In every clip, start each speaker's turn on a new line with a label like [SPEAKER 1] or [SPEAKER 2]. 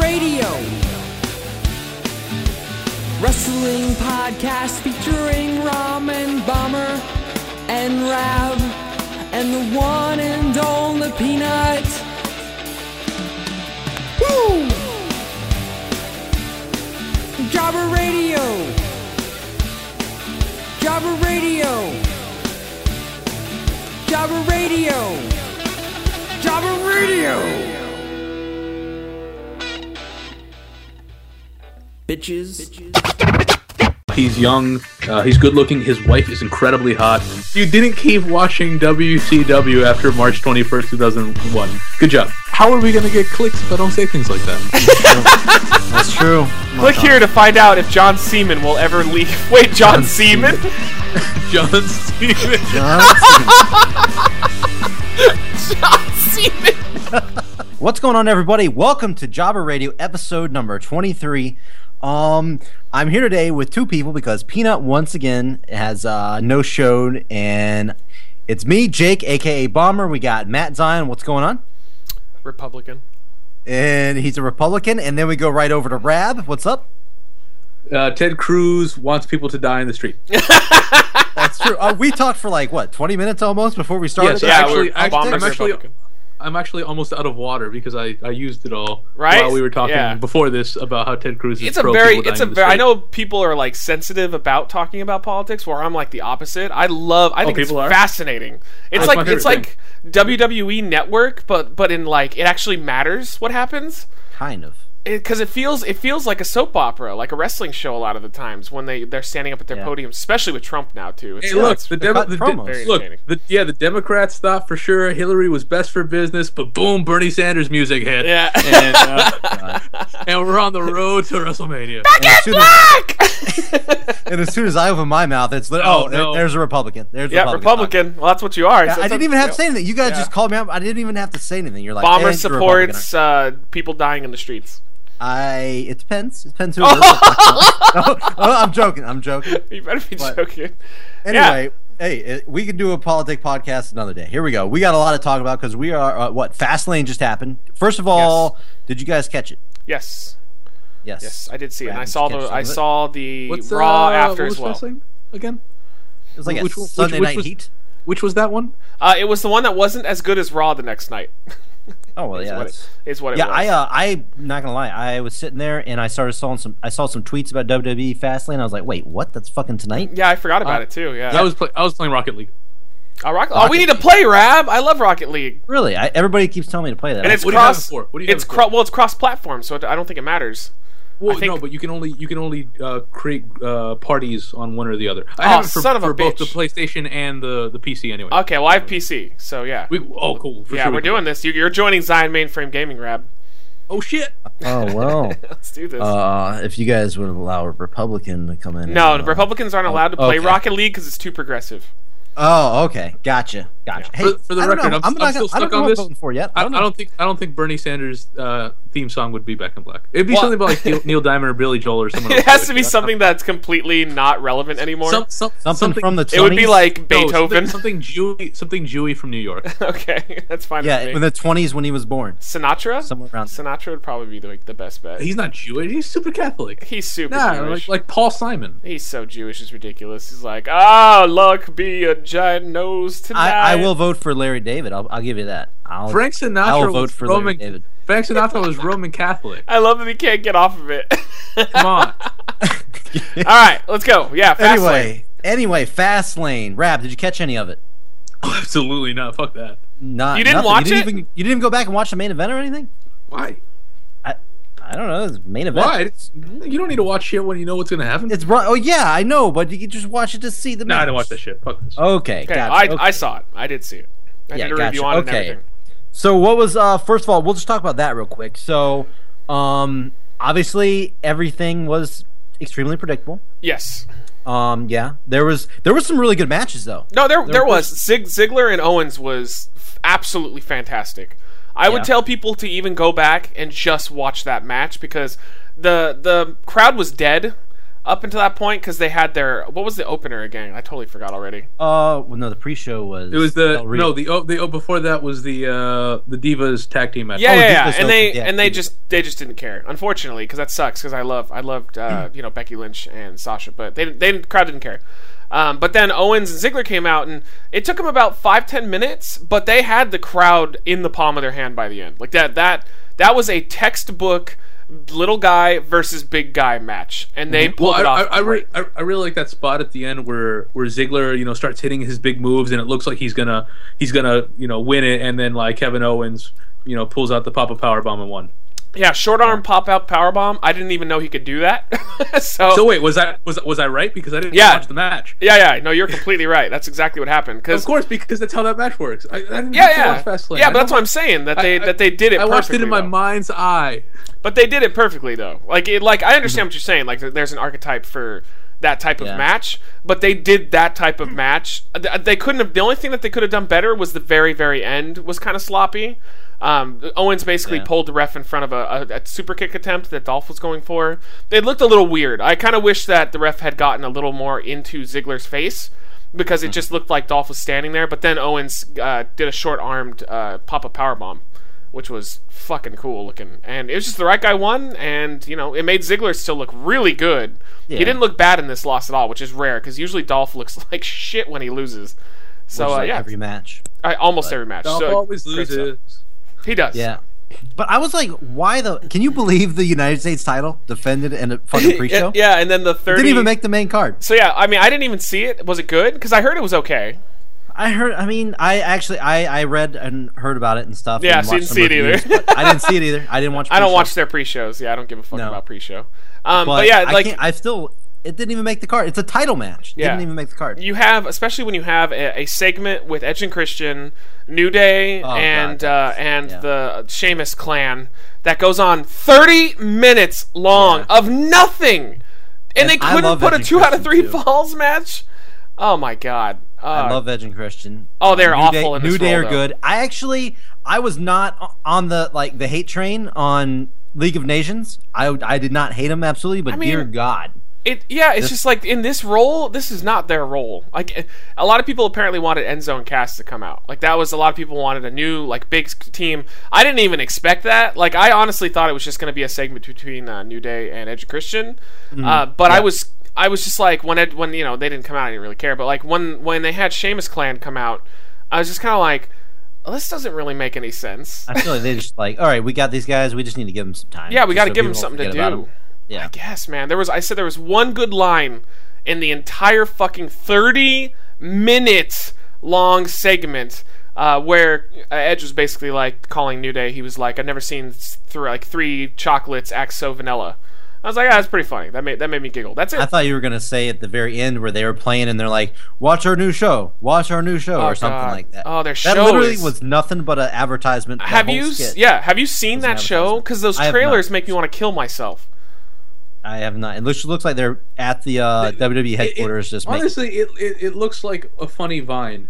[SPEAKER 1] Radio. Wrestling podcast featuring Ramen Bomber and Rab and the one and only Peanut. Woo! Jobber Radio. Jobber Radio. Jobber Radio. Jobber Radio. Bitches.
[SPEAKER 2] He's young. Uh, he's good looking. His wife is incredibly hot. You didn't keep watching WCW after March 21st, 2001. Good job.
[SPEAKER 3] How are we gonna get clicks if I don't say things like that?
[SPEAKER 4] That's true.
[SPEAKER 5] Click here to find out if John Seaman will ever leave. Wait, John, Seaman?
[SPEAKER 2] John Steven.
[SPEAKER 5] John Seaman!
[SPEAKER 4] What's going on, everybody? Welcome to Jobber Radio, episode number 23. Um, I'm here today with two people because Peanut once again has uh, no shown, and it's me, Jake, aka Bomber. We got Matt Zion. What's going on?
[SPEAKER 5] Republican.
[SPEAKER 4] And he's a Republican. And then we go right over to Rab. What's up?
[SPEAKER 2] Uh, Ted Cruz wants people to die in the street.
[SPEAKER 4] That's true. uh, we talked for like what 20 minutes almost before we started.
[SPEAKER 2] Yes,
[SPEAKER 5] Yeah,
[SPEAKER 2] actually,
[SPEAKER 5] we're-
[SPEAKER 2] actually,
[SPEAKER 5] Obama's
[SPEAKER 2] I'm actually,
[SPEAKER 5] Republican.
[SPEAKER 2] I'm actually almost out of water because I, I used it all
[SPEAKER 5] Right?
[SPEAKER 2] while we were talking
[SPEAKER 5] Yeah.
[SPEAKER 2] before this about how Ted Cruz is
[SPEAKER 5] It's a
[SPEAKER 2] pro
[SPEAKER 5] very,
[SPEAKER 2] people
[SPEAKER 5] it's a
[SPEAKER 2] dying in the
[SPEAKER 5] very. I
[SPEAKER 2] street.
[SPEAKER 5] know people are like sensitive about talking about politics, where I'm like the opposite. I love.
[SPEAKER 4] Oh,
[SPEAKER 5] I think it's
[SPEAKER 2] people are?
[SPEAKER 5] fascinating. It's
[SPEAKER 2] That's my
[SPEAKER 5] like
[SPEAKER 2] favorite
[SPEAKER 5] it's like WWE Network, but but in like it actually matters what happens.
[SPEAKER 4] Kind of.
[SPEAKER 5] because it, feels it feels like a soap opera, like a wrestling show a lot of the times when they they're standing up at their
[SPEAKER 4] Yeah.
[SPEAKER 5] podium, especially with Trump now too. It's,
[SPEAKER 2] Hey, look,
[SPEAKER 5] it's-
[SPEAKER 2] the, Demo-
[SPEAKER 4] cut
[SPEAKER 2] the,
[SPEAKER 4] promos.
[SPEAKER 2] the
[SPEAKER 4] Very
[SPEAKER 2] look,
[SPEAKER 5] entertaining.
[SPEAKER 2] the, yeah, the Democrats thought for sure Hillary was best for business, but boom, Bernie Sanders music hit,
[SPEAKER 5] yeah.
[SPEAKER 2] and, uh, and we're on the road to WrestleMania.
[SPEAKER 4] And as, soon as, and as soon as I open my mouth, it's li- oh,
[SPEAKER 2] Oh, no.
[SPEAKER 4] there- there's a Republican. There's a
[SPEAKER 5] yeah, Republican. Well, that's what you are.
[SPEAKER 4] Yeah,
[SPEAKER 5] So
[SPEAKER 4] I
[SPEAKER 5] it's
[SPEAKER 4] didn't
[SPEAKER 5] a-
[SPEAKER 4] even have to
[SPEAKER 5] yeah.
[SPEAKER 4] say anything. You guys just called me out. I didn't even have to say anything. You're like
[SPEAKER 5] Bomber
[SPEAKER 4] "Thanks, you're a Republican."
[SPEAKER 5] supports uh, people dying in the streets.
[SPEAKER 4] I. It depends. It depends who. It is. no, no, I'm joking. I'm joking.
[SPEAKER 5] You better be
[SPEAKER 4] But-
[SPEAKER 5] joking.
[SPEAKER 4] Anyway, hey, it, we can do a politic podcast another day. Here we go. We got a lot to talk about because we are uh, what Fastlane just happened. First of all, did you guys catch it?
[SPEAKER 5] Yes,
[SPEAKER 4] Yes.
[SPEAKER 5] yes, I did see it. And I
[SPEAKER 4] Rams
[SPEAKER 5] saw
[SPEAKER 4] catch
[SPEAKER 5] the
[SPEAKER 4] some
[SPEAKER 5] I
[SPEAKER 4] of it.
[SPEAKER 5] saw the
[SPEAKER 2] What's
[SPEAKER 5] Raw
[SPEAKER 2] uh,
[SPEAKER 5] after
[SPEAKER 2] what
[SPEAKER 5] as
[SPEAKER 2] was
[SPEAKER 5] well.
[SPEAKER 2] that thing again?
[SPEAKER 4] It was like
[SPEAKER 2] Which
[SPEAKER 4] a
[SPEAKER 2] one- which-
[SPEAKER 4] Sunday
[SPEAKER 2] which
[SPEAKER 4] night
[SPEAKER 2] was-
[SPEAKER 4] heat.
[SPEAKER 2] Which was that one?
[SPEAKER 5] Uh, it was the one that wasn't as good as Raw the next night.
[SPEAKER 4] Oh well, yeah.
[SPEAKER 5] what
[SPEAKER 4] that's-
[SPEAKER 5] it- is what it
[SPEAKER 4] yeah,
[SPEAKER 5] was.
[SPEAKER 4] I uh, I not gonna lie, I was sitting there and I started saw some I saw some tweets about WWE Fastlane. I was like, wait, what? That's fucking tonight.
[SPEAKER 5] yeah, I forgot about it too. Yeah,
[SPEAKER 2] I uh, was play- I was playing Rocket League.
[SPEAKER 5] Oh, Rocket- oh,
[SPEAKER 4] Rocket
[SPEAKER 5] we need to play Rab. I love Rocket League.
[SPEAKER 4] Really, I, everybody keeps telling me to play that.
[SPEAKER 5] and
[SPEAKER 4] I'm
[SPEAKER 5] it's
[SPEAKER 2] What do you have it
[SPEAKER 5] cross.
[SPEAKER 2] for? What do you have
[SPEAKER 5] it's
[SPEAKER 2] it for?
[SPEAKER 5] cro- well, it's cross-platform, so it- I don't think it matters.
[SPEAKER 2] Well,
[SPEAKER 5] think-
[SPEAKER 2] no, but you can only you can only uh, create uh, parties on one or the other. I
[SPEAKER 5] Oh,
[SPEAKER 2] have it for,
[SPEAKER 5] son of a
[SPEAKER 2] for both
[SPEAKER 5] bitch.
[SPEAKER 2] the PlayStation and the, the PC anyway.
[SPEAKER 5] Okay, well, I have PC, so yeah,
[SPEAKER 2] We, oh, cool. For
[SPEAKER 5] yeah,
[SPEAKER 2] sure we
[SPEAKER 5] we're
[SPEAKER 2] can-
[SPEAKER 5] doing this. You, you're joining Zion Mainframe Gaming, Rab.
[SPEAKER 2] Oh shit!
[SPEAKER 4] Oh well.
[SPEAKER 5] Let's do this.
[SPEAKER 4] Uh, if you guys would allow a Republican to come in.
[SPEAKER 5] no,
[SPEAKER 4] and, uh,
[SPEAKER 5] Republicans aren't allowed to play
[SPEAKER 4] okay.
[SPEAKER 5] Rocket League because it's too progressive.
[SPEAKER 4] Oh, okay, gotcha, gotcha. Hey,
[SPEAKER 2] For- for the
[SPEAKER 4] I don't
[SPEAKER 2] record,
[SPEAKER 4] know.
[SPEAKER 2] I'm-
[SPEAKER 4] I'm,
[SPEAKER 2] I'm
[SPEAKER 4] not
[SPEAKER 2] still
[SPEAKER 4] gonna, I don't
[SPEAKER 2] stuck
[SPEAKER 4] know
[SPEAKER 2] on
[SPEAKER 4] what I'm
[SPEAKER 2] this.
[SPEAKER 4] voting for yet.
[SPEAKER 2] I, I don't think I don't think Bernie Sanders' uh, theme song would be Back in Black. It'd be
[SPEAKER 5] Well-
[SPEAKER 2] something about like Neil, Neil Diamond or Billy Joel or someone. else
[SPEAKER 5] It has to
[SPEAKER 2] like
[SPEAKER 5] be
[SPEAKER 2] that.
[SPEAKER 5] something that's completely not relevant anymore.
[SPEAKER 2] Some, some,
[SPEAKER 4] something, from the 20s.
[SPEAKER 5] it would be like
[SPEAKER 2] no,
[SPEAKER 5] Beethoven.
[SPEAKER 2] Something, something Jewy. Something Jewy from New York.
[SPEAKER 5] okay, that's fine.
[SPEAKER 4] yeah,
[SPEAKER 5] with
[SPEAKER 4] in
[SPEAKER 5] me.
[SPEAKER 4] the 20s when he was born,
[SPEAKER 5] Sinatra.
[SPEAKER 4] somewhere around. there.
[SPEAKER 5] Sinatra would probably be the, like, the best bet.
[SPEAKER 2] He's not Jewish. He's super Catholic.
[SPEAKER 5] He's super
[SPEAKER 2] Nah,
[SPEAKER 5] Jewish.
[SPEAKER 2] like, like Paul Simon.
[SPEAKER 5] He's so Jewish, it's ridiculous. He's like, ah, luck be a giant nose tonight.
[SPEAKER 4] I, I will vote for Larry David. I'll, I'll give you that. I'll,
[SPEAKER 2] Frank Sinatra
[SPEAKER 4] I'll
[SPEAKER 2] was
[SPEAKER 4] vote for Larry
[SPEAKER 2] Roman.
[SPEAKER 4] David.
[SPEAKER 2] Frank Sinatra was Roman Catholic.
[SPEAKER 5] I love that he can't get off of it.
[SPEAKER 2] Come on.
[SPEAKER 5] All right, let's go. Yeah, fast lane.
[SPEAKER 4] anyway, anyway, Fastlane. Rab, did you catch any of it?
[SPEAKER 2] Absolutely not. Fuck that.
[SPEAKER 4] Not.
[SPEAKER 5] You didn't
[SPEAKER 4] nothing.
[SPEAKER 5] watch
[SPEAKER 4] you didn't
[SPEAKER 5] it?
[SPEAKER 4] Even, you didn't even go back and watch the main event or anything.
[SPEAKER 2] Why?
[SPEAKER 4] I, I don't know. It's main event.
[SPEAKER 2] Why? It's, you don't need to watch shit when you know what's gonna happen.
[SPEAKER 4] It's bro- oh yeah, I know, but you can just watch it to see the.
[SPEAKER 2] no,
[SPEAKER 4] match.
[SPEAKER 2] I didn't watch that shit. Fuck this.
[SPEAKER 4] Okay,
[SPEAKER 5] Okay,
[SPEAKER 4] gotcha.
[SPEAKER 5] I,
[SPEAKER 4] okay.
[SPEAKER 5] I saw it. I did see it. I
[SPEAKER 4] Yeah,
[SPEAKER 5] did a review
[SPEAKER 4] gotcha.
[SPEAKER 5] on it and
[SPEAKER 4] Okay.
[SPEAKER 5] everything.
[SPEAKER 4] So what was uh first of all, we'll just talk about that real quick. So um obviously everything was extremely predictable.
[SPEAKER 5] Yes.
[SPEAKER 4] Um yeah, there was there was some really good matches though.
[SPEAKER 5] No, there there,
[SPEAKER 4] There
[SPEAKER 5] was Zig Ziggler and Owens was f- absolutely fantastic. I
[SPEAKER 4] Yeah.
[SPEAKER 5] would tell people to even go back and just watch that match because the the crowd was dead. up until that point because they had their what was the opener again? I totally forgot already.
[SPEAKER 4] Uh, well, no, the pre-show was.
[SPEAKER 2] It was the
[SPEAKER 4] Del Rio.
[SPEAKER 2] no the oh, the oh before that was the uh the divas tag team match.
[SPEAKER 5] Yeah,
[SPEAKER 4] Oh, Divas
[SPEAKER 5] yeah, yeah.
[SPEAKER 4] opened,
[SPEAKER 5] and they
[SPEAKER 4] yeah,
[SPEAKER 5] and they
[SPEAKER 4] Divas.
[SPEAKER 5] just they just didn't care, unfortunately, because that sucks. Because I love I loved
[SPEAKER 2] Hmm.
[SPEAKER 5] uh, you know Becky Lynch and Sasha, but they didn't- they didn't, crowd didn't care. Um, but then Owens and Ziggler came out, and it took them about five ten minutes, but they had the crowd in the palm of their hand by the end. Like that that that was a textbook little guy versus big guy match, and they pulled
[SPEAKER 2] Mm-hmm. Well, I,
[SPEAKER 5] it off.
[SPEAKER 2] I, I, re-
[SPEAKER 5] great.
[SPEAKER 2] I, I really like that spot at the end where where Ziggler you know starts hitting his big moves and it looks like he's gonna he's gonna you know win it and then like Kevin Owens you know pulls out the Papa Power Bomb and won.
[SPEAKER 5] yeah, short arm pop out power bomb. I didn't even know he could do that.
[SPEAKER 2] So wait, was I was was I right because I didn't
[SPEAKER 5] Yeah.
[SPEAKER 2] watch the match?
[SPEAKER 5] Yeah, yeah. No, you're completely right. That's exactly what happened. Because
[SPEAKER 2] Of course, because that's how that match works. I, I didn't
[SPEAKER 5] yeah,
[SPEAKER 2] have to
[SPEAKER 5] yeah,
[SPEAKER 2] watch Fastlane.
[SPEAKER 5] yeah.
[SPEAKER 2] I
[SPEAKER 5] But that's
[SPEAKER 2] know-
[SPEAKER 5] what I'm saying. That they
[SPEAKER 2] I-
[SPEAKER 5] that they did it.
[SPEAKER 2] I watched it in
[SPEAKER 5] perfectly,
[SPEAKER 2] my
[SPEAKER 5] though.
[SPEAKER 2] mind's eye.
[SPEAKER 5] But they did it perfectly though. Like it. Like I
[SPEAKER 2] Mm-hmm.
[SPEAKER 5] understand what you're saying. Like there- there's an archetype for that type of
[SPEAKER 4] Yeah.
[SPEAKER 5] match. But they did that type of match. Uh, th- They couldn't have. The only thing that they could have done better was the very very end was kind of sloppy. Um, Owens basically
[SPEAKER 4] Yeah.
[SPEAKER 5] pulled the ref in front of a, a, a super kick attempt that Dolph was going for. It looked a little weird. I kind of wish that the ref had gotten a little more into Ziggler's face because
[SPEAKER 4] Hmm.
[SPEAKER 5] it just looked like Dolph was standing there. But then Owens uh, did a short armed uh, pop up power bomb, which was fucking cool looking, and it was just the right guy won, and you know it made Ziggler still look really good. He
[SPEAKER 4] Yeah.
[SPEAKER 5] didn't look bad in this loss at all, which is rare because usually Dolph looks like shit when he loses. So
[SPEAKER 4] Which is,
[SPEAKER 5] uh,
[SPEAKER 4] like,
[SPEAKER 5] yeah,
[SPEAKER 4] every match.
[SPEAKER 5] I, almost every match.
[SPEAKER 2] Dolph
[SPEAKER 5] so,
[SPEAKER 2] always
[SPEAKER 5] great stuff.
[SPEAKER 2] loses.
[SPEAKER 5] He does.
[SPEAKER 4] Yeah. But I was like, why the? Can you believe the United States title defended in a fucking
[SPEAKER 5] yeah,
[SPEAKER 4] pre-show?
[SPEAKER 5] yeah, and then the 30
[SPEAKER 4] Didn't even make the main card.
[SPEAKER 5] So yeah, I mean, I didn't even see it. Was it good? Because I heard it was okay.
[SPEAKER 4] I heard. I mean, I actually I I read and heard about it and stuff.
[SPEAKER 5] Yeah,
[SPEAKER 4] and
[SPEAKER 5] so you
[SPEAKER 4] watched
[SPEAKER 5] didn't
[SPEAKER 4] some
[SPEAKER 5] see it either.
[SPEAKER 4] reviews, but I didn't see it either. I didn't watch.
[SPEAKER 5] I don't
[SPEAKER 4] pre-show.
[SPEAKER 5] watch their pre-shows. Yeah, I don't give a fuck
[SPEAKER 4] No.
[SPEAKER 5] about pre-show. Um, but,
[SPEAKER 4] But,
[SPEAKER 5] yeah,
[SPEAKER 4] I
[SPEAKER 5] like
[SPEAKER 4] can't- I still it didn't even make the card. It's a title match. It
[SPEAKER 5] Yeah.
[SPEAKER 4] Didn't even make the card.
[SPEAKER 5] you have, especially when you have a, a segment with Edge and Christian, New Day,
[SPEAKER 4] Oh, God,
[SPEAKER 5] and uh,
[SPEAKER 4] that's-
[SPEAKER 5] and
[SPEAKER 4] yeah.
[SPEAKER 5] the Sheamus clan that goes on 30 minutes long of nothing, and,
[SPEAKER 4] And
[SPEAKER 5] they
[SPEAKER 4] I
[SPEAKER 5] couldn't
[SPEAKER 4] love
[SPEAKER 5] put a
[SPEAKER 4] Edge and
[SPEAKER 5] two out of
[SPEAKER 4] Christian,
[SPEAKER 5] three
[SPEAKER 4] too.
[SPEAKER 5] falls match. Oh my god! Uh,
[SPEAKER 4] I love Edge and Christian.
[SPEAKER 5] Oh, they're
[SPEAKER 4] New
[SPEAKER 5] awful
[SPEAKER 4] Day,
[SPEAKER 5] in this
[SPEAKER 4] New Day
[SPEAKER 5] role,
[SPEAKER 4] are
[SPEAKER 5] though.
[SPEAKER 4] good. I actually I was not o- on the like the hate train on League of Nations. I I did not hate them absolutely, but
[SPEAKER 5] mean-
[SPEAKER 4] dear God,
[SPEAKER 5] It yeah, it's just like in this role, this is not their role. Like eh, a lot of people apparently wanted End Zone Cast to come out. Like that was a lot of people wanted a new like big sc- team. I didn't even expect that. Like I honestly thought it was just going to be a segment between uh, New Day and Edge and Christian. Uh, but I was I was just like when Ed, when you know they didn't come out, I didn't really care. But like when when they had Sheamus Clan come out, I was just kind of like, well, this doesn't really make any sense.
[SPEAKER 4] I feel like they just like all right, we got these guys. We just need to give them some time.
[SPEAKER 5] yeah, we
[SPEAKER 4] Just
[SPEAKER 5] got to
[SPEAKER 4] so
[SPEAKER 5] give them
[SPEAKER 4] people
[SPEAKER 5] something to
[SPEAKER 4] forget about
[SPEAKER 5] do.
[SPEAKER 4] 'em. Yeah.
[SPEAKER 5] I guess, man. There was I said there was one good line in the entire fucking thirty minute long segment uh, where uh, Edge was basically like calling New Day. He was like, "I've never seen th- like three chocolates act so vanilla." I was like, "Ah, that's pretty funny. That made that made me giggle." That's it.
[SPEAKER 4] I thought you were gonna say at the very end where they were playing and they're like, "Watch our new show, watch our new show,"
[SPEAKER 5] Oh,
[SPEAKER 4] or something
[SPEAKER 5] God.
[SPEAKER 4] like that.
[SPEAKER 5] Oh, their
[SPEAKER 4] that
[SPEAKER 5] show
[SPEAKER 4] literally
[SPEAKER 5] is-
[SPEAKER 4] was nothing but an advertisement. that
[SPEAKER 5] have
[SPEAKER 4] whole
[SPEAKER 5] you? s-
[SPEAKER 4] skit.
[SPEAKER 5] Yeah, have you seen that
[SPEAKER 4] an
[SPEAKER 5] show?
[SPEAKER 4] advertisement.
[SPEAKER 5] Because those
[SPEAKER 4] I have
[SPEAKER 5] trailers
[SPEAKER 4] not.
[SPEAKER 5] make me want to kill myself.
[SPEAKER 4] I have not. It looks looks like they're at the uh, WWE
[SPEAKER 2] It- it-
[SPEAKER 4] headquarters just making.
[SPEAKER 2] honestly, it, it it looks like a funny Vine.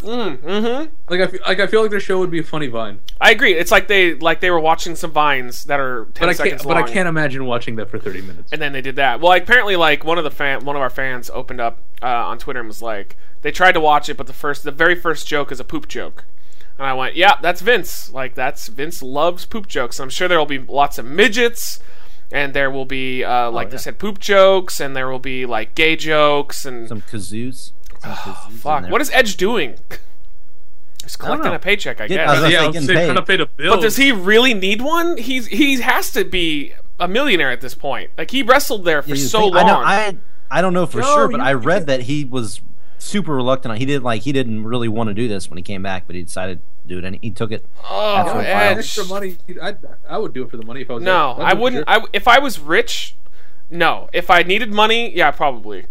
[SPEAKER 5] Mm, mm-hmm.
[SPEAKER 2] Like I feel, like I feel like their show would be a funny Vine,
[SPEAKER 5] I agree. It's like they like they were watching some vines that are ten
[SPEAKER 2] but I can't
[SPEAKER 5] seconds
[SPEAKER 2] but I
[SPEAKER 5] long.
[SPEAKER 2] can't imagine watching that for thirty minutes.
[SPEAKER 5] and then they did that. Well, apparently, like one of the fan, one of our fans opened up uh, on Twitter and was like, they tried to watch it, but the first, the very first joke is a poop joke, and I went, yeah, that's Vince. Like that's Vince loves poop jokes. I'm sure there will be lots of midgets, and there will be
[SPEAKER 4] Oh,
[SPEAKER 5] uh, like they said, poop jokes, and there will be like gay jokes and
[SPEAKER 4] some kazoos. Some kazoos in
[SPEAKER 5] fuck.
[SPEAKER 4] there.
[SPEAKER 5] What is Edge doing? He's collecting
[SPEAKER 4] know.
[SPEAKER 5] a paycheck, I
[SPEAKER 4] Yeah,
[SPEAKER 5] guess.
[SPEAKER 4] I was gonna
[SPEAKER 2] yeah,
[SPEAKER 4] say,
[SPEAKER 2] I'm
[SPEAKER 4] getting
[SPEAKER 2] saying,
[SPEAKER 4] paid.
[SPEAKER 2] trying to pay the bills.
[SPEAKER 5] But does he really need one? He's he has to be a millionaire at this point. Like he wrestled there for
[SPEAKER 4] Yeah, you
[SPEAKER 5] so
[SPEAKER 4] think-
[SPEAKER 5] long.
[SPEAKER 4] I, know, I I don't know for
[SPEAKER 2] No,
[SPEAKER 4] sure, but
[SPEAKER 2] you-
[SPEAKER 4] I read that he was super reluctant. on He didn't like he didn't really want to do this when he came back, but he decided to do it and he took it.
[SPEAKER 5] Oh,
[SPEAKER 4] After a
[SPEAKER 5] Edge.
[SPEAKER 4] while.
[SPEAKER 2] extra money, I I would do it for the money if I was.
[SPEAKER 5] No,
[SPEAKER 2] Edge. I'd
[SPEAKER 5] I
[SPEAKER 2] do it for
[SPEAKER 5] wouldn't.
[SPEAKER 2] sure.
[SPEAKER 5] I, if I was rich, no. If I needed money, yeah, probably.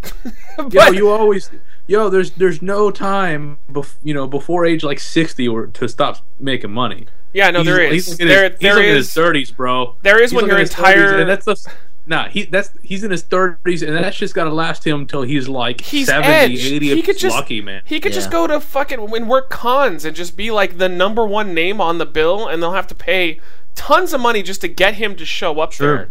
[SPEAKER 5] but
[SPEAKER 2] yo, you always yo. There's there's no time, bef- you know, before age like sixty or to stop making money.
[SPEAKER 5] yeah, no,
[SPEAKER 2] he's,
[SPEAKER 5] there is.
[SPEAKER 2] He's looking
[SPEAKER 5] There,
[SPEAKER 2] at his, he's
[SPEAKER 5] there
[SPEAKER 2] looking at his
[SPEAKER 5] is.
[SPEAKER 2] thirties, bro.
[SPEAKER 5] there is
[SPEAKER 2] He's
[SPEAKER 5] when
[SPEAKER 2] looking
[SPEAKER 5] your
[SPEAKER 2] at his 30s,
[SPEAKER 5] entire-
[SPEAKER 2] and that's the. Nah, he that's he's in his thirties, and that's just gotta last him till he's like
[SPEAKER 5] He's
[SPEAKER 2] 70,
[SPEAKER 5] Edge.
[SPEAKER 2] 80
[SPEAKER 5] He
[SPEAKER 2] if
[SPEAKER 5] could
[SPEAKER 2] he's
[SPEAKER 5] just-
[SPEAKER 2] lucky, man.
[SPEAKER 5] He could just
[SPEAKER 4] Yeah.
[SPEAKER 5] go to fucking and work cons and just be like the number one name on the bill, and they'll have to pay tons of money just to get him to show up
[SPEAKER 4] Sure.
[SPEAKER 5] there.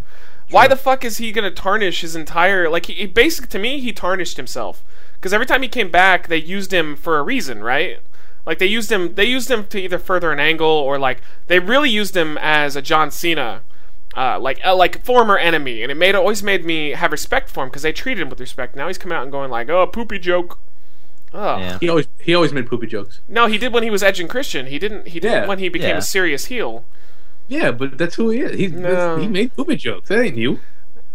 [SPEAKER 5] Why the fuck is he gonna tarnish his entire like? He, he basically to me he tarnished himself because every time he came back they used him for a reason, right? Like they used him they used him to either further an angle or like they really used him as a John Cena. Uh, like uh, like former enemy, and it made always made me have respect for him because they treated him with respect. Now he's coming out and going like, "Oh, poopy joke." Oh,
[SPEAKER 4] Yeah.
[SPEAKER 2] He always he always made poopy jokes.
[SPEAKER 5] no, he did when he was edging Christian. He didn't. He didn't
[SPEAKER 2] Yeah.
[SPEAKER 5] when he became
[SPEAKER 4] Yeah.
[SPEAKER 5] a serious heel.
[SPEAKER 2] Yeah, but that's who he is. He
[SPEAKER 5] No.
[SPEAKER 2] he made poopy jokes. That ain't new.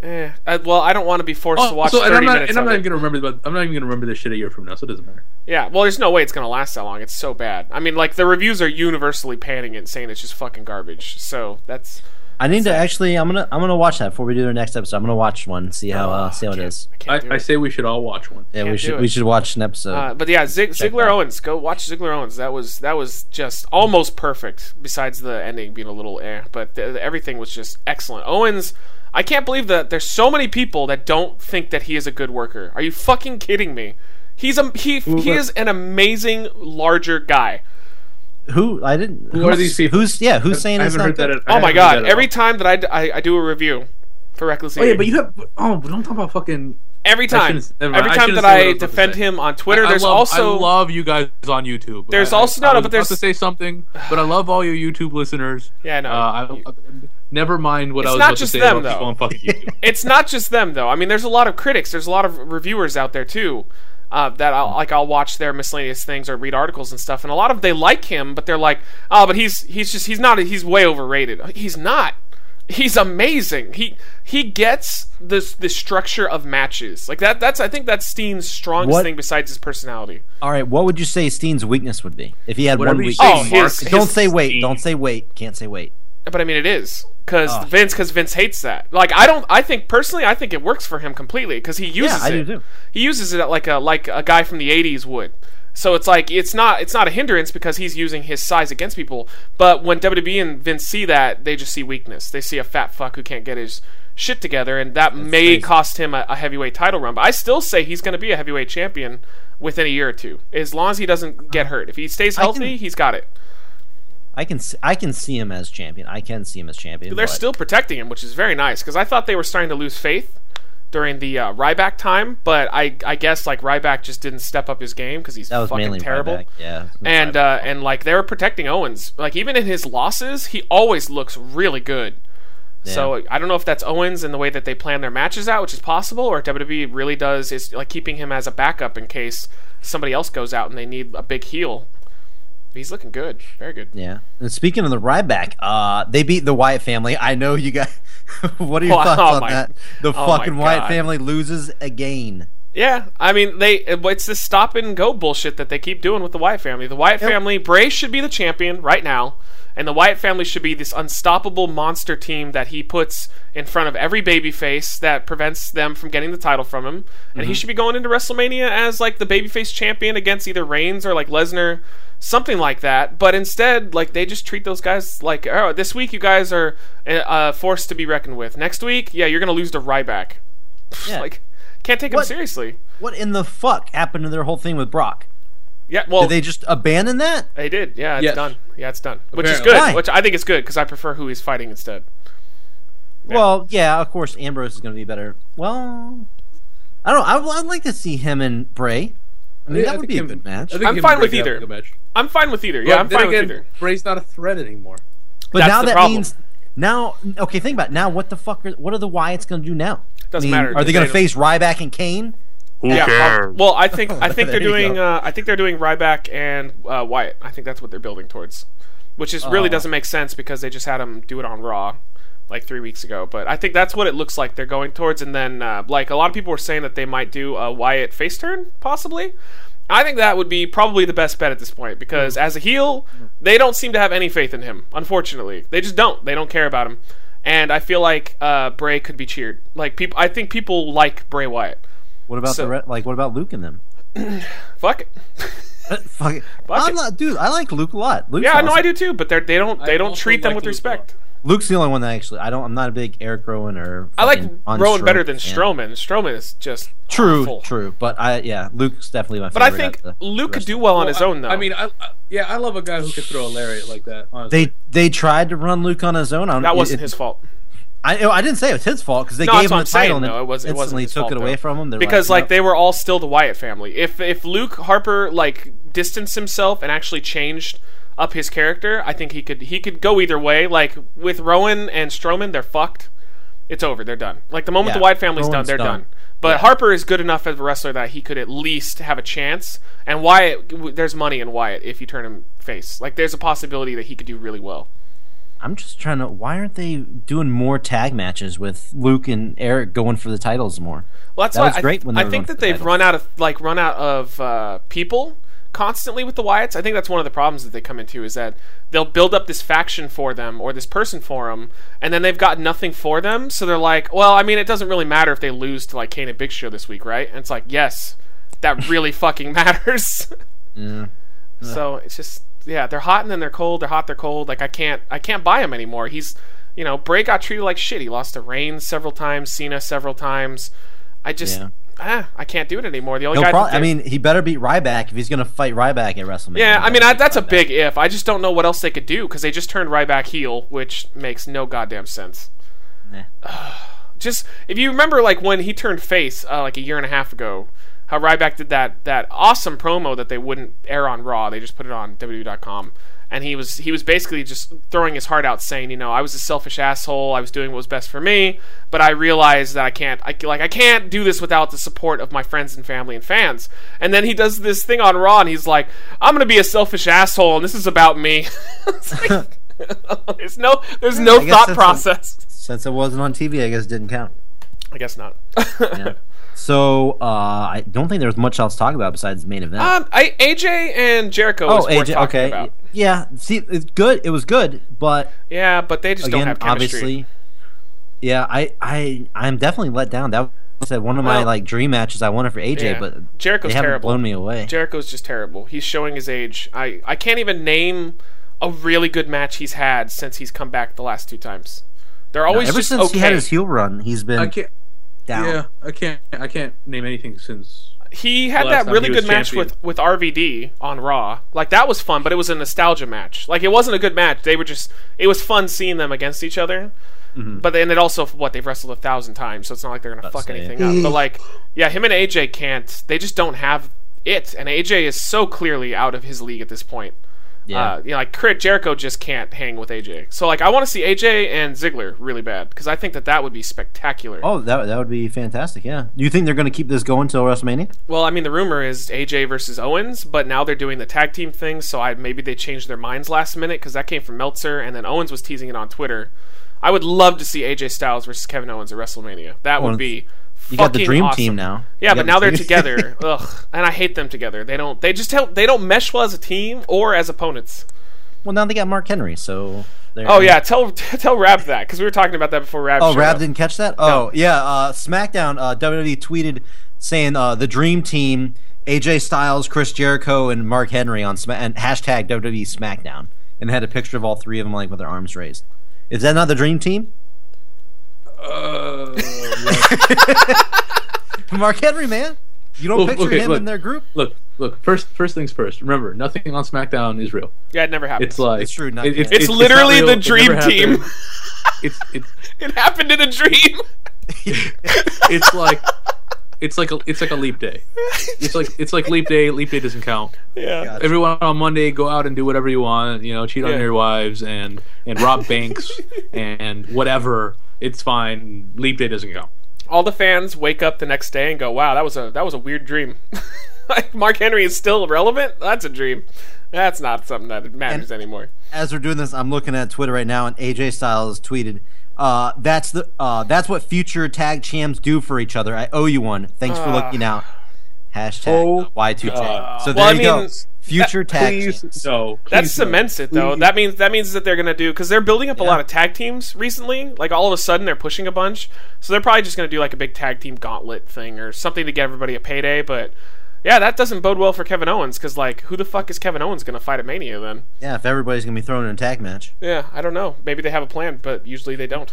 [SPEAKER 5] Eh. I, well, I don't want to be forced to watch
[SPEAKER 2] Oh, so, and
[SPEAKER 5] thirty
[SPEAKER 2] I'm not
[SPEAKER 5] minutes.
[SPEAKER 2] and I'm
[SPEAKER 5] of
[SPEAKER 2] not
[SPEAKER 5] it.
[SPEAKER 2] even gonna remember. About, I'm not even gonna remember this shit a year from now, so it doesn't matter.
[SPEAKER 5] Yeah. Well, there's no way it's gonna last that long. It's so bad. I mean, like the reviews are universally panning it, and saying it's just fucking garbage. So that's.
[SPEAKER 4] I need to actually. I'm gonna. I'm gonna watch that before we do the next episode. I'm gonna watch one. See how. Uh, see how it is.
[SPEAKER 5] I can't do
[SPEAKER 2] I, I
[SPEAKER 5] it.
[SPEAKER 2] say we should all watch one.
[SPEAKER 4] Yeah, we
[SPEAKER 5] can't do
[SPEAKER 4] should.
[SPEAKER 5] it.
[SPEAKER 4] We should watch an episode.
[SPEAKER 5] Uh, but yeah, Zig,
[SPEAKER 4] Check
[SPEAKER 5] Ziggler
[SPEAKER 4] that.
[SPEAKER 5] Owens. Go watch Ziggler Owens. That was that was just almost perfect. Besides the ending being a little eh, but th- everything was just excellent. Owens. I can't believe that there's so many people that don't think that he is a good worker. Are you fucking kidding me? He's a he. He is an amazing larger guy.
[SPEAKER 4] who? I didn't.
[SPEAKER 2] Who are these people?
[SPEAKER 4] Who's? Yeah. Who's saying
[SPEAKER 2] I
[SPEAKER 4] it's
[SPEAKER 2] haven't
[SPEAKER 4] not
[SPEAKER 2] heard that.
[SPEAKER 4] good?
[SPEAKER 2] At, I
[SPEAKER 5] Oh
[SPEAKER 2] haven't
[SPEAKER 5] my
[SPEAKER 2] heard that
[SPEAKER 5] god!
[SPEAKER 2] at
[SPEAKER 5] Every
[SPEAKER 2] all.
[SPEAKER 5] time that I, d- I- I do a review for Reckless
[SPEAKER 2] Oh yeah,
[SPEAKER 5] Eating,
[SPEAKER 2] but you have. Oh, but don't talk about fucking.
[SPEAKER 5] every time,
[SPEAKER 2] shouldn't- never mind.
[SPEAKER 5] every
[SPEAKER 2] I
[SPEAKER 5] time
[SPEAKER 2] shouldn't say what
[SPEAKER 5] that
[SPEAKER 2] I
[SPEAKER 5] I
[SPEAKER 2] was about to
[SPEAKER 5] defend
[SPEAKER 2] say.
[SPEAKER 5] him on Twitter,
[SPEAKER 3] I
[SPEAKER 5] there's
[SPEAKER 3] love,
[SPEAKER 5] also
[SPEAKER 3] I love you guys on YouTube.
[SPEAKER 5] There's
[SPEAKER 3] I- I-
[SPEAKER 5] also- no,
[SPEAKER 3] I
[SPEAKER 5] no,
[SPEAKER 3] was
[SPEAKER 5] but
[SPEAKER 3] about
[SPEAKER 5] there's-
[SPEAKER 3] to say something, but I love all your YouTube listeners.
[SPEAKER 5] yeah, no.
[SPEAKER 3] Uh, I, never mind what
[SPEAKER 5] It's
[SPEAKER 3] I was
[SPEAKER 5] not
[SPEAKER 3] about
[SPEAKER 5] just
[SPEAKER 3] to say
[SPEAKER 5] them,
[SPEAKER 3] about people
[SPEAKER 5] though.
[SPEAKER 3] on fucking YouTube.
[SPEAKER 5] it's not just them though. I mean, there's a lot of critics, there's a lot of reviewers out there too. Uh, that I'll, like I'll watch their miscellaneous things or read articles and stuff, and a lot of they like him, but they're like, oh, but he's he's just he's not he's way overrated. He's not. He's amazing. He he gets this the structure of matches like that. That's I think that's Steen's strongest
[SPEAKER 4] What-
[SPEAKER 5] thing besides his personality.
[SPEAKER 4] All right. What would you say Steen's weakness would be if he had
[SPEAKER 2] Whatever
[SPEAKER 4] one
[SPEAKER 2] you
[SPEAKER 4] week?
[SPEAKER 2] say,
[SPEAKER 5] Oh,
[SPEAKER 2] Mark.
[SPEAKER 5] his-
[SPEAKER 4] don't say wait.
[SPEAKER 2] Steen.
[SPEAKER 4] Don't say wait. Can't say wait.
[SPEAKER 5] But I mean, it is because
[SPEAKER 4] Ah.
[SPEAKER 5] Vince because Vince hates that. Like I don't. I think personally, I think it works for him completely because he uses
[SPEAKER 4] I do
[SPEAKER 5] it.
[SPEAKER 4] too.
[SPEAKER 5] He uses it like a like a guy from the '80s would. So it's like it's not it's not a hindrance because he's using his size against people. But when WWE and Vince see that, they just see weakness. They see a fat fuck who can't get his shit together, and that may
[SPEAKER 4] crazy.
[SPEAKER 5] cost him a, a heavyweight title run. But I still say he's going to be a heavyweight champion within a year or two, as long as he doesn't get hurt. If he stays
[SPEAKER 4] I can-
[SPEAKER 5] healthy, he's got it.
[SPEAKER 4] I can. s- I can see him as champion. I can see him as champion.
[SPEAKER 5] They're
[SPEAKER 4] but-
[SPEAKER 5] still protecting him, which is very nice because I thought they were starting to lose faith during the uh, Ryback time, but I I guess like Ryback just didn't step up his game because he's
[SPEAKER 4] That was
[SPEAKER 5] fucking
[SPEAKER 4] mainly
[SPEAKER 5] terrible.
[SPEAKER 4] Ryback, Yeah.
[SPEAKER 5] And uh, and like they were protecting Owens, like even in his losses, he always looks really good. So I don't know if that's Owens and the way that they plan their matches out, which is possible, or if WWE really does is like keeping him as a backup in case somebody else goes out and they need a big heel. He's looking good, very good.
[SPEAKER 4] Yeah. And speaking of the Ryback, uh, they beat the Wyatt family. I know you guys. what are your
[SPEAKER 5] Wow,
[SPEAKER 4] thoughts
[SPEAKER 5] oh
[SPEAKER 4] on
[SPEAKER 5] my-
[SPEAKER 4] that? The
[SPEAKER 5] oh my
[SPEAKER 4] fucking Wyatt
[SPEAKER 5] God.
[SPEAKER 4] family loses again.
[SPEAKER 5] Yeah, I mean they. It's this stop and go bullshit that they keep doing with the Wyatt family. The Wyatt family, Bray should be the champion right now, and the Wyatt family should be this unstoppable monster team that he puts in front of every babyface that prevents them from getting the title from him. And he should be going into WrestleMania as like the babyface champion against either Reigns or like Lesnar, something like that. But instead, like they just treat those guys like, oh, this week you guys are uh, uh, forced to be reckoned with. Next week, yeah, you're gonna lose to Ryback.
[SPEAKER 4] Yeah.
[SPEAKER 5] Like, can't take him
[SPEAKER 4] What-
[SPEAKER 5] seriously.
[SPEAKER 4] What in the fuck happened to their whole thing with Brock?
[SPEAKER 5] Yeah, well,
[SPEAKER 4] Did
[SPEAKER 5] they,
[SPEAKER 4] they just abandon that?
[SPEAKER 5] did. Yeah, it's
[SPEAKER 2] Yes.
[SPEAKER 5] done. Yeah, it's done. Which is
[SPEAKER 2] Apparently.
[SPEAKER 5] good.
[SPEAKER 4] Why?
[SPEAKER 5] Which I think is good because I prefer who he's fighting instead.
[SPEAKER 4] Well, yeah, of course Ambrose is going to be better. Well, I don't know. I, would- I'd like to see him and Bray. I mean,
[SPEAKER 2] Yeah,
[SPEAKER 4] that
[SPEAKER 2] I
[SPEAKER 4] would
[SPEAKER 2] think
[SPEAKER 4] be a
[SPEAKER 2] him-
[SPEAKER 4] good match.
[SPEAKER 2] I think
[SPEAKER 5] I'm
[SPEAKER 2] him
[SPEAKER 5] fine
[SPEAKER 2] and
[SPEAKER 5] with
[SPEAKER 2] Brady have
[SPEAKER 5] either.
[SPEAKER 2] a good match.
[SPEAKER 5] I'm fine with either.
[SPEAKER 2] But
[SPEAKER 5] Yeah, I'm
[SPEAKER 2] then
[SPEAKER 5] fine
[SPEAKER 2] again,
[SPEAKER 5] with either.
[SPEAKER 2] Bray's not a threat anymore.
[SPEAKER 4] But
[SPEAKER 5] That's
[SPEAKER 4] now
[SPEAKER 5] the
[SPEAKER 4] that
[SPEAKER 5] problem.
[SPEAKER 4] means now. Okay, think about it. now. What the fuck? Are, what are the Wyatts going to do now? I
[SPEAKER 5] Doesn't
[SPEAKER 4] mean,
[SPEAKER 5] matter.
[SPEAKER 4] Are they going to
[SPEAKER 5] They
[SPEAKER 4] face Ryback and Kane?
[SPEAKER 5] yeah. prob- Well, I think I think they're
[SPEAKER 4] There you
[SPEAKER 5] doing
[SPEAKER 4] go.
[SPEAKER 5] uh, I think they're doing Ryback and uh, Wyatt. I think that's what they're building towards, which is
[SPEAKER 4] Oh.
[SPEAKER 5] really doesn't make sense because they just had him do it on Raw like three weeks ago. But I think that's what it looks like they're going towards. And then uh, like a lot of people were saying that they might do a Wyatt face turn possibly. I think that would be probably the best bet at this point
[SPEAKER 4] Mm.
[SPEAKER 5] because as a heel, they don't seem to have any faith in him. Unfortunately, they just don't. They don't care about him, and I feel like uh, Bray could be cheered. Like people, I think people like Bray Wyatt.
[SPEAKER 4] What about
[SPEAKER 5] So-
[SPEAKER 4] the re- like? What about Luke and them?
[SPEAKER 5] Fuck it.
[SPEAKER 4] Fuck it.
[SPEAKER 5] Fuck
[SPEAKER 4] I'm
[SPEAKER 5] it.
[SPEAKER 4] not, dude. I like Luke a lot. Luke's
[SPEAKER 5] Yeah, no,
[SPEAKER 4] awesome.
[SPEAKER 5] I do too. But they're, they don't they
[SPEAKER 2] I
[SPEAKER 5] don't
[SPEAKER 2] also
[SPEAKER 5] treat them
[SPEAKER 2] like
[SPEAKER 5] with
[SPEAKER 2] Luke
[SPEAKER 5] respect.
[SPEAKER 4] Luke's the only one that actually. I don't. I'm not a big Eric Rowan or.
[SPEAKER 5] I like
[SPEAKER 4] fucking Braun
[SPEAKER 5] Rowan
[SPEAKER 4] Strowman
[SPEAKER 5] better than
[SPEAKER 4] fan.
[SPEAKER 5] Strowman. Strowman is just
[SPEAKER 4] True,
[SPEAKER 5] awful.
[SPEAKER 4] true. But I, yeah, Luke's definitely my
[SPEAKER 5] But I
[SPEAKER 4] favorite.
[SPEAKER 5] think
[SPEAKER 4] out of the-
[SPEAKER 5] Luke
[SPEAKER 4] the
[SPEAKER 5] could
[SPEAKER 4] rest
[SPEAKER 5] do
[SPEAKER 4] of
[SPEAKER 5] well on his
[SPEAKER 2] I-
[SPEAKER 5] own though.
[SPEAKER 2] I mean, I, I, yeah, I love a guy who can throw a lariat like that. Honestly.
[SPEAKER 4] them. they they tried to run Luke on his own. I don't,
[SPEAKER 5] that wasn't
[SPEAKER 4] it-
[SPEAKER 5] his fault.
[SPEAKER 4] I, I didn't say it was his fault because they
[SPEAKER 5] No,
[SPEAKER 4] gave
[SPEAKER 5] that's
[SPEAKER 4] him
[SPEAKER 5] what
[SPEAKER 4] the
[SPEAKER 5] I'm saying.
[SPEAKER 4] title and
[SPEAKER 5] though.
[SPEAKER 4] then
[SPEAKER 5] it wasn't. It wasn't
[SPEAKER 4] instantly
[SPEAKER 5] his
[SPEAKER 4] took
[SPEAKER 5] fault,
[SPEAKER 4] it away
[SPEAKER 5] though.
[SPEAKER 4] from him. They're
[SPEAKER 5] because like
[SPEAKER 4] "Nope."
[SPEAKER 5] they were all still the Wyatt family. If if Luke Harper like distanced himself and actually changed up his character, I think he could he could go either way. Like with Rowan and Strowman, they're fucked. It's over. They're done. Like the moment
[SPEAKER 4] Yeah,
[SPEAKER 5] the Wyatt family's done,
[SPEAKER 4] Rowan's
[SPEAKER 5] they're done.
[SPEAKER 4] done.
[SPEAKER 5] But Harper is good enough as a wrestler that he could at least have a chance. And Wyatt, w- there's money in Wyatt if you turn him face. Like there's a possibility that he could do really well.
[SPEAKER 4] I'm just trying to. Why aren't they doing more tag matches with Luke and Eric going for the titles more?
[SPEAKER 5] Well, that's
[SPEAKER 4] That
[SPEAKER 5] why
[SPEAKER 4] was
[SPEAKER 5] I-
[SPEAKER 4] great when they
[SPEAKER 5] I
[SPEAKER 4] were running
[SPEAKER 5] think that
[SPEAKER 4] for
[SPEAKER 5] they've
[SPEAKER 4] titles.
[SPEAKER 5] run out of like run out of uh, people constantly with the Wyatts. I think that's one of the problems that they come into is that they'll build up this faction for them or this person for them, and then they've got nothing for them. So they're like, well, I mean, it doesn't really matter if they lose to like Kane and Big Show this week, right? And it's like, yes, that really fucking matters. So it's just yeah, they're hot and then they're cold. They're hot, they're cold. Like I can't I can't buy him anymore. He's you know Bray got treated like shit. He lost to Reigns several times, Cena several times. I just
[SPEAKER 4] Yeah.
[SPEAKER 5] ah, I can't do it anymore. The only
[SPEAKER 4] No
[SPEAKER 5] guy
[SPEAKER 4] problem.
[SPEAKER 5] that-
[SPEAKER 4] I mean, he better beat Ryback if he's going to fight Ryback at WrestleMania.
[SPEAKER 5] yeah,
[SPEAKER 4] He
[SPEAKER 5] I mean
[SPEAKER 4] better
[SPEAKER 5] I,
[SPEAKER 4] beat
[SPEAKER 5] that's a
[SPEAKER 4] Ryback.
[SPEAKER 5] big if. I just don't know what else they could do because they just turned Ryback heel, which makes no goddamn sense.
[SPEAKER 4] Nah.
[SPEAKER 5] just if you remember like when he turned face uh, like a year and a half ago how ryback did that that awesome promo that they wouldn't air on raw they just put it on ww.com and he was he was basically just throwing his heart out saying you know i was a selfish asshole i was doing what was best for me but i realized that i can't I, like i can't do this without the support of my friends and family and fans and then he does this thing on raw and he's like i'm gonna be a selfish asshole and this is about me It's like- there's no there's no
[SPEAKER 4] guess
[SPEAKER 5] thought
[SPEAKER 4] that's a-
[SPEAKER 5] process
[SPEAKER 4] Since it wasn't on TV, I guess it didn't count.
[SPEAKER 5] i guess not
[SPEAKER 4] Yeah. so uh, I don't think there was much else to talk about besides the main event.
[SPEAKER 5] Um, I, AJ and Jericho
[SPEAKER 4] oh,
[SPEAKER 5] was worth
[SPEAKER 4] AJ.
[SPEAKER 5] talking
[SPEAKER 4] Okay.
[SPEAKER 5] about.
[SPEAKER 4] Yeah. See, it's good. It was good, but
[SPEAKER 5] Yeah, but they just don't
[SPEAKER 4] again,
[SPEAKER 5] have chemistry.
[SPEAKER 4] obviously, yeah. I, I, I'm definitely let down. That was uh, one of my
[SPEAKER 5] Well-
[SPEAKER 4] like dream matches I wanted for AJ,
[SPEAKER 5] Yeah.
[SPEAKER 4] but
[SPEAKER 5] Jericho's
[SPEAKER 4] they haven't
[SPEAKER 5] terrible.
[SPEAKER 4] blown me away.
[SPEAKER 5] Jericho's just terrible. He's showing his age. I, I can't even name a really good match he's had since he's come back the last two times. They're always
[SPEAKER 4] Ever
[SPEAKER 5] just
[SPEAKER 4] since
[SPEAKER 5] okay.
[SPEAKER 4] he had his heel run, he's been
[SPEAKER 2] I can't.
[SPEAKER 4] down.
[SPEAKER 2] Yeah, I can't. I can't name anything since.
[SPEAKER 5] He had
[SPEAKER 2] Last
[SPEAKER 5] that
[SPEAKER 2] time
[SPEAKER 5] really
[SPEAKER 2] he was
[SPEAKER 5] good match
[SPEAKER 2] champion.
[SPEAKER 5] with with RVD on Raw. Like that was fun, but it was a nostalgia match. Like it wasn't a good match. They were just it was fun seeing them against each other.
[SPEAKER 2] Mm-hmm.
[SPEAKER 5] But then it also what they've wrestled a thousand times, so it's not like they're gonna fuck
[SPEAKER 4] to say.
[SPEAKER 5] anything up. But like, yeah, him and AJ can't. They just don't have it, and AJ is so clearly out of his league at this point.
[SPEAKER 4] Yeah.
[SPEAKER 5] Uh, you know, like Crit Jericho just can't hang with AJ. So like, I want to see AJ and Ziggler really bad because I think that that would be spectacular.
[SPEAKER 4] Oh, that that would be fantastic. Yeah. Do you think they're going to keep this going till WrestleMania?
[SPEAKER 5] Well, I mean, the rumor is AJ versus Owens, but now they're doing the tag team thing, so I maybe they changed their minds last minute because that came from Meltzer, and then Owens was teasing it on Twitter. I would love to see AJ Styles versus Kevin Owens at WrestleMania. That
[SPEAKER 4] Well,
[SPEAKER 5] would be
[SPEAKER 4] You got the
[SPEAKER 5] fucking
[SPEAKER 4] dream
[SPEAKER 5] awesome.
[SPEAKER 4] team now.
[SPEAKER 5] Yeah,
[SPEAKER 4] You
[SPEAKER 5] but
[SPEAKER 4] got
[SPEAKER 5] now
[SPEAKER 4] the
[SPEAKER 5] they're
[SPEAKER 4] dream-
[SPEAKER 5] together. Ugh, and I hate them together. They don't. They just help. They don't mesh well as a team or as opponents.
[SPEAKER 4] well, now they got Mark Henry. So. they're-
[SPEAKER 5] Oh yeah, tell tell Rab that because we were talking about that before Rab.
[SPEAKER 4] Oh,
[SPEAKER 5] showed
[SPEAKER 4] Rab
[SPEAKER 5] up.
[SPEAKER 4] didn't catch that. Oh, yeah. Uh, SmackDown uh, WWE tweeted saying uh, the Dream Team: AJ Styles, Chris Jericho, and Mark Henry on Sma- and hashtag WWE SmackDown, and had a picture of all three of them like with their arms raised. Is that not the Dream Team?
[SPEAKER 2] Uh,
[SPEAKER 4] Mark Henry, man, you don't
[SPEAKER 2] Look,
[SPEAKER 4] picture
[SPEAKER 2] okay,
[SPEAKER 4] him
[SPEAKER 2] look.
[SPEAKER 4] in their group.
[SPEAKER 2] look, look. First, first things first. Remember, nothing on SmackDown is real.
[SPEAKER 5] Yeah, it never happened.
[SPEAKER 2] It's like
[SPEAKER 4] It's true, not
[SPEAKER 2] it-
[SPEAKER 4] yet.
[SPEAKER 5] It's
[SPEAKER 2] not
[SPEAKER 5] literally
[SPEAKER 2] real,
[SPEAKER 5] the
[SPEAKER 2] it never
[SPEAKER 5] dream team.
[SPEAKER 2] happened. It's it's
[SPEAKER 5] it happened in a dream.
[SPEAKER 2] it's like it's like a it's like a leap day. It's like it's like leap day. Leap day doesn't count.
[SPEAKER 5] yeah.
[SPEAKER 2] Everyone on Monday go out and do whatever you want. You know, cheat
[SPEAKER 5] Yeah.
[SPEAKER 2] on your wives and and rob banks and whatever. It's fine. Leap day doesn't count.
[SPEAKER 5] all the fans wake up the next day and go, "Wow, that was a that was a weird dream." like Mark Henry is still relevant. That's a dream. That's not something that matters anymore.
[SPEAKER 4] As we're doing this, I'm looking at Twitter right now, and AJ Styles tweeted. Uh, that's the uh, that's what future tag champs do for each other. I owe you one. Thanks for looking out. Hashtag
[SPEAKER 2] Oh,
[SPEAKER 4] Y2Tag. so there
[SPEAKER 5] Ah. Well, I
[SPEAKER 4] you go.
[SPEAKER 5] mean,
[SPEAKER 4] Future tag champs.
[SPEAKER 2] Please no. Please
[SPEAKER 5] That
[SPEAKER 2] no.
[SPEAKER 5] cements it though. That means that means that they're gonna do because they're building up a lot of tag teams recently. Like all of a sudden they're pushing a bunch, so they're probably just gonna do like a big tag team gauntlet thing or something to get everybody a payday. But yeah, that doesn't bode well for Kevin Owens because like who the fuck is Kevin Owens gonna fight at Mania then?
[SPEAKER 4] Yeah, if everybody's gonna be thrown in a tag match,
[SPEAKER 5] Yeah, I don't know. Maybe they have a plan, but usually they don't.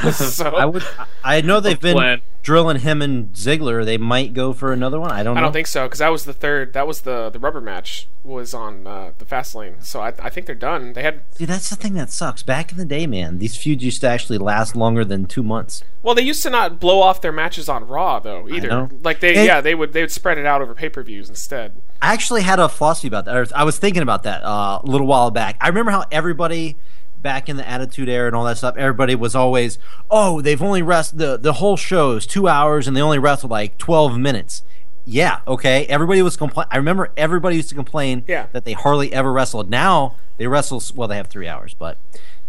[SPEAKER 5] so
[SPEAKER 4] I would. I I know they've been.
[SPEAKER 2] plan.
[SPEAKER 4] drilling him and Ziggler, they might go for another one. I don't.
[SPEAKER 5] I
[SPEAKER 4] know.
[SPEAKER 5] don't think so because that was the third. That was the the rubber match was on uh, the fast lane. So I, I think they're done. They had
[SPEAKER 4] Dude, that's the thing that sucks. Back in the day, man, these feuds used to actually last longer than two months.
[SPEAKER 5] well, they used to not blow off their matches on Raw though either.
[SPEAKER 4] know.
[SPEAKER 5] Like they
[SPEAKER 4] It-
[SPEAKER 5] yeah they would they would spread it out over pay per views instead.
[SPEAKER 4] I actually had a philosophy about that. Or I was thinking about that uh, a little while back. I remember how everybody back in the Attitude Era and all that stuff, everybody was always, "Oh, they've only rest the the whole show is two hours and they only wrestled like twelve minutes." Yeah, okay. Everybody was complain. I remember everybody used to complain
[SPEAKER 5] Yeah.
[SPEAKER 4] that they hardly ever wrestled. Now they wrestle. s- Well, they have three hours, but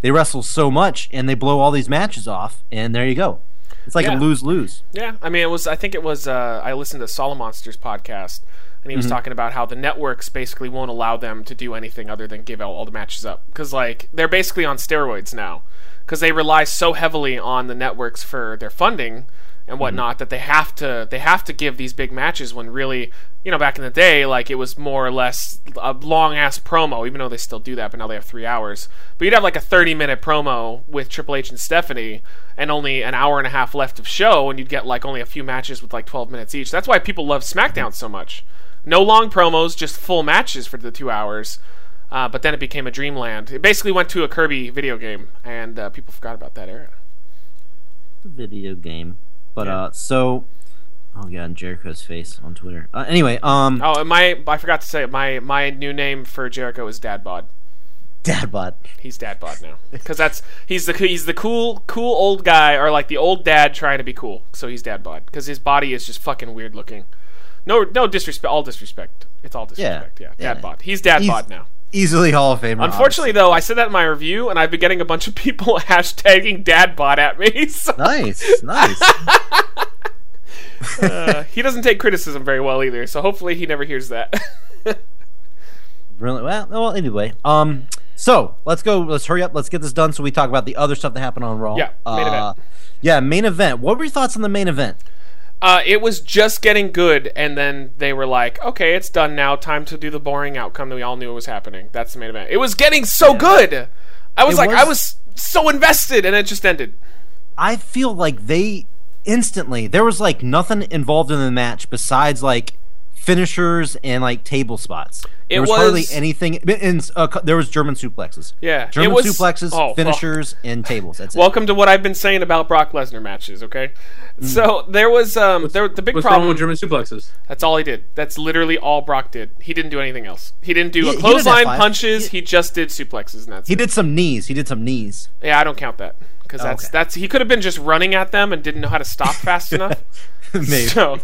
[SPEAKER 4] they wrestle so much and they blow all these matches off, and there you go. It's like
[SPEAKER 5] Yeah.
[SPEAKER 4] a lose lose.
[SPEAKER 5] Yeah, I mean, it was. I think it was. Uh, I listened to Solid Monsters podcast, and he was talking about how the networks basically won't allow them to do anything other than give all, all the matches up because, like, they're basically on steroids now because they rely so heavily on the networks for their funding and whatnot that they have to they have to give these big matches when really you know back in the day like it was more or less uh, a long ass promo even though they still do that but now they have three hours but you'd have like a 30 minute promo with triple h and stephanie and only an hour and a half left of show and you'd get like only a few matches with like 12 minutes each that's why people love smackdown so much no long promos just full matches for the two hours uh, but then it became a dreamland it basically went to a kirby video game and uh, people forgot about that era
[SPEAKER 4] video game. But uh, so oh god, Jericho's face on Twitter. Uh, anyway, um,
[SPEAKER 5] Oh, and my I forgot to say it. my my new name for Jericho is Dadbod.
[SPEAKER 4] Dadbot.
[SPEAKER 5] He's Dadbod now because that's he's the he's the cool cool old guy or like the old dad trying to be cool. So he's Dadbod because his body is just fucking weird looking. No no disrespect, all disrespect. It's all disrespect. Yeah,
[SPEAKER 4] yeah.
[SPEAKER 5] Dadbod. He's Dadbod
[SPEAKER 4] He's-
[SPEAKER 5] now.
[SPEAKER 4] Easily Hall of Famer.
[SPEAKER 5] Unfortunately though, I said that in my review, and I've been getting a bunch of people hashtagging Dadbod at me. So
[SPEAKER 4] obviously. nice, nice.
[SPEAKER 5] uh, he doesn't take criticism very well either. So hopefully he never hears that.
[SPEAKER 4] really well. Well, anyway, um, so let's go. Let's hurry up. Let's get this done so we talk about the other stuff that happened on Raw.
[SPEAKER 5] Yeah, main
[SPEAKER 4] Uh,
[SPEAKER 5] event.
[SPEAKER 4] Yeah, main event. What were your thoughts on the main event?
[SPEAKER 5] Uh, it was just getting good, and then they were like, "Okay, it's done now. Time to do the boring outcome that we all knew was happening." That's the main event. It was getting so good. I was
[SPEAKER 4] It
[SPEAKER 5] like, I was
[SPEAKER 4] was-
[SPEAKER 5] so invested, and it just ended.
[SPEAKER 4] I feel like they instantly there was like nothing involved in the match besides like finishers and like table spots.
[SPEAKER 5] It
[SPEAKER 4] there was, hardly
[SPEAKER 5] was-
[SPEAKER 4] anything. And uh, cu- there was German suplexes.
[SPEAKER 5] Yeah, it
[SPEAKER 4] German
[SPEAKER 5] was-
[SPEAKER 4] suplexes,
[SPEAKER 5] oh, fuck.
[SPEAKER 4] finishers, and tables. That's it.
[SPEAKER 5] Welcome to what I've been saying about Brock Lesnar matches. Okay,
[SPEAKER 4] Mm.
[SPEAKER 5] so there was um, there the big
[SPEAKER 3] What's
[SPEAKER 5] problem.
[SPEAKER 3] wrong with German suplexes?
[SPEAKER 5] That's all he did. That's literally all Brock did. He didn't do anything else. He didn't do
[SPEAKER 4] He-
[SPEAKER 5] a
[SPEAKER 4] he did
[SPEAKER 5] clothesline
[SPEAKER 4] F5.
[SPEAKER 5] punches. He, just did suplexes, and that's
[SPEAKER 4] He
[SPEAKER 5] it.
[SPEAKER 4] did some knees. He did some knees.
[SPEAKER 5] Yeah, I don't count that because that's
[SPEAKER 4] okay.
[SPEAKER 5] that's he could have been just running at them and didn't know how to stop fast enough.
[SPEAKER 4] Maybe.
[SPEAKER 5] So,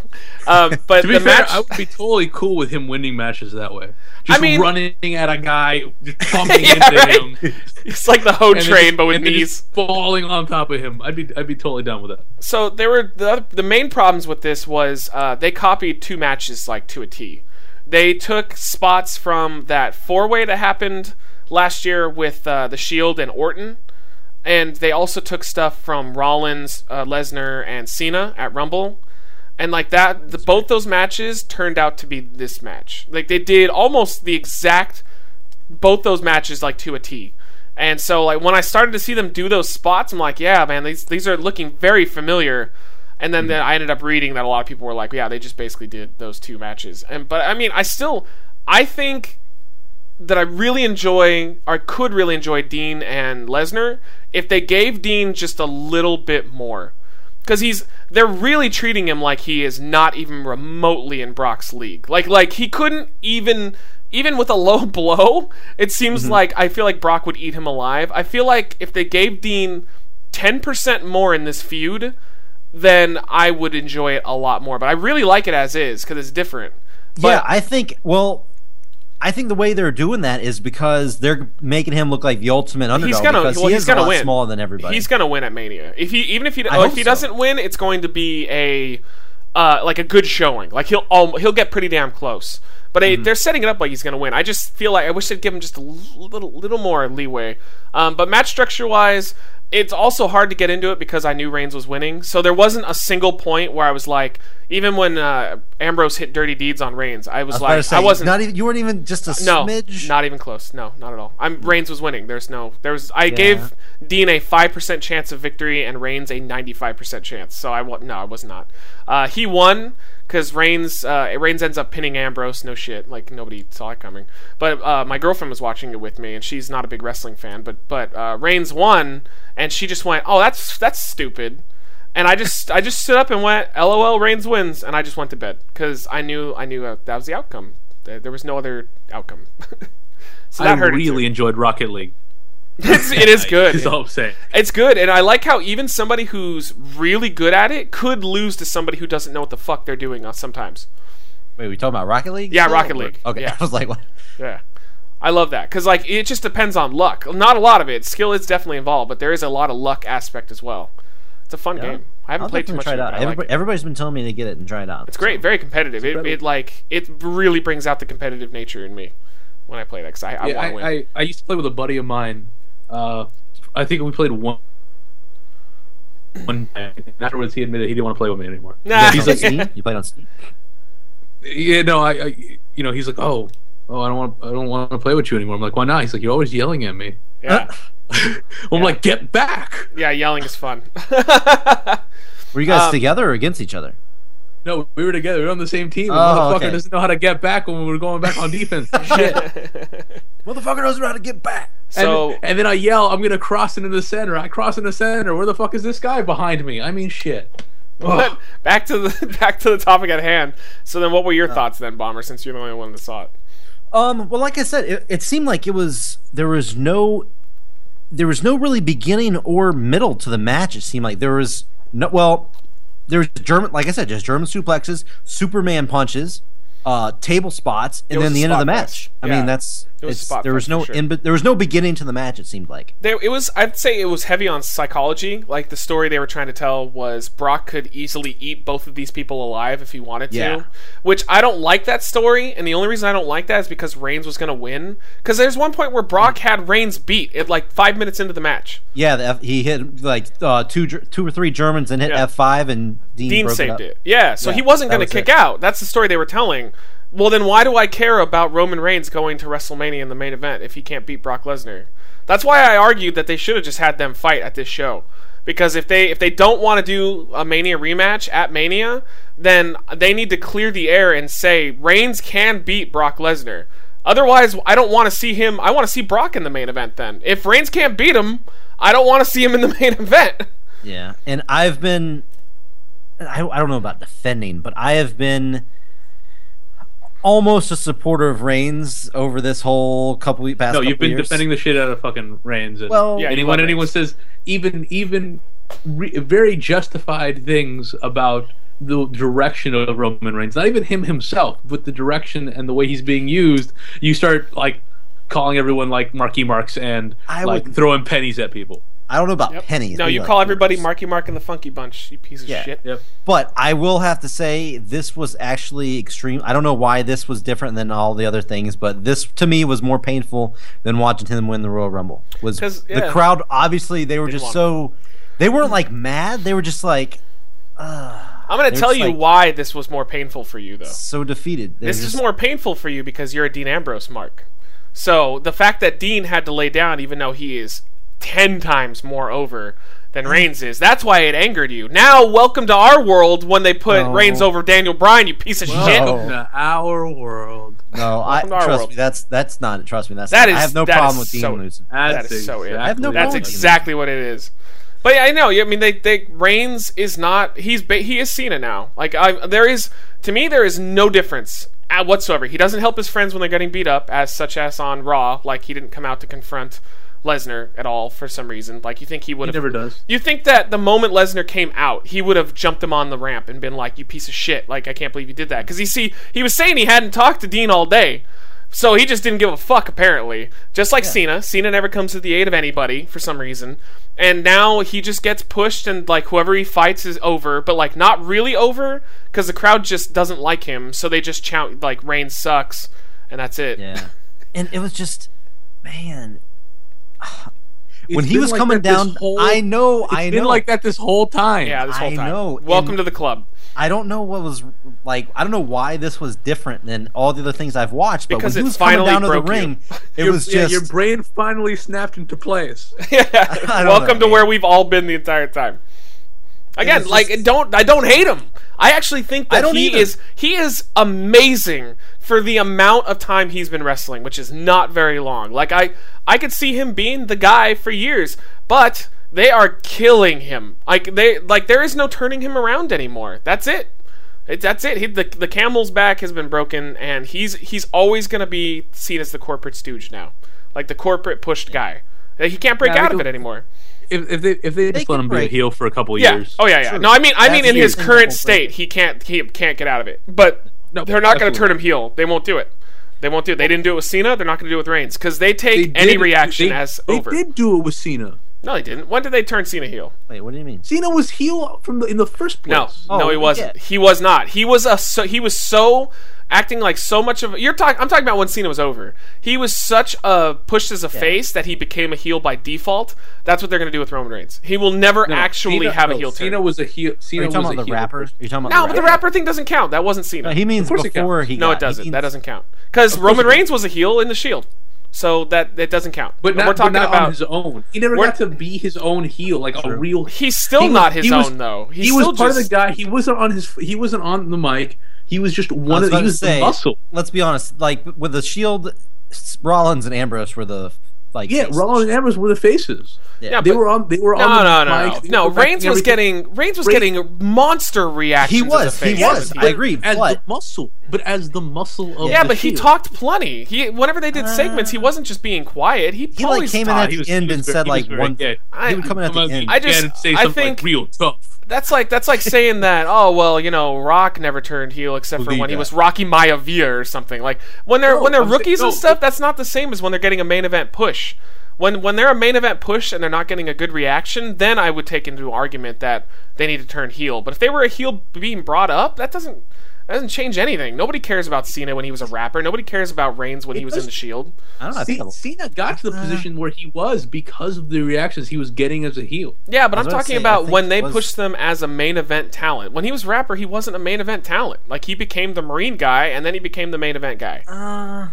[SPEAKER 5] um, but
[SPEAKER 3] To be
[SPEAKER 5] the
[SPEAKER 3] fair,
[SPEAKER 5] match,
[SPEAKER 3] I would be totally cool with him winning matches that way. Just
[SPEAKER 5] mean-
[SPEAKER 3] running at a guy, just pumping
[SPEAKER 5] Yeah,
[SPEAKER 3] into
[SPEAKER 5] right.
[SPEAKER 3] him, and
[SPEAKER 5] it's like the hoe
[SPEAKER 3] then
[SPEAKER 5] train,
[SPEAKER 3] just-
[SPEAKER 5] but with
[SPEAKER 3] and then
[SPEAKER 5] knees.
[SPEAKER 3] just falling on top of him. I'd be, I'd be totally down with that.
[SPEAKER 5] So there were the other- the main problems with this was uh, they copied two matches like to a T. They took spots from that four way that happened last year with uh, the Shield and Orton, and they also took stuff from Rollins, uh, Lesnar, and Cena at Rumble. And like that, the, both those matches turned out to be this match. Like they did almost the exact both those matches like to a T. And so like when I started to see them do those spots, I'm like, yeah, man, these these are looking very familiar. And then, then I ended up reading that a lot of people were like, yeah, they just basically did those two matches. And but I mean, I still I think that I really enjoy or could really enjoy Dean and Lesnar if they gave Dean just a little bit more. Cause he's they're really treating him like he is not even remotely in Brock's league. Like like he couldn't even even with a low blow, it seems like I feel like Brock would eat him alive. I feel like if they gave Dean ten percent more in this feud, then I would enjoy it a lot more. But I really like it as is because it's different.
[SPEAKER 4] yeah,
[SPEAKER 5] But-
[SPEAKER 4] I think. Well, I think the way they're doing that is because they're making him look like the ultimate underdog.
[SPEAKER 5] he's gonna
[SPEAKER 4] because
[SPEAKER 5] well,
[SPEAKER 4] he
[SPEAKER 5] he's
[SPEAKER 4] is
[SPEAKER 5] gonna
[SPEAKER 4] a lot
[SPEAKER 5] win.
[SPEAKER 4] smaller than everybody.
[SPEAKER 5] He's gonna win at Mania. If he even if he oh,
[SPEAKER 4] I
[SPEAKER 5] if
[SPEAKER 4] hope
[SPEAKER 5] he
[SPEAKER 4] so.
[SPEAKER 5] doesn't win, it's going to be a uh, like a good showing. Like he'll um, he'll get pretty damn close. But
[SPEAKER 4] Mm-hmm.
[SPEAKER 5] eh, they're setting it up like he's gonna win. I just feel like I wish they'd give him just a l- little little more leeway. Um, but match structure wise, it's also hard to get into it because I knew Reigns was winning. So there wasn't a single point where I was like, even when uh, Ambrose hit dirty deeds on Reigns, I was,
[SPEAKER 4] I was about
[SPEAKER 5] like,
[SPEAKER 4] to say,
[SPEAKER 5] I wasn't.
[SPEAKER 4] Not even, you weren't even just a
[SPEAKER 5] no,
[SPEAKER 4] smidge.
[SPEAKER 5] not even close. No, not at all. I'm Reigns was winning. There's no, there was. I gave Dean a five percent chance of victory and Reigns a ninety-five percent chance. So I wa- no, I was not. Uh, he won because Reigns, uh, Reigns ends up pinning Ambrose. No shit, like nobody saw it coming. But uh, my girlfriend was watching it with me, and she's not a big wrestling fan. But but uh, Reigns won, and she just went, "Oh, that's that's stupid." And I just I just stood up and went, "LOL, Reigns wins," and I just went to bed because I knew I knew uh, that was the outcome. There there was no other outcome. so that
[SPEAKER 3] I
[SPEAKER 5] hurt. it, too.
[SPEAKER 3] really enjoyed Rocket League.
[SPEAKER 5] it's, it is good.
[SPEAKER 3] That's all I'm saying.
[SPEAKER 5] It's good, and I like how even somebody who's really good at it could lose to somebody who doesn't know what the fuck they're doing on sometimes.
[SPEAKER 4] Wait, we talking about Rocket League?
[SPEAKER 5] Yeah,
[SPEAKER 4] still?
[SPEAKER 5] Rocket League.
[SPEAKER 4] Okay,
[SPEAKER 5] Yeah.
[SPEAKER 4] I was like, what?
[SPEAKER 5] Yeah. I love that because like it just depends on luck. Not a lot of it. Skill is definitely involved, but there is a lot of luck aspect as well. It's a fun game. I haven't
[SPEAKER 4] I'll
[SPEAKER 5] played too
[SPEAKER 4] definitely
[SPEAKER 5] much.
[SPEAKER 4] try
[SPEAKER 5] of
[SPEAKER 4] it
[SPEAKER 5] it,
[SPEAKER 4] out.
[SPEAKER 5] but I like
[SPEAKER 4] Everybody,
[SPEAKER 5] it.
[SPEAKER 4] Everybody's been telling me to get it and try it out.
[SPEAKER 5] It's great, very competitive. It, it like it really brings out the competitive nature in me when I play that because I, I
[SPEAKER 3] Yeah,
[SPEAKER 5] want to win.
[SPEAKER 3] I, I, I used to play with a buddy of mine. Uh, I think we played one. One time. And Afterwards, he admitted he didn't want to play with me anymore.
[SPEAKER 5] Nah.
[SPEAKER 3] he's
[SPEAKER 4] So,
[SPEAKER 3] like,
[SPEAKER 4] Steam? You played on Steam.
[SPEAKER 3] yeah, no, I, I, you know, he's like, oh, oh, I don't want, I don't want to play with you anymore. I'm like, why not? He's like, you're always yelling at me.
[SPEAKER 5] yeah,
[SPEAKER 3] I'm like, get back.
[SPEAKER 5] yeah, yelling is fun.
[SPEAKER 4] Were you guys
[SPEAKER 5] Um,
[SPEAKER 4] together or against each other?
[SPEAKER 3] No, we were together. We were on the same team. The
[SPEAKER 4] Oh,
[SPEAKER 3] motherfucker
[SPEAKER 4] okay.
[SPEAKER 3] doesn't know how to get back when we were going back on defense. Shit.
[SPEAKER 4] Motherfucker knows how to get back.
[SPEAKER 5] so
[SPEAKER 3] and, and then I yell, I'm gonna cross into the center. I cross into the center. Where the fuck is this guy behind me? I mean, shit.
[SPEAKER 5] but back to the back to the topic at hand. So then, what were your thoughts then, Bomber? Since you're the only one that saw it.
[SPEAKER 4] Um, well, like I said, it, it seemed like it was there was no there was no really beginning or middle to the match. It seemed like there was no well, there was German, like I said, just German suplexes, Superman punches, uh, table spots, and
[SPEAKER 5] It was
[SPEAKER 4] then
[SPEAKER 5] a
[SPEAKER 4] the end of
[SPEAKER 5] spot
[SPEAKER 4] the
[SPEAKER 5] match.
[SPEAKER 4] match. I
[SPEAKER 5] Yeah.
[SPEAKER 4] mean, that's
[SPEAKER 5] It was a
[SPEAKER 4] it's,
[SPEAKER 5] spot
[SPEAKER 4] there was
[SPEAKER 5] fight
[SPEAKER 4] no
[SPEAKER 5] for sure.
[SPEAKER 4] in, there was no beginning to the match. It seemed like
[SPEAKER 5] There, it was. I'd say it was heavy on psychology. Like the story they were trying to tell was Brock could easily eat both of these people alive if he wanted to.
[SPEAKER 4] Yeah.
[SPEAKER 5] Which I don't like that story, and the only reason I don't like that is because Reigns was going to win. Because there's one point where Brock had Reigns beat at like five minutes into the match.
[SPEAKER 4] yeah, the F, he hit like uh, two Ger- two or three Germans and hit
[SPEAKER 5] Yeah.
[SPEAKER 4] F five, and Dean,
[SPEAKER 5] Dean
[SPEAKER 4] broke it
[SPEAKER 5] saved
[SPEAKER 4] up.
[SPEAKER 5] it, Yeah, so
[SPEAKER 4] Yeah,
[SPEAKER 5] he wasn't
[SPEAKER 4] that
[SPEAKER 5] going to
[SPEAKER 4] was
[SPEAKER 5] kick
[SPEAKER 4] it.
[SPEAKER 5] out. That's the story they were telling. Well, then why do I care about Roman Reigns going to WrestleMania in the main event if he can't beat Brock Lesnar? That's why I argued that they should have just had them fight at this show. Because if they if they don't want to do a Mania rematch at Mania, then they need to clear the air and say Reigns can beat Brock Lesnar. Otherwise, I don't want to see him. I want to see Brock in the main event. Then, if Reigns can't beat him, I don't want to see him in the main event.
[SPEAKER 4] Yeah, and I've been, I, I don't know about defending, but I have been almost a supporter of Reigns over this whole couple we- past.
[SPEAKER 3] No,
[SPEAKER 4] couple
[SPEAKER 3] you've been
[SPEAKER 4] years.
[SPEAKER 3] defending the shit out of fucking Reigns. And
[SPEAKER 4] Well-
[SPEAKER 5] Yeah, you
[SPEAKER 3] anyone
[SPEAKER 5] love
[SPEAKER 3] anyone
[SPEAKER 5] Reigns.
[SPEAKER 3] says even even re- very justified things about the direction of Roman Reigns, not even him himself, but the direction and the way he's being used, you start like calling everyone like Marky Marks and
[SPEAKER 4] I
[SPEAKER 3] like
[SPEAKER 4] would-
[SPEAKER 3] throwing pennies at people.
[SPEAKER 4] I don't know about pennies.
[SPEAKER 5] No,
[SPEAKER 4] I'd be
[SPEAKER 5] you
[SPEAKER 4] like,
[SPEAKER 5] call everybody
[SPEAKER 4] "Oops."
[SPEAKER 5] Marky Mark and the Funky Bunch, you piece of
[SPEAKER 4] Yeah.
[SPEAKER 5] shit.
[SPEAKER 3] Yep.
[SPEAKER 4] But I will have to say this was actually extreme. I don't know why this was different than all the other things, but this to me was more painful than watching him win the Royal Rumble. Was
[SPEAKER 5] 'Cause,
[SPEAKER 4] the
[SPEAKER 5] yeah.
[SPEAKER 4] crowd obviously they were just
[SPEAKER 5] want
[SPEAKER 4] so they weren't like mad, they were just like
[SPEAKER 5] I'm gonna
[SPEAKER 4] It's
[SPEAKER 5] tell you
[SPEAKER 4] like-
[SPEAKER 5] why this was more painful for you though.
[SPEAKER 4] so defeated. They were
[SPEAKER 5] This
[SPEAKER 4] just,
[SPEAKER 5] is more painful for you because you're a Dean Ambrose mark. So the fact that Dean had to lay down, even though he is ten times more over than Reigns is, that's why it angered you. Now, welcome to our world when they put
[SPEAKER 4] No.
[SPEAKER 5] Reigns over Daniel Bryan, you piece of
[SPEAKER 4] Oh.
[SPEAKER 5] shit.
[SPEAKER 3] Welcome to our world.
[SPEAKER 4] No, I
[SPEAKER 5] to our
[SPEAKER 4] trust
[SPEAKER 5] world.
[SPEAKER 4] me. That's that's not. Trust me. That's
[SPEAKER 5] That
[SPEAKER 4] not- I
[SPEAKER 5] is-
[SPEAKER 4] have no
[SPEAKER 5] that
[SPEAKER 4] problem
[SPEAKER 5] is
[SPEAKER 4] with Dean
[SPEAKER 5] so-
[SPEAKER 4] losing.
[SPEAKER 5] That
[SPEAKER 3] That's
[SPEAKER 5] is so it.
[SPEAKER 3] exactly
[SPEAKER 5] I
[SPEAKER 4] have no
[SPEAKER 3] what
[SPEAKER 4] problem
[SPEAKER 5] That's
[SPEAKER 4] with
[SPEAKER 3] it is.
[SPEAKER 5] exactly what it is. But yeah, I know. I mean, they, they Reigns is not. He's ba- he is Cena now. Like I, there is to me, there is no difference uh, whatsoever. He doesn't help his friends when they're getting beat up, as such as on Raw. Like he didn't come out to confront Lesnar at all for some reason. Like you think he would
[SPEAKER 3] He
[SPEAKER 5] have
[SPEAKER 3] never does.
[SPEAKER 5] you think that the moment Lesnar came out, he would have jumped him on the ramp and been like, "You piece of shit! Like I can't believe you did that." Because you see, he was saying he hadn't talked to Dean all day, so he just didn't give a fuck. Apparently, just like Cena, Cena never comes to the aid of anybody for some reason, and now he just gets pushed and like whoever he fights is over, but like not really over because the crowd just doesn't like him, so they just chant like Reigns sucks, and that's it.
[SPEAKER 4] Yeah, and it was just, man. when he
[SPEAKER 2] been
[SPEAKER 4] was
[SPEAKER 2] like
[SPEAKER 4] coming
[SPEAKER 2] that this
[SPEAKER 4] down,
[SPEAKER 2] whole-
[SPEAKER 4] I know,
[SPEAKER 2] It's
[SPEAKER 4] I
[SPEAKER 2] been
[SPEAKER 4] know.
[SPEAKER 2] like that this whole time.
[SPEAKER 5] Yeah, this whole
[SPEAKER 4] I
[SPEAKER 5] time.
[SPEAKER 4] know,
[SPEAKER 5] Welcome
[SPEAKER 4] and-
[SPEAKER 5] to the club.
[SPEAKER 4] I don't know what was like. I don't know why this was different than all the other things I've watched. But
[SPEAKER 5] Because
[SPEAKER 4] when
[SPEAKER 5] it
[SPEAKER 4] he was coming
[SPEAKER 5] finally
[SPEAKER 4] down to the
[SPEAKER 5] broke you.
[SPEAKER 4] ring, it
[SPEAKER 2] Your-
[SPEAKER 4] was
[SPEAKER 2] yeah,
[SPEAKER 4] just
[SPEAKER 2] your brain finally snapped into place.
[SPEAKER 5] Yeah.
[SPEAKER 4] don't
[SPEAKER 5] Welcome
[SPEAKER 4] know,
[SPEAKER 5] to where we've all been the entire time. Again,
[SPEAKER 4] was
[SPEAKER 5] like
[SPEAKER 4] just-
[SPEAKER 5] don't I don't hate him. I actually think
[SPEAKER 4] I
[SPEAKER 5] that
[SPEAKER 4] don't
[SPEAKER 5] he
[SPEAKER 4] either.
[SPEAKER 5] is he is amazing for the amount of time he's been wrestling, which is not very long. Like I I could see him being the guy for years, but they are killing him. Like they like there is no turning him around anymore. That's it. It, that's it. He, the the camel's back has been broken, and he's he's always gonna be seen as the corporate stooge now, like the corporate pushed guy. Like, He can't break
[SPEAKER 2] Yeah,
[SPEAKER 5] out
[SPEAKER 2] we
[SPEAKER 5] of
[SPEAKER 2] can-
[SPEAKER 5] it anymore.
[SPEAKER 2] If, if they if they just
[SPEAKER 4] can
[SPEAKER 2] let him be a
[SPEAKER 4] break.
[SPEAKER 2] heel for a couple of
[SPEAKER 5] Yeah.
[SPEAKER 2] years,
[SPEAKER 5] Oh yeah, yeah.
[SPEAKER 4] True.
[SPEAKER 5] No, I mean, I mean,
[SPEAKER 4] That's
[SPEAKER 5] in his
[SPEAKER 4] huge.
[SPEAKER 5] current
[SPEAKER 4] Simple.
[SPEAKER 5] state, he can't he can't get out of it. But
[SPEAKER 2] No,
[SPEAKER 5] they're not going to
[SPEAKER 2] absolutely.
[SPEAKER 5] turn him heel. They won't do it. They won't do it. They didn't do it with Cena. They're not going to do it with Reigns because they take
[SPEAKER 2] They
[SPEAKER 5] any
[SPEAKER 2] did-
[SPEAKER 5] reaction
[SPEAKER 2] they-
[SPEAKER 5] as
[SPEAKER 2] they
[SPEAKER 5] over.
[SPEAKER 2] did do it with Cena.
[SPEAKER 5] No, they didn't. When did they turn Cena heel?
[SPEAKER 4] wait. What do you mean?
[SPEAKER 2] Cena was heel from the in the first place.
[SPEAKER 5] No,
[SPEAKER 4] Oh,
[SPEAKER 5] no, he
[SPEAKER 4] yeah.
[SPEAKER 5] wasn't. He was not. He was a so, he was so acting like so much of you're talking. I'm talking about when Cena was over. He was such a pushed as a face that he became a heel by default. That's what they're going to do with Roman Reigns. He will never
[SPEAKER 2] No,
[SPEAKER 5] actually
[SPEAKER 2] Cena-
[SPEAKER 5] have a
[SPEAKER 2] no,
[SPEAKER 5] heel turn.
[SPEAKER 2] Cena was a heel.
[SPEAKER 4] Are
[SPEAKER 2] Cena
[SPEAKER 4] you
[SPEAKER 2] was
[SPEAKER 4] talking
[SPEAKER 2] a
[SPEAKER 4] about the
[SPEAKER 2] heel
[SPEAKER 4] rapper? Are
[SPEAKER 2] first.
[SPEAKER 4] you talking about
[SPEAKER 5] no,
[SPEAKER 4] the
[SPEAKER 5] but the
[SPEAKER 4] rapper?
[SPEAKER 5] rapper thing doesn't count. That wasn't Cena.
[SPEAKER 4] No, he means
[SPEAKER 2] Of course it
[SPEAKER 4] before
[SPEAKER 2] counts.
[SPEAKER 4] he.
[SPEAKER 5] No,
[SPEAKER 4] got-
[SPEAKER 5] it doesn't.
[SPEAKER 4] he
[SPEAKER 5] that
[SPEAKER 4] means-
[SPEAKER 5] doesn't count. Because Roman
[SPEAKER 2] it doesn't.
[SPEAKER 5] Reigns was a heel in the Shield, so that it doesn't count.
[SPEAKER 2] But
[SPEAKER 5] And
[SPEAKER 2] not,
[SPEAKER 5] we're talking
[SPEAKER 2] but not on
[SPEAKER 5] about
[SPEAKER 2] his own. He never
[SPEAKER 5] We're-
[SPEAKER 2] got to be his own heel, like a real.
[SPEAKER 5] he's still
[SPEAKER 2] He was-
[SPEAKER 5] not his
[SPEAKER 2] he
[SPEAKER 5] own
[SPEAKER 2] was-
[SPEAKER 5] though. He's
[SPEAKER 2] he was
[SPEAKER 5] still
[SPEAKER 2] part
[SPEAKER 5] just,
[SPEAKER 2] of the guy. He wasn't on his. He wasn't on the mic. He was just
[SPEAKER 4] I
[SPEAKER 2] one
[SPEAKER 4] was
[SPEAKER 2] of.
[SPEAKER 4] about
[SPEAKER 2] He
[SPEAKER 4] to
[SPEAKER 2] was
[SPEAKER 4] say,
[SPEAKER 2] the muscle.
[SPEAKER 4] Let's be honest. Like with the Shield, S- Rollins and Ambrose were the like.
[SPEAKER 2] Yeah,
[SPEAKER 4] faces.
[SPEAKER 2] Rollins and Ambrose were the faces.
[SPEAKER 5] Yeah,
[SPEAKER 2] they
[SPEAKER 5] but-
[SPEAKER 2] were on. They were
[SPEAKER 5] No,
[SPEAKER 2] on.
[SPEAKER 5] no,
[SPEAKER 2] the
[SPEAKER 5] no, no.
[SPEAKER 2] mics. They
[SPEAKER 5] No,
[SPEAKER 2] were backing
[SPEAKER 5] Reigns was
[SPEAKER 2] everything.
[SPEAKER 5] getting Reigns was
[SPEAKER 2] Reigns-
[SPEAKER 5] getting monster reactions.
[SPEAKER 4] He
[SPEAKER 5] as
[SPEAKER 4] was.
[SPEAKER 5] a
[SPEAKER 4] He
[SPEAKER 5] face.
[SPEAKER 4] was. I
[SPEAKER 2] But
[SPEAKER 4] agree.
[SPEAKER 2] As
[SPEAKER 4] But
[SPEAKER 2] the muscle, but as the muscle of.
[SPEAKER 5] Yeah,
[SPEAKER 2] the
[SPEAKER 5] but he
[SPEAKER 2] Shield.
[SPEAKER 5] talked plenty. He whenever they did segments, he wasn't just being quiet. He,
[SPEAKER 4] Uh, he like
[SPEAKER 5] always
[SPEAKER 4] came in
[SPEAKER 5] talked.
[SPEAKER 4] at
[SPEAKER 2] he
[SPEAKER 4] the
[SPEAKER 2] was-
[SPEAKER 4] end
[SPEAKER 2] he
[SPEAKER 4] and
[SPEAKER 2] was
[SPEAKER 4] said
[SPEAKER 2] very-
[SPEAKER 4] like
[SPEAKER 2] he was
[SPEAKER 4] one.
[SPEAKER 2] very-
[SPEAKER 5] I-
[SPEAKER 4] He would come in at the
[SPEAKER 2] Come out
[SPEAKER 4] end.
[SPEAKER 5] I just-
[SPEAKER 2] and say
[SPEAKER 5] I
[SPEAKER 2] something
[SPEAKER 5] think-
[SPEAKER 2] like real tough.
[SPEAKER 5] That's like that's like saying that. Oh well, you know, Rock never turned heel except for
[SPEAKER 2] Believe
[SPEAKER 5] when he
[SPEAKER 2] that.
[SPEAKER 5] was Rocky Maivia or something. Like when they're
[SPEAKER 2] No,
[SPEAKER 5] when they're
[SPEAKER 2] I'm saying-
[SPEAKER 5] rookies and
[SPEAKER 2] no.
[SPEAKER 5] stuff, that's not the same as when they're getting a main event push. When when they're a main event push and they're not getting a good reaction, then I would take into argument that they need to turn heel. But if they were a heel being brought up, that doesn't that doesn't change anything. Nobody cares about Cena when he was a rapper. Nobody cares about Reigns when he was in
[SPEAKER 2] does-
[SPEAKER 5] the Shield.
[SPEAKER 4] I don't know. I think
[SPEAKER 2] C- Cena got to the position where he was because of the reactions he was getting as a heel.
[SPEAKER 5] Yeah, but
[SPEAKER 4] I
[SPEAKER 5] I'm
[SPEAKER 4] was gonna
[SPEAKER 5] talking
[SPEAKER 4] say, I
[SPEAKER 5] about
[SPEAKER 4] think
[SPEAKER 5] when
[SPEAKER 4] it
[SPEAKER 5] they
[SPEAKER 4] was-
[SPEAKER 5] pushed them as a main event talent. When he was rapper, he wasn't a main event talent. Like he became the Marine guy, and then he became the main event guy.
[SPEAKER 4] Uh,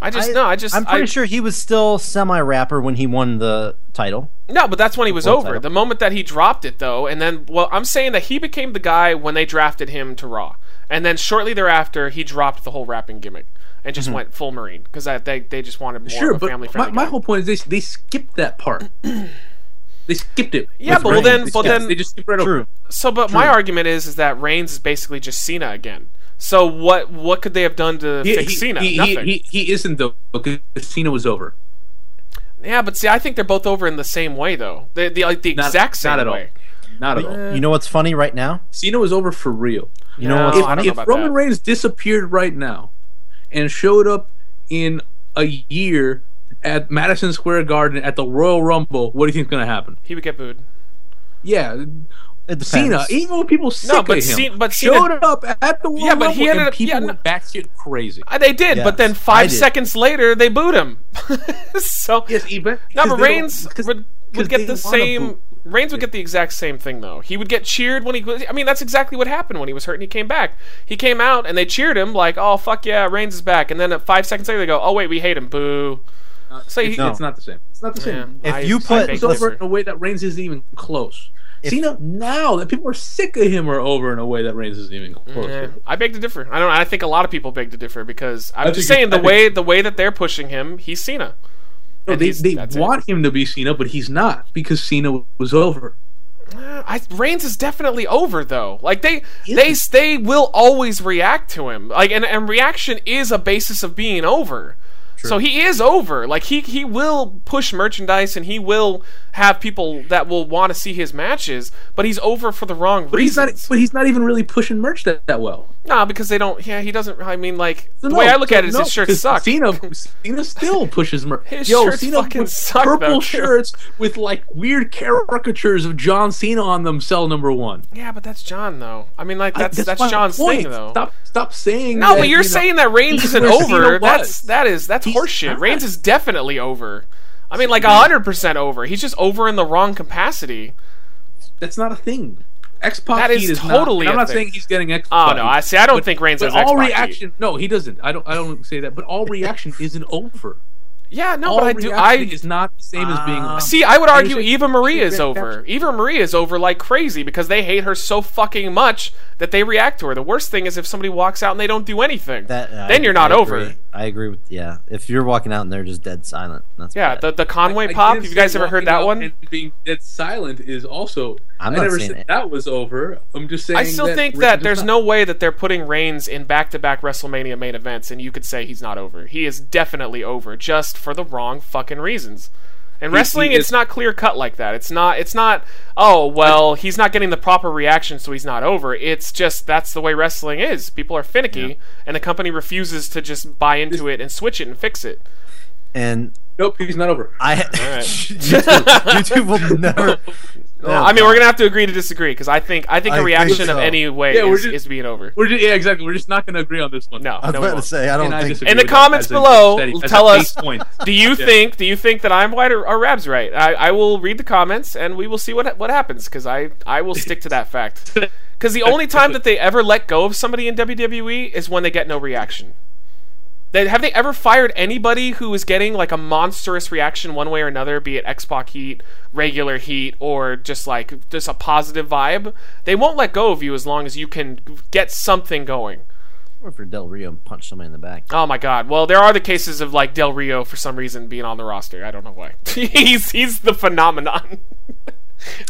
[SPEAKER 5] I just no, I just
[SPEAKER 4] I'm pretty
[SPEAKER 5] I-
[SPEAKER 4] sure he was still semi rapper when he won the title.
[SPEAKER 5] no, but that's when he was
[SPEAKER 4] World
[SPEAKER 5] over.
[SPEAKER 4] title.
[SPEAKER 5] The moment that he dropped it, though, and then well, I'm saying that he became the guy when they drafted him to Raw, and then shortly thereafter he dropped the whole rapping gimmick
[SPEAKER 4] Mm-hmm.
[SPEAKER 5] and just went full Marine because they they just wanted more
[SPEAKER 2] Sure,
[SPEAKER 5] of a
[SPEAKER 2] but
[SPEAKER 5] family
[SPEAKER 2] my,
[SPEAKER 5] friendly.
[SPEAKER 2] my whole point is they they skipped that part. they skipped it.
[SPEAKER 5] Yeah,
[SPEAKER 2] with
[SPEAKER 5] but well
[SPEAKER 2] Reigns.
[SPEAKER 5] then-
[SPEAKER 2] They
[SPEAKER 5] well
[SPEAKER 2] skipped it.
[SPEAKER 5] then-
[SPEAKER 2] they just skipped right over.
[SPEAKER 4] True.
[SPEAKER 2] it.
[SPEAKER 5] So, but my argument is is that Reigns is basically just Cena again. So what what could they have done to
[SPEAKER 2] He,
[SPEAKER 5] fix
[SPEAKER 2] he-
[SPEAKER 5] Cena?
[SPEAKER 2] he-
[SPEAKER 5] Nothing.
[SPEAKER 2] he- he- he isn't though because Cena was over.
[SPEAKER 5] Yeah, but see, I think they're both over in the same way, though. They, they like the
[SPEAKER 2] Not,
[SPEAKER 5] exact same
[SPEAKER 2] not at
[SPEAKER 5] way.
[SPEAKER 2] all. Not at all.
[SPEAKER 4] You know what's funny right now?
[SPEAKER 2] Cena was over for real.
[SPEAKER 4] You
[SPEAKER 5] No,
[SPEAKER 4] know what's
[SPEAKER 5] I don't
[SPEAKER 4] funny?
[SPEAKER 5] know
[SPEAKER 2] If
[SPEAKER 5] about
[SPEAKER 2] Roman
[SPEAKER 5] that.
[SPEAKER 2] Reigns disappeared right now and showed up in a year at Madison Square Garden at the Royal Rumble, what do you think's going to happen?
[SPEAKER 5] He would get booed.
[SPEAKER 2] Yeah,
[SPEAKER 4] It
[SPEAKER 2] Cena,
[SPEAKER 4] depends.
[SPEAKER 2] even when people sick
[SPEAKER 5] but
[SPEAKER 2] of him,
[SPEAKER 5] Ce- but
[SPEAKER 2] showed
[SPEAKER 5] Cena-
[SPEAKER 2] up at the Royal
[SPEAKER 5] Yeah, but
[SPEAKER 2] Rumble
[SPEAKER 5] he ended
[SPEAKER 2] and
[SPEAKER 5] up-
[SPEAKER 2] people
[SPEAKER 5] yeah,
[SPEAKER 2] went
[SPEAKER 5] no-
[SPEAKER 2] batshit crazy.
[SPEAKER 5] Uh, They did,
[SPEAKER 4] Yes,
[SPEAKER 5] but then
[SPEAKER 4] I
[SPEAKER 5] five
[SPEAKER 4] did.
[SPEAKER 5] seconds later, they booed him. so
[SPEAKER 2] Yes, even because
[SPEAKER 5] no, but
[SPEAKER 2] they don't-
[SPEAKER 5] Reigns
[SPEAKER 2] because-
[SPEAKER 5] would
[SPEAKER 2] because
[SPEAKER 5] would get
[SPEAKER 2] they
[SPEAKER 5] the
[SPEAKER 2] wanna
[SPEAKER 5] same.
[SPEAKER 2] boo.
[SPEAKER 5] Reigns would get the exact same thing though. He would get cheered when he. I mean, that's exactly what happened when he was hurt and he came back. He came out and they cheered him like, "Oh fuck yeah, Reigns is back!" And then uh, five seconds later, they go, "Oh wait, we hate him, boo." So he,
[SPEAKER 2] It's,
[SPEAKER 4] No.
[SPEAKER 2] it's not the same. It's not the
[SPEAKER 5] Yeah,
[SPEAKER 2] same.
[SPEAKER 4] If
[SPEAKER 5] I-
[SPEAKER 4] you
[SPEAKER 5] I
[SPEAKER 4] put-
[SPEAKER 5] beg
[SPEAKER 2] It's
[SPEAKER 5] to
[SPEAKER 4] Listen.
[SPEAKER 2] over
[SPEAKER 5] differ.
[SPEAKER 2] in a way that Reigns isn't even close.
[SPEAKER 4] If-
[SPEAKER 2] Cena now that people are sick of him are over in a way that Reigns isn't even close.
[SPEAKER 5] Yeah, I beg to differ. I don't. I think a lot of people beg to differ because I'm
[SPEAKER 2] I
[SPEAKER 5] just
[SPEAKER 2] think-
[SPEAKER 5] saying
[SPEAKER 2] I
[SPEAKER 5] the
[SPEAKER 2] think-
[SPEAKER 5] way the way that they're pushing him, he's Cena.
[SPEAKER 2] No,
[SPEAKER 5] And
[SPEAKER 2] they
[SPEAKER 5] he's-
[SPEAKER 2] they
[SPEAKER 5] that's it.
[SPEAKER 2] want him to be Cena, but he's not because Cena was over.
[SPEAKER 5] I, Reigns is definitely over though. Like they
[SPEAKER 2] Yeah.
[SPEAKER 5] they they will always react to him. Like and, and reaction is a basis of being over. So he is over. Like he he will push merchandise and he will have people that will want to see his matches, but he's over for the wrong
[SPEAKER 2] But he's
[SPEAKER 5] reasons.
[SPEAKER 2] not. But he's not even really pushing merch that, that well.
[SPEAKER 5] nah, because they don't. Yeah, he doesn't. I mean, like
[SPEAKER 2] So
[SPEAKER 5] the
[SPEAKER 2] no,
[SPEAKER 5] way I look
[SPEAKER 2] so
[SPEAKER 5] at it is
[SPEAKER 2] no,
[SPEAKER 5] his shirt
[SPEAKER 2] 'cause
[SPEAKER 5] sucks.
[SPEAKER 2] Cena, Cena still pushes merch.
[SPEAKER 5] His
[SPEAKER 2] Yo,
[SPEAKER 5] shirts
[SPEAKER 2] Cena
[SPEAKER 5] fucking
[SPEAKER 2] with
[SPEAKER 5] suck, though,
[SPEAKER 2] purple
[SPEAKER 5] too.
[SPEAKER 2] shirts with like weird caricatures of John Cena on them. Sell number one.
[SPEAKER 5] Yeah, but that's John though. I mean, like
[SPEAKER 2] I-
[SPEAKER 5] that's that's,
[SPEAKER 2] my
[SPEAKER 5] John's
[SPEAKER 2] point.
[SPEAKER 5] thing though.
[SPEAKER 2] Stop, stop saying.
[SPEAKER 5] No,
[SPEAKER 2] that,
[SPEAKER 5] but you're
[SPEAKER 2] you know,
[SPEAKER 5] saying that Reigns
[SPEAKER 2] he's
[SPEAKER 5] isn't
[SPEAKER 2] where Cena
[SPEAKER 5] over.
[SPEAKER 2] was.
[SPEAKER 5] That's that is that's
[SPEAKER 2] He's
[SPEAKER 5] horseshit.
[SPEAKER 2] not.
[SPEAKER 5] Reigns is definitely over. I mean, like hundred percent over. He's just over in the wrong capacity.
[SPEAKER 3] That's not a thing. X Pac
[SPEAKER 5] That
[SPEAKER 3] heat
[SPEAKER 5] is
[SPEAKER 3] is
[SPEAKER 5] totally
[SPEAKER 3] Not,
[SPEAKER 5] a
[SPEAKER 3] I'm not
[SPEAKER 5] thing.
[SPEAKER 3] saying he's getting X.
[SPEAKER 5] Oh no, I see. I don't think Reigns
[SPEAKER 3] But
[SPEAKER 5] has
[SPEAKER 3] all
[SPEAKER 5] X-Pac heat.
[SPEAKER 3] reaction, no, he doesn't. I don't. I don't say that. But all reaction isn't over.
[SPEAKER 5] Yeah, no,
[SPEAKER 3] All
[SPEAKER 5] but I do. I
[SPEAKER 3] reaction is not the same as being.
[SPEAKER 2] Uh,
[SPEAKER 3] over.
[SPEAKER 5] See, I would argue
[SPEAKER 3] should-
[SPEAKER 5] Eva Marie
[SPEAKER 3] should
[SPEAKER 5] is
[SPEAKER 3] get
[SPEAKER 5] over.
[SPEAKER 3] back-
[SPEAKER 5] Eva Marie is over like crazy because they hate her so fucking much that they react to her. The worst thing is if somebody walks out and they don't do anything.
[SPEAKER 4] That uh,
[SPEAKER 5] then you're not
[SPEAKER 4] I
[SPEAKER 5] over.
[SPEAKER 4] agree. I agree with yeah. If you're walking out and they're just dead silent, that's
[SPEAKER 5] Yeah,
[SPEAKER 4] bad.
[SPEAKER 5] the, the Conway
[SPEAKER 3] I
[SPEAKER 5] pop.
[SPEAKER 3] didn't
[SPEAKER 5] Have you
[SPEAKER 3] say
[SPEAKER 5] guys ever
[SPEAKER 3] walking
[SPEAKER 5] heard that
[SPEAKER 3] out
[SPEAKER 5] one?
[SPEAKER 3] And being dead silent is also.
[SPEAKER 4] I'm
[SPEAKER 3] I
[SPEAKER 4] not
[SPEAKER 3] never
[SPEAKER 4] saying
[SPEAKER 3] said
[SPEAKER 4] it.
[SPEAKER 3] that was over. I'm just saying.
[SPEAKER 5] I still
[SPEAKER 3] that
[SPEAKER 5] think
[SPEAKER 3] Reigns
[SPEAKER 5] that
[SPEAKER 3] is
[SPEAKER 5] there's
[SPEAKER 3] not.
[SPEAKER 5] no way that they're putting Reigns in back-to-back WrestleMania main events, and you could say he's not over. He is definitely over, just for the wrong fucking reasons. In wrestling,
[SPEAKER 3] he
[SPEAKER 5] it's
[SPEAKER 3] is-
[SPEAKER 5] not clear cut like that. It's not. It's not. Oh well, he's not getting the proper reaction, so he's not over. It's just that's the way wrestling is. People are finicky, and the company refuses to just buy into it and switch it and fix it.
[SPEAKER 4] and
[SPEAKER 3] Nope, he's not over.
[SPEAKER 4] I
[SPEAKER 5] right.
[SPEAKER 4] YouTube, YouTube will never.
[SPEAKER 3] Oh,
[SPEAKER 5] No, I mean, we're gonna have to agree to disagree because I think I think
[SPEAKER 4] I
[SPEAKER 5] a
[SPEAKER 4] think
[SPEAKER 5] reaction
[SPEAKER 4] so.
[SPEAKER 5] of any way
[SPEAKER 3] Yeah, we're
[SPEAKER 5] is,
[SPEAKER 3] just-
[SPEAKER 5] is being over.
[SPEAKER 3] We're just, yeah, exactly. We're just not going to agree on this one.
[SPEAKER 5] No,
[SPEAKER 4] I was
[SPEAKER 5] no.
[SPEAKER 4] about
[SPEAKER 5] more.
[SPEAKER 4] to say I don't
[SPEAKER 3] And I
[SPEAKER 4] think
[SPEAKER 3] disagree
[SPEAKER 5] In the
[SPEAKER 3] with that
[SPEAKER 5] comments
[SPEAKER 3] as a
[SPEAKER 5] below,
[SPEAKER 3] steady- as a
[SPEAKER 5] tell us-
[SPEAKER 3] base point.
[SPEAKER 5] Do you
[SPEAKER 3] Yeah.
[SPEAKER 5] think? Do you think that I'm right or, or Rab's right? I, I will read the comments and we will see what what happens because I I will stick to that fact. Because the only time that they ever let go of somebody in WWE is when they get no reaction. They, have they ever fired anybody who is getting like a monstrous reaction one way or another, be it X Pac heat, regular heat, or just like just a positive vibe? They won't let go of you as long as you can get something going.
[SPEAKER 4] Or for Del Rio and punch somebody in the back.
[SPEAKER 5] Oh my God! Well, there are the cases of like Del Rio for some reason being on the roster. I don't know why. he's he's the phenomenon.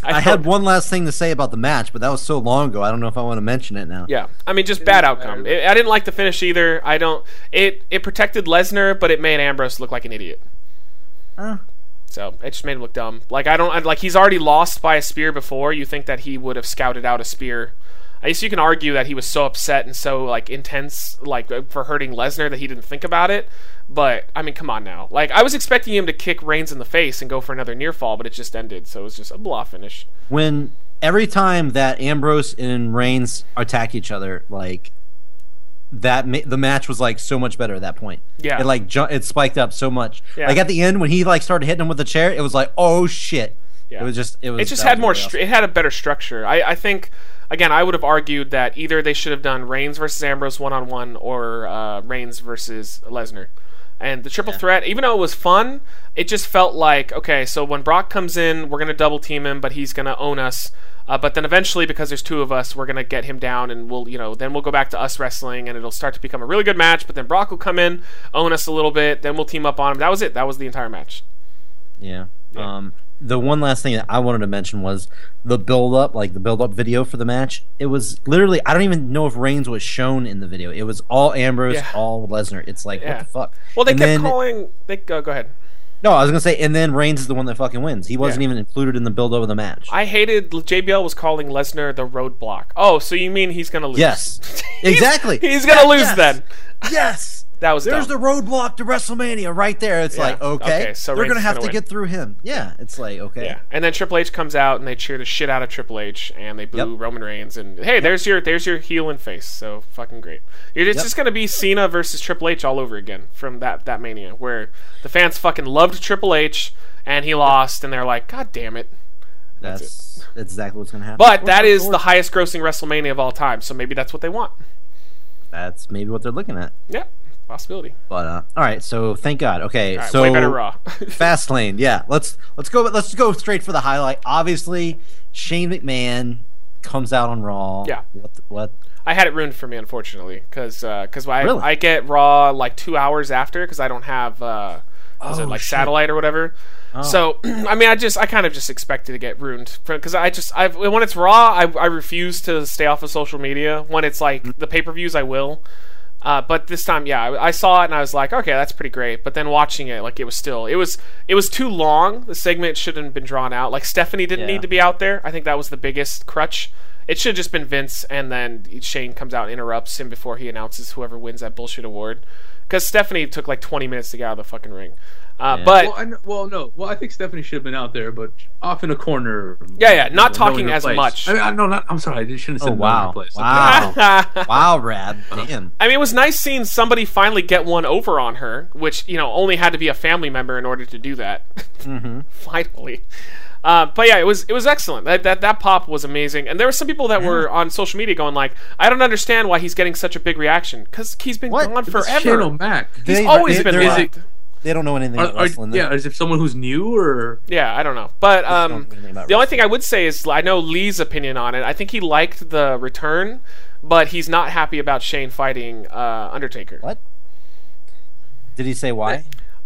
[SPEAKER 4] I
[SPEAKER 5] don't-
[SPEAKER 4] had one last thing to say about the match, but that was so long ago. I don't know if I want to mention it now.
[SPEAKER 5] Yeah, I mean, just bad outcome. I I didn't like the finish either. I don't. It it protected Lesnar, but it made Ambrose look like an idiot.
[SPEAKER 4] Huh.
[SPEAKER 5] So it just made him look dumb. Like I don't I, like he's already lost by a spear before. You think that he would have scouted out a spear? I guess you can argue that he was so upset and so like intense, like uh, for hurting Lesnar that he didn't think about it. But I mean, come on now. Like I was expecting him to kick Reigns in the face and go for another near fall, but it just ended. So it was just a blah finish.
[SPEAKER 4] When every time that Ambrose and Reigns attack each other, like that, ma- the match was like so much better at that point.
[SPEAKER 5] Yeah.
[SPEAKER 4] it like ju- it spiked up so much.
[SPEAKER 5] Yeah.
[SPEAKER 4] Like at the end when he like started hitting him with the chair, it was like oh shit.
[SPEAKER 5] Yeah.
[SPEAKER 4] It was just it was.
[SPEAKER 5] it just
[SPEAKER 4] that
[SPEAKER 5] had
[SPEAKER 4] was
[SPEAKER 5] more.
[SPEAKER 4] really
[SPEAKER 5] Str- it had a better structure. I, I think. Again, I would have argued that either they should have done Reigns versus Ambrose one on one or uh, Reigns versus Lesnar. And the triple threat, even though it was fun, it just felt like okay. So when Brock comes in, we're gonna double team him, but he's gonna own us. Uh, but then eventually, because there's two of us, we're gonna get him down, and we'll, you know, then we'll go back to us wrestling, and it'll start to become a really good match. But then Brock will come in, own us a little bit, then we'll team up on him. That was it. That was the entire match.
[SPEAKER 4] Yeah. Um, the one last thing that I wanted to mention was the build up, like the build up video for the match. It was literally I don't even know if Reigns was shown in the video. It was all Ambrose,
[SPEAKER 5] Yeah.
[SPEAKER 4] all Lesnar. It's like
[SPEAKER 5] Yeah.
[SPEAKER 4] what the fuck.
[SPEAKER 5] Well, they
[SPEAKER 4] And
[SPEAKER 5] kept
[SPEAKER 4] then-
[SPEAKER 5] calling. They go go ahead.
[SPEAKER 4] No, I was gonna say, and then Reigns is the one that fucking wins. He wasn't even included in the build up of the match.
[SPEAKER 5] I hated JBL was calling Lesnar the roadblock. Oh, so you mean he's gonna lose?
[SPEAKER 4] yes,
[SPEAKER 5] He's-
[SPEAKER 4] exactly.
[SPEAKER 5] He's gonna lose
[SPEAKER 4] yes.
[SPEAKER 5] then.
[SPEAKER 4] yes.
[SPEAKER 5] That was
[SPEAKER 4] There's
[SPEAKER 5] dumb.
[SPEAKER 4] the roadblock to WrestleMania right there. It's like okay,
[SPEAKER 5] Okay, so
[SPEAKER 4] they're
[SPEAKER 5] Reigns
[SPEAKER 4] gonna
[SPEAKER 5] is
[SPEAKER 4] have
[SPEAKER 5] gonna
[SPEAKER 4] to
[SPEAKER 5] win.
[SPEAKER 4] get through him. Yeah, it's like okay.
[SPEAKER 5] Yeah, and then Triple H comes out and they cheer the shit out of Triple H and they boo
[SPEAKER 4] Yep.
[SPEAKER 5] Roman Reigns and hey, there's your there's your heel and face. So fucking great. You're just,
[SPEAKER 4] Yep.
[SPEAKER 5] just gonna be Cena versus Triple H all over again from that that Mania where the fans fucking loved Triple H and he lost and they're like, God damn it.
[SPEAKER 4] That's that's, exactly what's gonna happen.
[SPEAKER 5] But that is the highest grossing WrestleMania of all time, so maybe that's what they want.
[SPEAKER 4] that's maybe what they're looking at.
[SPEAKER 5] Yeah, possibility.
[SPEAKER 4] But uh, all right, so thank God. Okay,
[SPEAKER 5] All right,
[SPEAKER 4] so
[SPEAKER 5] way better Raw.
[SPEAKER 4] fast lane. Yeah, let's let's go. Let's go straight for the highlight. Obviously, Shane McMahon comes out on Raw.
[SPEAKER 5] Yeah.
[SPEAKER 4] What? the- what?
[SPEAKER 5] I had it ruined for me, unfortunately, because I,
[SPEAKER 4] Really?
[SPEAKER 5] I get Raw like two hours after because I don't have uh, was it
[SPEAKER 4] Oh,
[SPEAKER 5] like
[SPEAKER 4] shit. Oh.
[SPEAKER 5] satellite or whatever. So I mean, I just I kind of just expected to get ruined because I just I've when it's Raw, I, I refuse to stay off of social media. When it's
[SPEAKER 4] Mm.
[SPEAKER 5] like the pay per views, I will. Uh, but this time, yeah, I, I saw it and I was like, okay, that's pretty great. But then watching it, like it was still it was it was too long. The segment shouldn't have been drawn out. Like Stephanie didn't
[SPEAKER 4] Yeah.
[SPEAKER 5] need to be out there. I think that was the biggest crutch. It should have just been Vince, and then Shane comes out and interrupts him before he announces whoever wins that bullshit award. Because Stephanie took like 20 minutes to get out of the fucking ring. Uh,
[SPEAKER 4] Yeah.
[SPEAKER 5] But
[SPEAKER 2] Well, I kn- well, no. Well, I think Stephanie should have been out there, but off in a corner.
[SPEAKER 5] Yeah, yeah, not
[SPEAKER 2] you know,
[SPEAKER 5] talking
[SPEAKER 2] knowing her
[SPEAKER 5] as
[SPEAKER 2] place.
[SPEAKER 5] much.
[SPEAKER 2] I mean, I, no, not, I'm sorry. I shouldn't have
[SPEAKER 4] Oh
[SPEAKER 2] said knowing
[SPEAKER 4] wow!
[SPEAKER 2] her place.
[SPEAKER 4] Wow! wow, Rab! Damn.
[SPEAKER 5] I mean, it was nice seeing somebody finally get one over on her, which you know only had to be a family member in order to do that. finally, uh, but yeah, it was it was excellent. That, that that pop was amazing, and there were some people that were on social media going like, "I don't understand why he's getting such a big reaction because he's been
[SPEAKER 4] What?
[SPEAKER 5] gone
[SPEAKER 4] It's
[SPEAKER 5] forever.
[SPEAKER 2] Channel Mac.
[SPEAKER 5] He's
[SPEAKER 4] They-
[SPEAKER 5] always
[SPEAKER 4] they-
[SPEAKER 5] been
[SPEAKER 4] they're
[SPEAKER 2] is
[SPEAKER 5] loved.
[SPEAKER 4] like- They don't know
[SPEAKER 5] Uh,
[SPEAKER 4] anything
[SPEAKER 2] Are,
[SPEAKER 4] about
[SPEAKER 2] are,
[SPEAKER 4] wrestling.
[SPEAKER 2] yeah, is it someone who's new or?
[SPEAKER 5] Yeah, I don't know, but um,
[SPEAKER 4] don't really
[SPEAKER 5] the
[SPEAKER 4] about
[SPEAKER 5] only thing I would say is I know Lee's opinion on it. I think he liked the return, but he's not happy about Shane fighting uh, Undertaker.
[SPEAKER 4] What? Did he say why?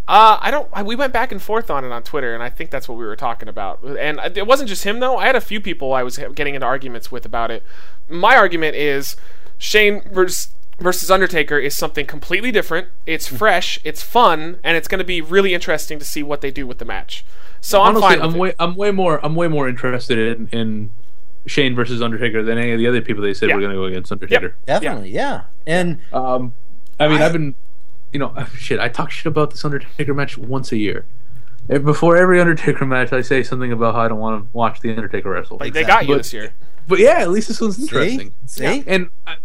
[SPEAKER 5] Uh, I don't. I, we went back and forth on it on Twitter, and I think that's what we were talking about. And I- it wasn't just him though. I had a few people I was ha- getting into arguments with about it. My argument is Shane versus, versus Undertaker is something completely different. It's
[SPEAKER 4] Mm.
[SPEAKER 5] fresh, it's fun, and it's going to be really interesting to see what they do with the match. So I'm
[SPEAKER 2] Honestly,
[SPEAKER 5] fine. with
[SPEAKER 2] I'm
[SPEAKER 5] it.
[SPEAKER 2] way, I'm way more, I'm way more interested in, in Shane versus Undertaker than any of the other people they said
[SPEAKER 5] Yeah.
[SPEAKER 2] were going to go against Undertaker.
[SPEAKER 4] Definitely, yeah. And
[SPEAKER 5] Uh,
[SPEAKER 2] Um, I mean, I,
[SPEAKER 4] I-
[SPEAKER 2] have been, you know, shit. I talk shit about this Undertaker match once a year. Eh, Before every Undertaker match, I say something about how I don't want to watch the Undertaker wrestle.
[SPEAKER 5] Like, they got you
[SPEAKER 2] But-
[SPEAKER 5] this year.
[SPEAKER 2] But yeah, at least this one's interesting.
[SPEAKER 4] see, see,
[SPEAKER 2] And I,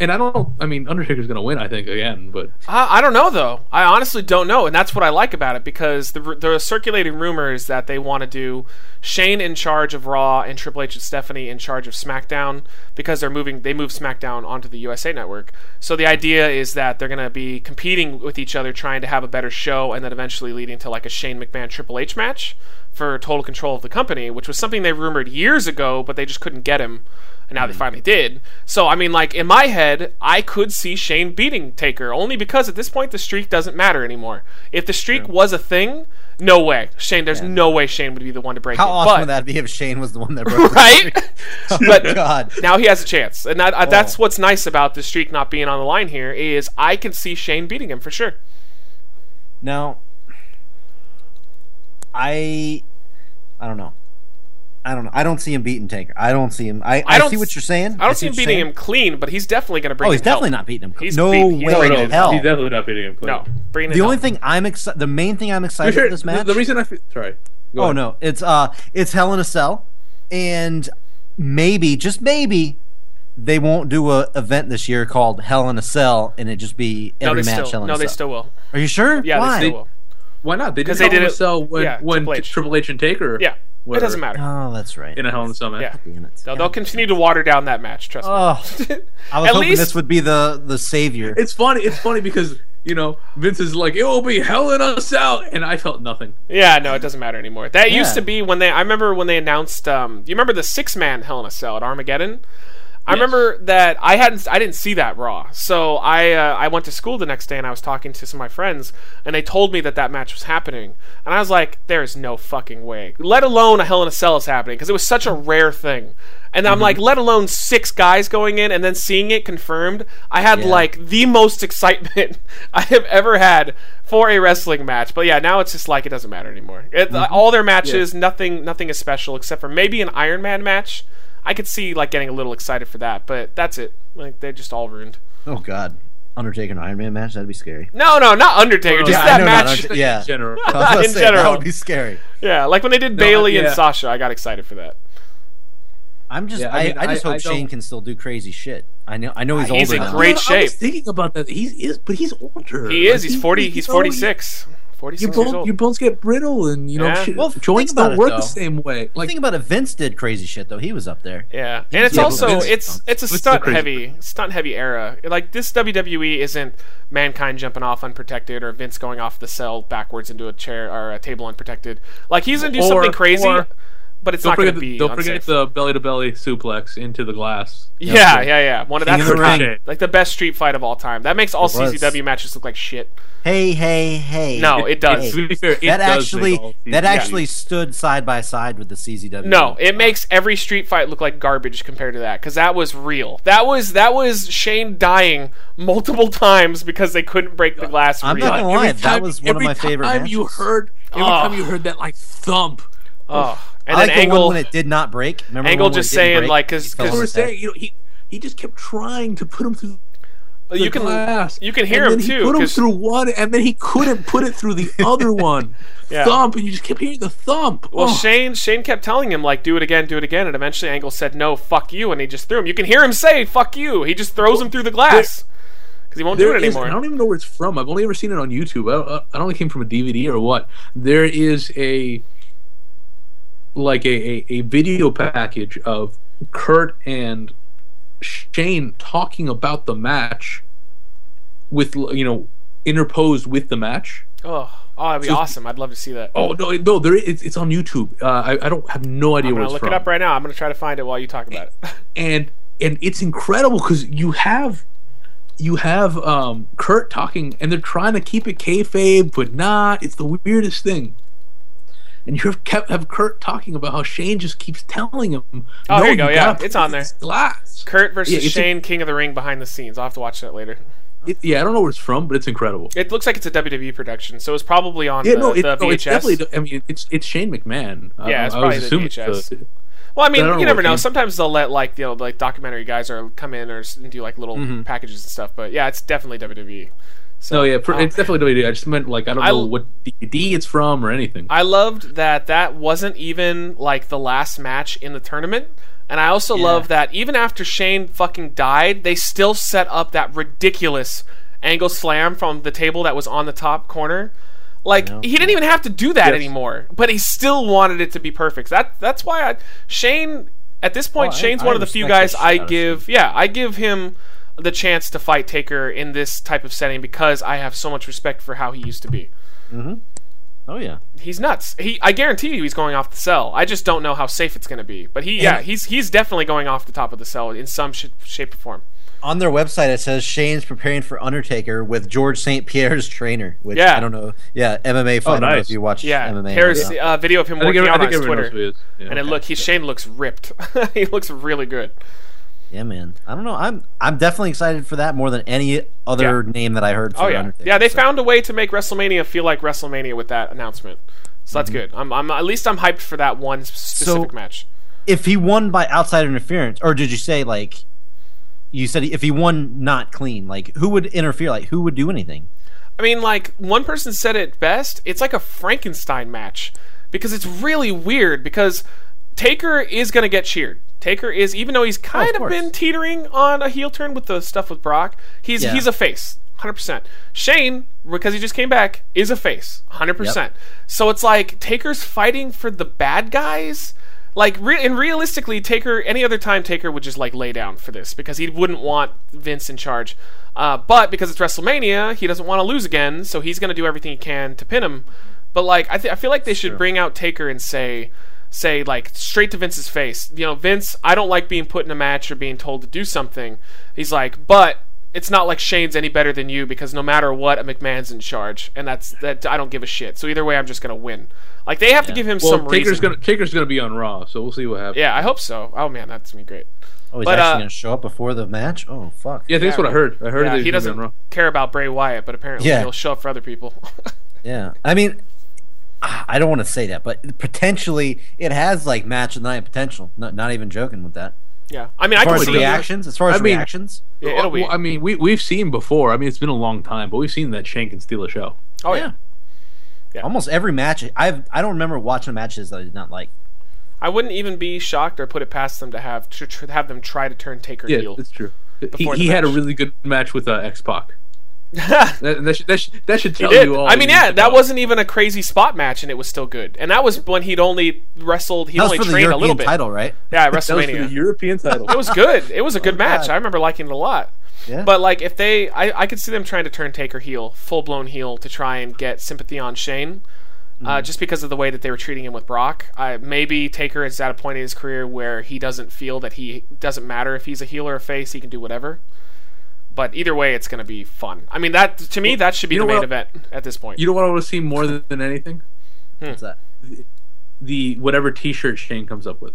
[SPEAKER 2] and I don't. I mean, Undertaker's gonna win, I think, again. But
[SPEAKER 5] I, I don't know though. I honestly don't know, and that's what I like about it because the r- the circulating rumor is that they want to do Shane in charge of Raw and Triple H and Stephanie in charge of SmackDown because they're moving they move SmackDown onto the USA Network. So the idea is that they're gonna be competing with each other, trying to have a better show, and then eventually leading to like a Shane McMahon Triple H match for total control of the company, which was something they rumored years ago, but they just couldn't get him. And
[SPEAKER 4] Mm-hmm.
[SPEAKER 5] now they finally did. So I mean, like in my head, I could see Shane beating Taker only because at this point the streak doesn't matter anymore. If the streak was a thing, no way, Shane. There's no way Shane would be the one to break
[SPEAKER 4] how
[SPEAKER 5] it.
[SPEAKER 4] awesome
[SPEAKER 5] but,
[SPEAKER 4] would that be if Shane was the one that broke?
[SPEAKER 5] right?
[SPEAKER 4] the-
[SPEAKER 5] but
[SPEAKER 4] God,
[SPEAKER 5] now he has a chance, and that, uh, that's what's nice about the streak not being on the line here is I can see Shane beating him for sure.
[SPEAKER 4] now I, I don't know. I don't know. I don't see him beating Taker. I don't see him. I, I,
[SPEAKER 5] don't
[SPEAKER 4] see what
[SPEAKER 5] s-
[SPEAKER 4] you're saying.
[SPEAKER 5] I don't see
[SPEAKER 4] see
[SPEAKER 5] him
[SPEAKER 4] what you're
[SPEAKER 5] beating
[SPEAKER 4] saying.
[SPEAKER 5] him clean, but he's definitely going to bring.
[SPEAKER 4] Oh, he's
[SPEAKER 5] in help.
[SPEAKER 4] definitely not beating him.
[SPEAKER 5] He's
[SPEAKER 4] no
[SPEAKER 5] beat- he's
[SPEAKER 4] way
[SPEAKER 5] beating
[SPEAKER 4] in
[SPEAKER 5] him.
[SPEAKER 4] hell.
[SPEAKER 2] he's definitely not beating him.
[SPEAKER 5] No, bringing in
[SPEAKER 4] the only
[SPEAKER 5] help.
[SPEAKER 4] thing I'm excited, the main thing I'm excited for
[SPEAKER 2] Sure,
[SPEAKER 4] this
[SPEAKER 2] the-
[SPEAKER 4] match.
[SPEAKER 2] The reason I feel, sorry. Go
[SPEAKER 4] Oh
[SPEAKER 2] ahead.
[SPEAKER 4] no, it's uh, it's Hell in a Cell, and maybe just maybe they won't do a event this year called Hell in a Cell, and it just be
[SPEAKER 5] no,
[SPEAKER 4] every
[SPEAKER 5] they
[SPEAKER 4] match
[SPEAKER 5] still
[SPEAKER 4] Hell in
[SPEAKER 5] no,
[SPEAKER 4] a
[SPEAKER 5] they
[SPEAKER 4] Cell.
[SPEAKER 5] still will.
[SPEAKER 4] Are you sure?
[SPEAKER 5] Yeah,
[SPEAKER 4] Why?
[SPEAKER 5] they still will.
[SPEAKER 2] Why not? They did
[SPEAKER 5] 'Cause
[SPEAKER 2] Hell
[SPEAKER 5] they
[SPEAKER 2] in
[SPEAKER 5] did
[SPEAKER 2] a
[SPEAKER 5] it-
[SPEAKER 2] Cell when
[SPEAKER 5] yeah,
[SPEAKER 2] when
[SPEAKER 5] Triple H.
[SPEAKER 2] Triple H and Taker.
[SPEAKER 5] Yeah, it
[SPEAKER 2] were
[SPEAKER 5] doesn't matter.
[SPEAKER 4] Oh, that's right.
[SPEAKER 2] in a Hell in a Cell match.
[SPEAKER 5] Yeah.
[SPEAKER 4] Damn it.
[SPEAKER 5] They'll, they'll continue to water down that match. Trust me.
[SPEAKER 4] Oh, I was
[SPEAKER 5] At
[SPEAKER 4] hoping
[SPEAKER 5] least-
[SPEAKER 4] this would be the the savior.
[SPEAKER 2] It's funny. It's funny because you know Vince is like, "It will be Hell in a Cell," and I felt nothing.
[SPEAKER 5] Yeah, no, it doesn't matter anymore. That
[SPEAKER 4] Yeah.
[SPEAKER 5] used to be when they. I remember when they announced. Um, do you remember the six man Hell in a Cell at Armageddon? I remember that I hadn't. I didn't see that Raw. So I uh, I went to school the next day and I was talking to some of my friends and they told me that that match was happening and I was like, there is no fucking way. Let alone a Hell in a Cell is happening because it was such a rare thing. And I'm like, let alone six guys going in and then seeing it confirmed. I had
[SPEAKER 4] Yeah.
[SPEAKER 5] like the most excitement I have ever had for a wrestling match. But yeah, now it's just like it doesn't matter anymore. It, All their matches, nothing, nothing is special except for maybe an Iron Man match. I could see like getting a little excited for that, but that's it. Like they're just all ruined.
[SPEAKER 4] oh God, Undertaker and Iron Man match that'd be scary.
[SPEAKER 5] No, no, not Undertaker.
[SPEAKER 2] no,
[SPEAKER 5] just
[SPEAKER 2] Oh, yeah,
[SPEAKER 5] that
[SPEAKER 4] I know, not
[SPEAKER 5] match.
[SPEAKER 4] Undertaker- yeah.
[SPEAKER 2] In general.
[SPEAKER 4] I was gonna
[SPEAKER 5] In
[SPEAKER 4] say, that
[SPEAKER 5] general.
[SPEAKER 4] would be scary.
[SPEAKER 5] yeah, like when they did Bailey and
[SPEAKER 2] yeah.
[SPEAKER 5] Sasha, I got excited for that.
[SPEAKER 4] I'm just,
[SPEAKER 2] Yeah,
[SPEAKER 4] I,
[SPEAKER 2] I mean,
[SPEAKER 4] I, just
[SPEAKER 2] I-
[SPEAKER 4] hope
[SPEAKER 2] I
[SPEAKER 4] Shane
[SPEAKER 2] don't-
[SPEAKER 4] can still do crazy shit. I know, I know he's older
[SPEAKER 5] He's in
[SPEAKER 4] now.
[SPEAKER 5] great
[SPEAKER 2] I
[SPEAKER 5] shape.
[SPEAKER 2] was thinking about that. He's is, but he's older.
[SPEAKER 5] He
[SPEAKER 2] Like,
[SPEAKER 5] is. He's forty. He's
[SPEAKER 2] already-
[SPEAKER 5] forty six. Forty
[SPEAKER 2] Your
[SPEAKER 5] six years
[SPEAKER 2] bones,
[SPEAKER 5] old.
[SPEAKER 2] your bones get brittle, and you know
[SPEAKER 5] Yeah.
[SPEAKER 2] shit,
[SPEAKER 4] Well, think
[SPEAKER 2] joints
[SPEAKER 4] about
[SPEAKER 2] don't
[SPEAKER 4] it,
[SPEAKER 2] work
[SPEAKER 4] though.
[SPEAKER 2] the same way. Like
[SPEAKER 4] Think about it. Vince did crazy shit though. He was up there.
[SPEAKER 5] Yeah, and it's
[SPEAKER 4] Yeah, but
[SPEAKER 5] also
[SPEAKER 4] Vince-
[SPEAKER 5] it's it's a
[SPEAKER 2] Vince is
[SPEAKER 5] stunt
[SPEAKER 2] crazy.
[SPEAKER 5] heavy stunt heavy era. Like this WWE isn't mankind jumping off unprotected or Vince going off the cell backwards into a chair or a table unprotected. Like he's gonna do
[SPEAKER 2] Or-
[SPEAKER 5] something crazy,
[SPEAKER 2] or-
[SPEAKER 5] but it's
[SPEAKER 2] don't
[SPEAKER 5] not
[SPEAKER 2] forget,
[SPEAKER 5] gonna
[SPEAKER 2] the,
[SPEAKER 5] be.
[SPEAKER 2] don't forget
[SPEAKER 5] unsafe.
[SPEAKER 2] the belly to belly suplex into the glass.
[SPEAKER 5] yeah, yeah, yeah. One of
[SPEAKER 4] King
[SPEAKER 5] that's
[SPEAKER 4] of the
[SPEAKER 5] the-
[SPEAKER 2] ring.
[SPEAKER 5] like the best street fight of all time. That makes all
[SPEAKER 4] It was.
[SPEAKER 5] CCW matches look like shit.
[SPEAKER 4] Hey, hey, hey.
[SPEAKER 5] No, Oh, it does.
[SPEAKER 2] To be fair, it
[SPEAKER 4] that
[SPEAKER 2] does
[SPEAKER 4] actually
[SPEAKER 2] make all these-
[SPEAKER 4] that
[SPEAKER 2] yeah.
[SPEAKER 4] actually stood side by side with the CZW.
[SPEAKER 5] No, it makes every street fight look like garbage compared to that because that was real. That was that was Shane dying multiple times because they couldn't break the glass.
[SPEAKER 4] I'm
[SPEAKER 5] real.
[SPEAKER 4] not gonna lie,
[SPEAKER 2] Every
[SPEAKER 4] that
[SPEAKER 2] time-
[SPEAKER 4] was one of
[SPEAKER 2] every
[SPEAKER 4] my favorite
[SPEAKER 2] time
[SPEAKER 4] matches.
[SPEAKER 2] you heard, every
[SPEAKER 5] Ugh.
[SPEAKER 2] time you heard that like thump,
[SPEAKER 5] Oh, and
[SPEAKER 4] I
[SPEAKER 5] then
[SPEAKER 4] like the
[SPEAKER 5] Angle
[SPEAKER 4] one when it did not break. Remember
[SPEAKER 5] Angle
[SPEAKER 4] when it
[SPEAKER 5] just
[SPEAKER 4] didn't
[SPEAKER 5] saying,
[SPEAKER 4] break?
[SPEAKER 5] like,
[SPEAKER 4] He
[SPEAKER 5] 'cause-
[SPEAKER 4] fell
[SPEAKER 2] we
[SPEAKER 5] That's 'cause
[SPEAKER 4] on
[SPEAKER 2] were
[SPEAKER 4] his head.
[SPEAKER 2] saying, you know, he he just kept trying to put him through
[SPEAKER 5] But
[SPEAKER 2] the
[SPEAKER 5] you can
[SPEAKER 2] glass.
[SPEAKER 5] you can
[SPEAKER 2] And
[SPEAKER 5] hear him
[SPEAKER 2] then he
[SPEAKER 5] too.
[SPEAKER 2] Put him
[SPEAKER 5] 'cause-
[SPEAKER 2] through one, and then he couldn't put it through the other one.
[SPEAKER 5] Yeah.
[SPEAKER 2] Thump, and you just kept hearing the thump.
[SPEAKER 5] well,
[SPEAKER 2] Oh.
[SPEAKER 5] Shane Shane kept telling him like, do it again, do it again, and eventually Angle said no, fuck you, and he just threw him. You can hear him say fuck you. He just throws him through the glass because he won't do
[SPEAKER 2] There
[SPEAKER 5] it
[SPEAKER 2] is-
[SPEAKER 5] anymore.
[SPEAKER 2] I don't even know where it's from. I've only ever seen it on YouTube. I, I, I don't know if it came from a DVD or what. There is a like a, a, a video package of Kurt and Shane talking about the match with you know interposed with the match.
[SPEAKER 5] oh, oh, that'd be
[SPEAKER 2] So-
[SPEAKER 5] awesome. I'd love to see that.
[SPEAKER 2] Oh no, no, there is, it's on YouTube. Uh, I, I don't have no idea
[SPEAKER 5] I'm
[SPEAKER 2] where
[SPEAKER 5] gonna
[SPEAKER 2] it's
[SPEAKER 5] look
[SPEAKER 2] from.
[SPEAKER 5] it up right now. I'm gonna try to find it while you talk about it.
[SPEAKER 2] and and it's incredible because you have you have um, Kurt talking, and they're trying to keep it kayfabe, but not. It's the weirdest thing. And you have kept have Kurt talking about how Shane just keeps telling him.
[SPEAKER 5] Oh, here you go, yeah,
[SPEAKER 2] gotta
[SPEAKER 5] it's on there.
[SPEAKER 2] practice Glass.
[SPEAKER 5] Kurt versus
[SPEAKER 2] Yeah, it's a-
[SPEAKER 5] Shane, King of the Ring, behind the scenes. I'll have to watch that later.
[SPEAKER 2] It- yeah, I don't know where it's from, but it's incredible.
[SPEAKER 5] It looks like it's a WWE production, so it's probably on
[SPEAKER 2] Yeah,
[SPEAKER 5] the,
[SPEAKER 2] no, it,
[SPEAKER 5] the VHS.
[SPEAKER 2] no, it's definitely. I mean, it's it's Shane McMahon.
[SPEAKER 5] Yeah,
[SPEAKER 2] I,
[SPEAKER 5] it's
[SPEAKER 2] I
[SPEAKER 5] probably
[SPEAKER 2] was
[SPEAKER 5] the
[SPEAKER 2] assuming
[SPEAKER 5] VHS.
[SPEAKER 2] the-
[SPEAKER 5] Well, I mean,
[SPEAKER 2] I don't
[SPEAKER 5] you
[SPEAKER 2] know
[SPEAKER 5] never
[SPEAKER 2] what
[SPEAKER 5] know.
[SPEAKER 2] came-
[SPEAKER 5] Sometimes they'll let like you know like documentary guys or come in or s- and do like little
[SPEAKER 2] Mm-hmm.
[SPEAKER 5] packages and stuff. But yeah, it's definitely E. WWE.
[SPEAKER 2] no, yeah, pr-
[SPEAKER 5] Oh.
[SPEAKER 2] it's definitely WWE. I just meant like I don't
[SPEAKER 5] I-
[SPEAKER 2] know what DVD it's from or anything.
[SPEAKER 5] I loved that that wasn't even like the last match in the tournament. And I also love that even after Shane fucking died, they still set up that ridiculous angle slam from the table that was on the top corner. Like he didn't even have to do that anymore, but he still wanted it to be perfect. That that's why I Shane at this point
[SPEAKER 4] Oh, I-
[SPEAKER 5] Shane's
[SPEAKER 4] I
[SPEAKER 5] one of the few
[SPEAKER 4] respect
[SPEAKER 5] guys
[SPEAKER 4] the
[SPEAKER 5] I
[SPEAKER 4] shit out of
[SPEAKER 5] give yeah, I give him the chance to fight Taker in this type of setting because I have so much respect for how he used to be
[SPEAKER 4] Oh yeah.
[SPEAKER 5] he's nuts. He, I guarantee you, he's going off the cell. I just don't know how safe it's going to be. But he, yeah, he's he's definitely going off the top of the cell in some sh- shape or form.
[SPEAKER 4] On their website, it says Shane's preparing for Undertaker with George St. Pierre's trainer, which
[SPEAKER 5] Yeah.
[SPEAKER 4] I don't know. Yeah, MMA fight. I don't know
[SPEAKER 2] nice.
[SPEAKER 4] if you watch
[SPEAKER 5] Yeah,
[SPEAKER 4] MMA.
[SPEAKER 5] there's
[SPEAKER 4] Yeah.
[SPEAKER 5] uh, video of him
[SPEAKER 2] I think,
[SPEAKER 5] working
[SPEAKER 2] every- I
[SPEAKER 5] out
[SPEAKER 2] think
[SPEAKER 5] on his
[SPEAKER 2] everyone knows who
[SPEAKER 5] Twitter,
[SPEAKER 2] he is. Yeah.
[SPEAKER 5] and it look, he Shane looks ripped. he looks really good.
[SPEAKER 4] yeah, man. I don't know. I'm I'm definitely excited for that more than any other name that I heard. For
[SPEAKER 5] Oh yeah,
[SPEAKER 4] Undertaker,
[SPEAKER 5] yeah. They
[SPEAKER 4] so.
[SPEAKER 5] found a way to make WrestleMania feel like WrestleMania with that announcement. So
[SPEAKER 4] Mm-hmm.
[SPEAKER 5] that's good. I'm, I'm at least I'm hyped for that one s- specific match.
[SPEAKER 4] if he won by outside interference, or did you say like you said if he won not clean, like who would interfere? Like who would do anything?
[SPEAKER 5] I mean, like one person said it best. It's like a Frankenstein match because it's really weird. Because Taker is gonna get cheered. Taker is, even though he's kind of,
[SPEAKER 4] Oh, course.
[SPEAKER 5] been teetering on a heel turn with the stuff with Brock, he's
[SPEAKER 4] Yeah.
[SPEAKER 5] he's a face, hundred percent. Shane, because he just came back, is a face, hundred percent. So it's like Taker's fighting for the bad guys. Like, re- and realistically, Taker any other time Taker would just like lay down for this because he wouldn't want Vince in charge. Uh, but because it's WrestleMania, he doesn't want to lose again, so he's gonna do everything he can to pin him. But like, I, th- I feel like they should bring out Taker and say, say like straight to Vince's face. You know, Vince, I don't like being put in a match or being told to do something. He's like, but it's not like Shane's any better than you because no matter what, a McMahon's in charge, and that's that. I don't give a shit. So either way, I'm just gonna win. Like they have to give him
[SPEAKER 2] Well,
[SPEAKER 5] some
[SPEAKER 2] Taker's
[SPEAKER 5] reason.
[SPEAKER 2] gonna Taker's gonna be on Raw, so we'll see what happens.
[SPEAKER 5] yeah, I hope so. Oh man, that's gonna be great.
[SPEAKER 4] Oh, he's
[SPEAKER 5] But,
[SPEAKER 4] actually
[SPEAKER 5] uh,
[SPEAKER 4] gonna show up before the match. Oh fuck.
[SPEAKER 2] yeah, I think that's what I heard. I heard
[SPEAKER 5] Yeah,
[SPEAKER 2] that
[SPEAKER 5] he doesn't
[SPEAKER 2] Raw.
[SPEAKER 5] care about Bray Wyatt, but apparently
[SPEAKER 4] Yeah.
[SPEAKER 5] he'll show up for other people.
[SPEAKER 4] Yeah. I mean, I I don't want to say that, but potentially it has like match of the night potential. Not not even joking with that.
[SPEAKER 5] yeah, I mean, I
[SPEAKER 4] As far
[SPEAKER 5] can
[SPEAKER 4] as
[SPEAKER 5] see
[SPEAKER 4] reactions, as far as
[SPEAKER 2] I mean-
[SPEAKER 4] reactions,
[SPEAKER 5] Yeah, it'll be.
[SPEAKER 2] Well, I mean, we we've seen before. I mean, it's been a long time, but we've seen that Shane can steal a show.
[SPEAKER 5] Oh yeah.
[SPEAKER 4] almost every match I've I don't remember watching matches that I did not like.
[SPEAKER 5] I wouldn't even be shocked or put it past them to have to tr- have them try to turn Taker
[SPEAKER 2] Yeah,
[SPEAKER 5] heel.
[SPEAKER 2] it's true. He,
[SPEAKER 5] Before the
[SPEAKER 2] he had a
[SPEAKER 5] match.
[SPEAKER 2] really good match with uh, X Pac. That, that should that should, that should tell
[SPEAKER 5] did.
[SPEAKER 2] you all.
[SPEAKER 5] I
[SPEAKER 2] you
[SPEAKER 5] mean,
[SPEAKER 2] need
[SPEAKER 5] yeah,
[SPEAKER 2] to
[SPEAKER 5] that
[SPEAKER 2] know.
[SPEAKER 5] wasn't even a crazy spot match, and it was still good. And that was when he'd only wrestled, he
[SPEAKER 4] That was
[SPEAKER 5] only
[SPEAKER 4] for the
[SPEAKER 5] trained a little
[SPEAKER 4] European
[SPEAKER 5] bit.
[SPEAKER 4] title, right?
[SPEAKER 5] Yeah, at
[SPEAKER 2] That was for the
[SPEAKER 5] WrestleMania.
[SPEAKER 2] European title.
[SPEAKER 5] it was good. It
[SPEAKER 2] Oh
[SPEAKER 5] was a good match.
[SPEAKER 4] God.
[SPEAKER 5] I remember liking it a lot.
[SPEAKER 4] Yeah.
[SPEAKER 5] But like, if they, I, I could see them trying to turn Taker heel, full blown heel, to try and get sympathy on Shane,
[SPEAKER 2] Mm-hmm.
[SPEAKER 5] uh, just because of the way that they were treating him with Brock. I, maybe Taker is at a point in his career where he doesn't feel that he doesn't matter if he's a heel or a face, he can do whatever. But either way, it's going to be fun. I mean, that to me, that should be
[SPEAKER 2] you
[SPEAKER 5] the
[SPEAKER 2] know
[SPEAKER 5] main
[SPEAKER 2] what-
[SPEAKER 5] event at this point.
[SPEAKER 2] you know what I want to see more than, than anything?
[SPEAKER 4] What's that?
[SPEAKER 2] The whatever T-shirt Shane comes up with.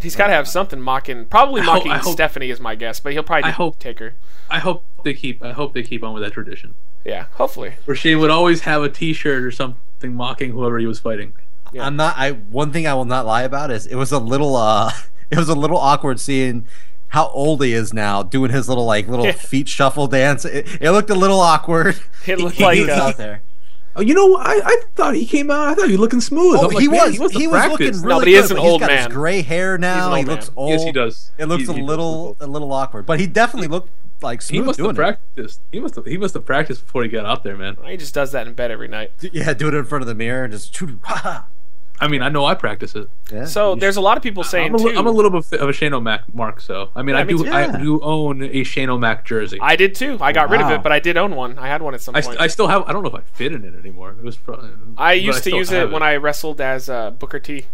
[SPEAKER 5] He's got to have something mocking, probably
[SPEAKER 2] I hope-
[SPEAKER 5] mocking
[SPEAKER 2] I hope-
[SPEAKER 5] Stephanie is my guess, but he'll probably
[SPEAKER 2] I
[SPEAKER 5] do
[SPEAKER 2] hope-
[SPEAKER 5] Taker.
[SPEAKER 2] I hope they keep. I hope they keep on with that tradition.
[SPEAKER 5] Yeah, hopefully.
[SPEAKER 2] Where Shane would always have a T-shirt or something mocking whoever he was fighting.
[SPEAKER 5] Yeah.
[SPEAKER 4] I'm not. I one thing I will not lie about is it was a little. uh It was a little awkward seeing how old he is now, doing his little like little
[SPEAKER 5] Yeah.
[SPEAKER 4] feet shuffle dance. It, it looked a little awkward.
[SPEAKER 5] It looked
[SPEAKER 4] He
[SPEAKER 5] like,
[SPEAKER 4] was
[SPEAKER 5] uh,
[SPEAKER 4] out there.
[SPEAKER 2] Oh, you know, I, I thought he came out. I thought he was looking smooth.
[SPEAKER 4] Oh,
[SPEAKER 2] I'm like,
[SPEAKER 4] he
[SPEAKER 2] man,
[SPEAKER 4] was.
[SPEAKER 2] must have
[SPEAKER 4] He was looking
[SPEAKER 2] practiced.
[SPEAKER 4] really
[SPEAKER 5] No, but he
[SPEAKER 4] good,
[SPEAKER 5] is an
[SPEAKER 4] he's
[SPEAKER 5] old
[SPEAKER 4] got his
[SPEAKER 5] man.
[SPEAKER 4] gray hair now.
[SPEAKER 5] an
[SPEAKER 4] He
[SPEAKER 5] old
[SPEAKER 4] looks
[SPEAKER 5] man.
[SPEAKER 4] old.
[SPEAKER 2] Yes, he does.
[SPEAKER 4] It looks
[SPEAKER 2] He-
[SPEAKER 4] a
[SPEAKER 2] he does
[SPEAKER 4] little
[SPEAKER 2] look
[SPEAKER 4] a little awkward, but he definitely looked like
[SPEAKER 2] He
[SPEAKER 4] smooth
[SPEAKER 2] must have
[SPEAKER 4] doing
[SPEAKER 2] practiced. He must have. He must have practiced before he got out there, man.
[SPEAKER 5] He just does that in bed every night.
[SPEAKER 4] it. Yeah, do it in front of the mirror and just choo ha ha.
[SPEAKER 2] I mean, I know I practice it.
[SPEAKER 4] Yeah.
[SPEAKER 5] So there's a lot of people saying
[SPEAKER 2] I'm a, li-
[SPEAKER 5] too.
[SPEAKER 2] I'm a little bit of a Shane O'Mac mark, so I mean,
[SPEAKER 5] Yeah,
[SPEAKER 2] I
[SPEAKER 5] me
[SPEAKER 2] do.
[SPEAKER 5] too.
[SPEAKER 4] Yeah.
[SPEAKER 2] I do own a Shane O'Mac jersey. I,
[SPEAKER 5] I did too. I got rid of
[SPEAKER 4] Wow.
[SPEAKER 5] it, but I did own one. I had one at some
[SPEAKER 2] st-
[SPEAKER 5] point.
[SPEAKER 2] I still have. I don't know if I fit in it anymore. It was. Probably,
[SPEAKER 5] I used to use it when
[SPEAKER 2] I.
[SPEAKER 5] I wrestled as uh, Booker T.